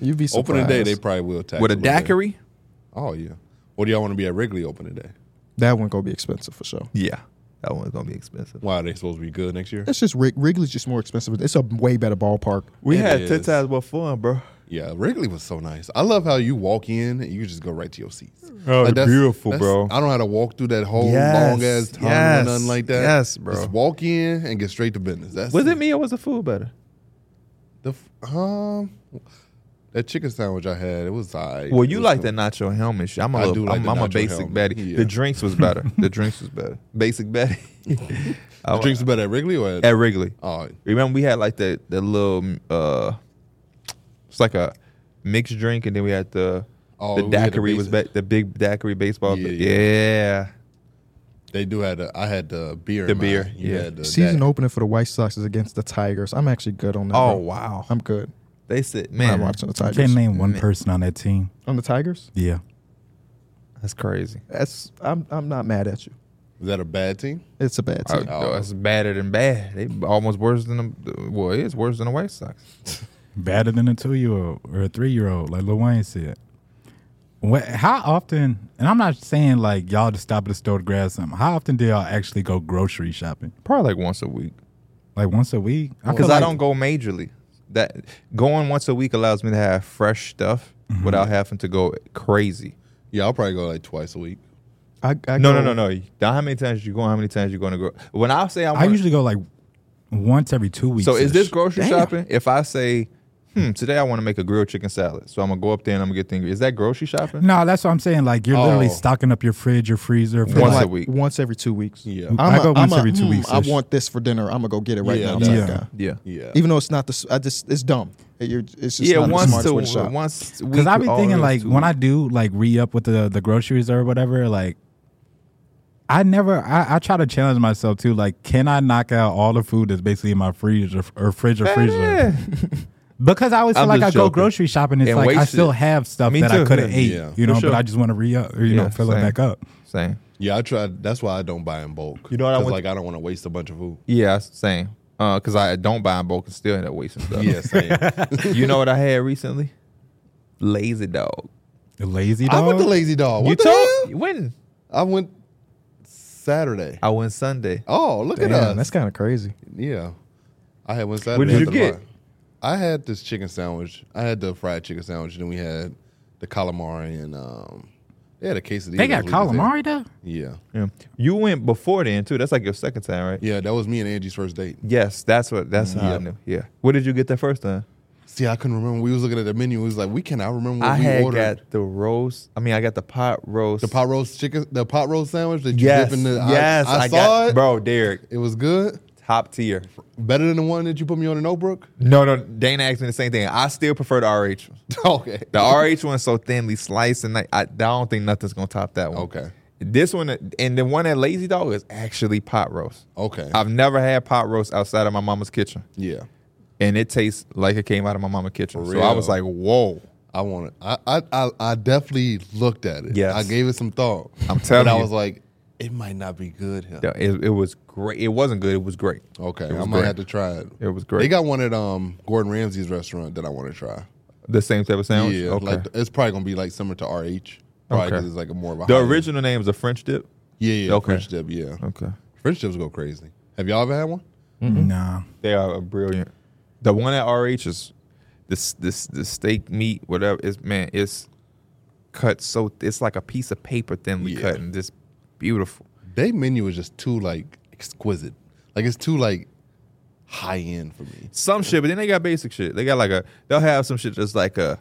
You'd be surprised.
Opening day, they probably will tax
with a
little bit.
daiquiri.
Oh yeah. What do y'all want to be at Wrigley opening day?
that one gonna be expensive for sure.
Yeah, that one's gonna be expensive.
Why are they supposed to be good next year?
It's just Wrig- Wrigley's just more expensive. It's a way better ballpark.
We
It
had ten
is.
times more fun, bro.
Yeah, Wrigley was so nice. I love how you walk in and you just go right to your seats.
Oh, beautiful, bro.
I don't have to walk through that whole
Yes,
long ass time
yes,
or nothing like that.
yes, bro.
Just walk in and get straight to business. That's
Was it me or was the food better?
The f- um, that chicken sandwich I had, it was alright.
Well, you
It was
like
cool.
that nacho helmet. shit. I'm a
I
little,
do like
I'm,
the
I'm a
nacho
basic
helmet.
Betty.
Yeah.
The drinks was better. the drinks was better. Basic Betty. I-
the drinks are better at Wrigley or at,
at Wrigley.
oh,
Remember we had like the the little uh it's like a mixed drink and then we had the
Oh,
the
we had the
daiquiri was
basic.
back the big daiquiri baseball
Yeah,
yeah,
yeah.
yeah.
they do had the I had the beer.
The
in mine.
beer,
You
yeah.
had the
Season
that.
opener for the White Sox is against the Tigers. I'm actually good on that.
Oh
bro.
wow.
I'm good.
They said
I'm
man
not watching the
I can't
Tigers.
name one person on that team.
On the Tigers,
Yeah.
that's crazy.
that's I'm I'm not mad at you.
Is that a bad team?
It's a bad
Oh,
team.
no, that's badder than bad. They almost worse than the well, it is worse than the White Sox.
Better than a two year old or a three year old, like Lil Wayne said. What, how often, and I'm not saying like y'all to stop at the store to grab something, how often do y'all actually go grocery shopping?
Probably like once a week.
Like once a week?
Because
feel
I
like-
don't go majorly. That going once a week allows me to have fresh stuff without having to go crazy.
Yeah, I'll probably go like twice a week.
I, I
No,
go-
no, no, no. Not how many times you go, how many times you're going to grow. When I say I'm,
I usually go like once every two weeks.
so is this grocery shopping? If I say, hmm, today I want to make a grilled chicken salad, so I'm gonna go up there and I'm gonna get the ingredients. Is that grocery shopping?
No, that's what I'm saying. Like you're
Oh.
literally stocking up your fridge, your freezer. For
Once
like,
a week.
Once every two weeks.
Yeah.
I go once
a,
every two
"Hmm,
weeks
I
ish."
want this for dinner. I'm gonna go get it right
Yeah,
now.
that's-
type
Yeah.
guy.
Yeah.
Yeah,
Even though it's not the, s- I just it's dumb. You're- it's just
yeah,
not the
once
smartest way to
to
shop.
once.
Because I've been thinking like when I do like re up with the the groceries or whatever, like I never I, I try to challenge myself too. Like, can I knock out all the food that's basically in my fridge or, or fridge or freezer? Because I always feel
I'm
like I
just
go
joking.
grocery shopping, it's
And
like I
waste
still
it.
have stuff
Me
that I
too,
could have
yeah.
ate,
Yeah.
you
For
know,
sure.
but I just want to re up or you know
Yeah,
fill it
same.
back up.
same.
yeah. I tried. That's why I don't buy in bulk.
You know what I
'Cause,
went-
like? I don't want to waste a bunch of food.
Yeah, same. Uh, cause I don't buy in bulk and still end up wasting stuff.
Yeah, same.
you know what I had recently? Lazy dog.
The lazy
I
dog.
went to Lazy Dog. What the hell?
when?
I went Saturday.
I went Sunday.
Oh, look at us.
Damn, that's kind of crazy.
Yeah. I had one Saturday.
What did
after
you
the
get?
bar. I had this chicken sandwich. I had the fried chicken sandwich, and then we had the calamari and um, they had a quesadilla.
they got
It was weird.
calamari though.
Yeah,
Yeah. You went before then too. That's like your second time, right?
yeah. That was me and Angie's first date.
Yes, that's what. That's how I
Yep.
knew. Yeah. What did you get the first time?
See, I couldn't remember. We was looking at the menu. We was like, we cannot remember what
I
we
had
ordered.
got the roast. I mean, I got the pot roast.
the pot roast chicken, the pot roast sandwich that you
Yes.
dip in the.
yes.
I, I, saw
got,
it.
bro. Derek,
It was good.
top tier.
Better than the one that you put me on in Oakbrook.
No, no. Dana asked me the same thing. I still prefer the RH.
okay.
The RH one's so thinly sliced, and I, I, I don't think nothing's gonna top that one.
Okay.
This one and the one at Lazy Dog is actually pot roast.
Okay.
I've never had pot roast outside of my mama's kitchen,
yeah.
and it tastes like it came out of my mama's kitchen.
For
So I was like,
real.
whoa.
I want it. I, I I I definitely looked at it.
Yes.
I gave it some thought.
I'm telling
but I
you.
was like, it might not be good here.
Yeah, It, it was great. It wasn't good. It was great.
Okay,
It was
I might
great.
have to try it.
It was great.
They got one at um Gordon Ramsay's restaurant that I want to try.
The same type of sandwich.
Yeah,
okay.
like it's probably gonna be like similar to RH. Probably
Okay.
'cause it's like a more of a
the
high end.
original name is a French dip.
Yeah, yeah,
Okay.
French dip. Yeah,
Okay.
French dips go crazy. Have y'all ever had one?
Nah.
They are brilliant. The one at RH is this this the steak meat whatever is man it's cut so it's like a piece of paper thinly
Yeah.
cut and just beautiful.
Their menu is just too like exquisite. Like it's too like high end for me.
Some shit, but then they got basic shit. They got like a they'll have some shit that's like a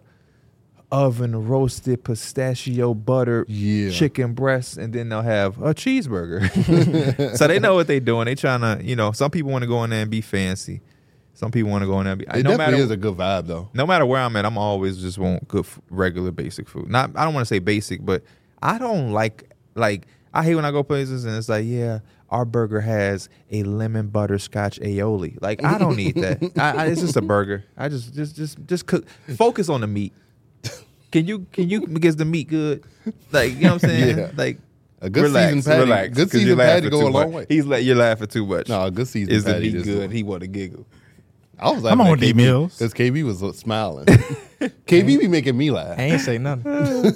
oven roasted pistachio butter
Yeah.
chicken breast and then they'll have a cheeseburger. so they know what they doing. They trying to, you know, some people want to go in there and be fancy. Some people want to go in there and be
It
no
definitely
matter
is a good vibe though.
no matter where I'm at, I'm always just want good f- regular basic food. Not I don't want to say basic, but I don't like like I hate when I go places and it's like, yeah, our burger has a lemon butterscotch aioli. Like I don't need that. I, I, it's just a burger. I just just just just cook. Focus on the meat. Can you can you because the meat good? Like you know what I'm saying?
Yeah.
Like
A good
relax,
seasoned patty-
relax,
good
'cause you're
seasoned
laughing
patty go
too
a long
much.
way.
He's like you're laughing too much.
No, a good seasoned
Is the
patty
meat
just-
good? He want to giggle.
I was
I'm
laughing
on
at
these
KB
meals.
because KB was uh, smiling. KB be making me
I
laugh.
ain't say nothing.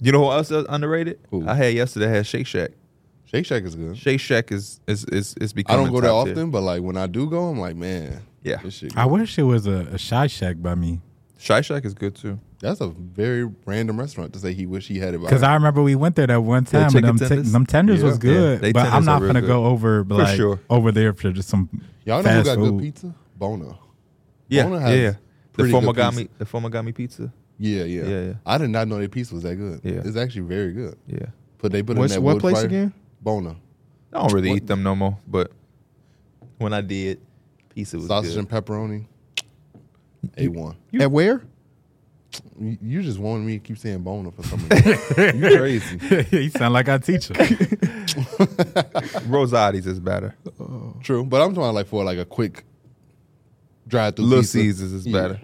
You know who else is underrated?
Who?
I had yesterday. I had Shake Shack.
Shake Shack is good.
Shake Shack is is is, is
I
becoming.
don't go there
top
often,
tier.
but like when I do go, I'm like, man,
Yeah.
this shit.
I
good.
wish it was a, a shy shack by me.
Shake Shack is good too.
That's a very random restaurant to say he wish he had it. by
Because
now.
I remember we went there that one
Yeah,
time,
chicken
and them,
tenders.
tenders, them tenders
Yeah.
was good.
Yeah, they
but I'm
tenders are
not
real
gonna
good.
go over like
sure.
over there for just some.
y'all know who
fast
got
food.
good pizza? Bono.
Yeah,
Bona has
yeah. The
pretty good
Formagami,
pizza.
the Formagami pizza.
Yeah, yeah,
Yeah, yeah.
I did not know their pizza was that good.
Yeah.
It's actually very good.
Yeah,
But they put it in
What's-
that
what
wood
place
fire-
again?
Bono.
I don't really eat them no more, but when I did, pizza was
Sausage
good.
and pepperoni. A one.
At where?
You, you just wanted me to keep saying boner for some reason. you crazy.
you sound like I teach him.
Rosati's is better.
True, but I'm talking like for like a quick drive through.
Little Caesars is better.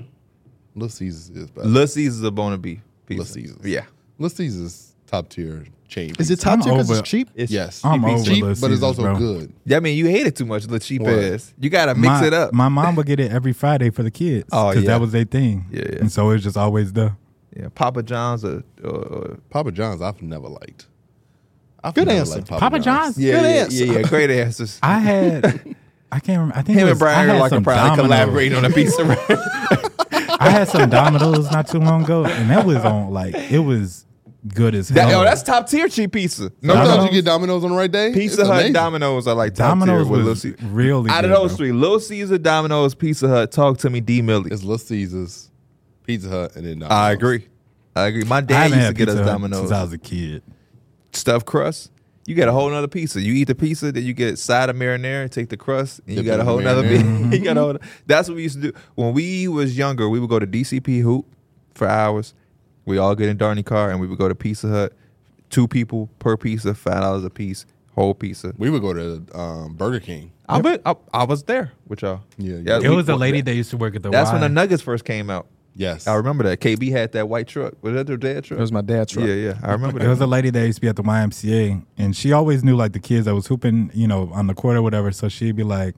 Little Caesars is better.
Little Caesars is a bona fide pizza.
Little Caesars.
Yeah.
Little Caesars top tier chain.
Is
pizza.
it top
I'm
tier because
over-
it's cheap?
It's
Yes,
I'm
cheap
over
as
it's
cheap.
cheap,
Little
but it's
Caesars,
also
bro.
good.
Yeah, I mean, you hate it too much, the cheap
What?
ass. You gotta mix
my,
it up.
my mom would get it every Friday for the kids.
Oh, yeah.
that was their thing.
Yeah, yeah.
And so it's just always the
yeah, Papa John's or, or, or
Papa John's, I've never liked. I've
Good
never
answer.
liked Papa,
Papa
John's.
John's.
yeah,
Good
yeah,
answer.
yeah, yeah, great answers.
I had I can't remember. I think it
Him
was,
and Brian
I
are
had
like
some
probably
Domino's.
collaborate on a pizza.
I had some Domino's not too long ago, and that was on like it was good as hell.
that, oh, that's top tier cheap pizza. No,
Domino's.
Sometimes
no,
you get Domino's on the right day.
Pizza
it's
Hut
amazing.
and Domino's are like top
Domino's
tier with
was
Little Caesars.
really
Out of
good,
those
bro.
three, Little Caesar, Domino's, Pizza Hut, talk to me, D Millie.
It's Little Caesars, Pizza Hut, and then Domino's.
I agree. I agree. My
I
dad
haven't
used to
had
get us
Pizza Hut since I
Domino's
was a kid.
stuffed crust. You get a whole nother pizza. You eat the pizza, then you get side of marinara, take the crust, and you
Dip
got
it
a
in
whole
the
nother.
marinara.
Pizza. you got a whole. That's what we used to do when we was younger. We would go to DCP hoop for hours. We all get in Darney car and we would go to Pizza Hut. Two people per pizza, five dollars a piece, whole pizza.
We would go to um, Burger King.
I bet I, I was there with y'all.
Yeah, yeah.
It
we-
was a lady that used to work at the.
That's when
Y.
the Nuggets first came out.
Yes,
I remember that KB had that white truck. Was that their dad truck?
It was my dad's truck.
Yeah, yeah. I remember that.
There was a lady that used to be at the YMCA, and she always knew like the kids that was hooping, you know, on the court or whatever. So she'd be like,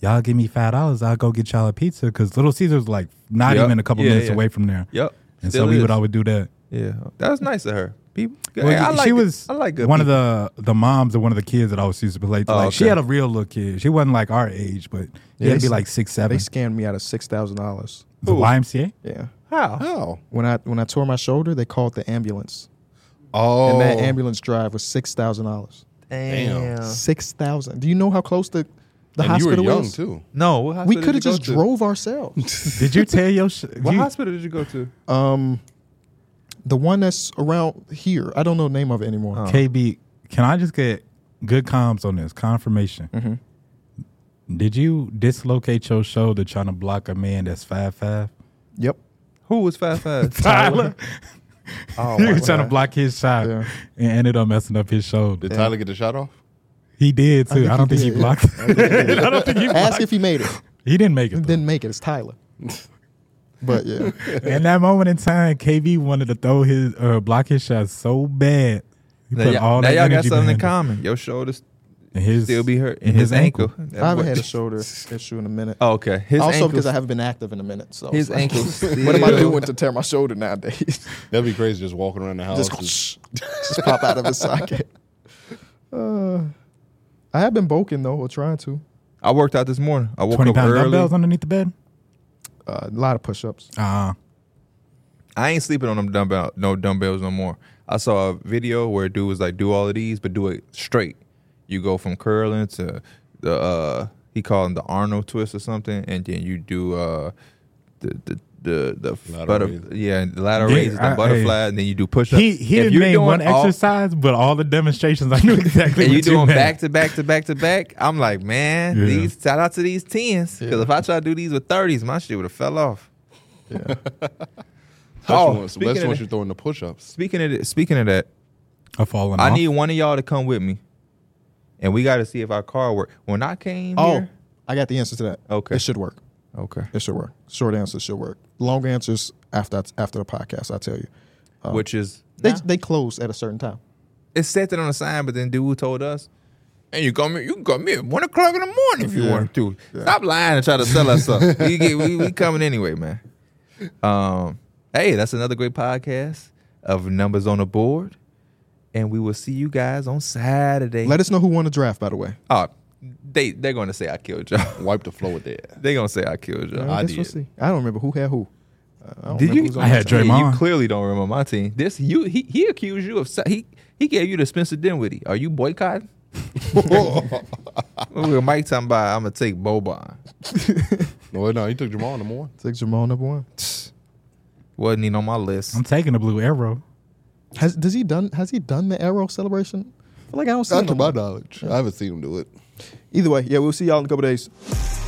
"Y'all give me five dollars, I'll go get y'all a pizza." Because Little Caesars like not
Yep.
even a couple
Yeah,
minutes
yeah.
away from there.
Yep.
And
Still
so we
is.
would always do that.
Yeah, that was nice of her. People,
Well,
Hey, I like
she
good-
was
I like good
one
people.
of the the moms of one of the kids that I was used to play. To.
Oh,
like she
okay.
had a real little kid. She wasn't like our age, but
Yeah,
yeah,
they
had to be
s-
like six
They
seven.
scammed me out of six thousand dollars.
The YMCA.
Yeah.
how
How?
When I when I tore my shoulder, they called the ambulance,
Oh,
and that ambulance drive was six thousand dollars.
Damn.
Six thousand. Do you know how close the the
and you were
hospital
young
was?
too.
No, what hospital
We
did
could
you
have
go
just
to?
drove ourselves.
Did you tell your? Sh-
What
you-
hospital did you go to?
um, the one that's around here, I don't know the name of it anymore.
KB, can I just get good comms on this confirmation?
Mm-hmm.
Did you dislocate your shoulder trying to block a man that's five five?
Oh,
Yep.
Who was five five?
Tyler,
Oh,
you were
my
trying to
God.
block his shot
Yeah.
and ended up messing up his shoulder.
Did Tyler get the shot off?
He did too. I, don't
he
think he
did, yeah.
blocked. I don't think he
Ask
blocked.
if he made it.
He didn't make it. though.
Didn't make it. It's Tyler. But yeah,
In that moment in time, KB wanted to throw his or block his shot so bad. He
Now,
put
y'all-
all
now
that
y'all got
energy
something in
behind it.
common. Your shoulders
And his-
still be hurt, and
and
his, ankle.
I
That
haven't
boy-
had a shoulder issue in a minute.
Oh, okay, his
also,
ankles-
because I haven't been active in a minute. So it's
his
like,
ankles.
What am I
still-
doing to tear my shoulder nowadays?
That'd be crazy. Just walking around the
Oh,
house.
just,
just-
just pop out of his socket. Uh, I have been bulking though, or trying to.
I worked out this morning. I woke
Twenty
up
pound
early.
dumbbells underneath the bed.
Uh, a lot of push-ups.
Oh.
Uh
I ain't sleeping on them dumbbell, no dumbbells no more. I saw a video where a dude was like, do all of these, but do it straight. You go from curling to the uh he called them the Arnold twist or something, and then you do uh the the the the
Lateral
butter,
raises.
yeah the lateral
Yeah,
raises, the
I- hey.
butterfly, and then you do push ups.
He he didn't name one exercise, but all the demonstrations I knew exactly.
and you
what
doing
meant.
back to back to back to back. I'm like, man,
Yeah.
these shout out to these tens because if I try to do these with thirties, my shit would have fell off.
Especially
Oh,
once-
speaking
especially
of
once
that-
you're throwing the push-ups.
Speaking of th- speaking of that,
a falling
I
Uh-huh.
off.
need one of y'all to come with me, and we got to see if our car work. When I came
Oh,
here,
I got the answer to that.
Okay.
it should work.
okay,
It should work. Short answers should work. Long answers after I- after the podcast. I tell you,
which is
Oh. they
Nah.
they close at a certain time.
it said that on the sign, but then dude told us, and you come here, you can come here at one o'clock in the morning if you want to. Stop lying and try to sell us something. You get, we, we coming anyway, man. Um, hey, that's another great podcast of numbers on the board, and we will see you guys on Saturday.
Let us know who won the draft, by the way.
oh, they they're going to say I killed y'all.
Wipe the floor with that.
they're going to say I killed y'all.
I,
I
guess we'll
did.
see. I don't remember who had who. Uh, I don't
Did
remember
you?
who was on
I
my
had
team.
Draymond.
Yeah, you clearly don't remember my team. This you he, he accused you of se- he he gave you to Spencer Dinwiddie. Are you boycotting? Look at Mike talking about I'm gonna take Boban.
No, no, he took Jamal number one.
Take Jamal number one.
Wasn't even on my list.
I'm taking the blue arrow.
Has does he done? Has he done the arrow celebration? feel like I don't see
Not to
him no
my
more.
knowledge. I haven't seen him do it.
Either way, yeah, we'll see y'all in a couple days.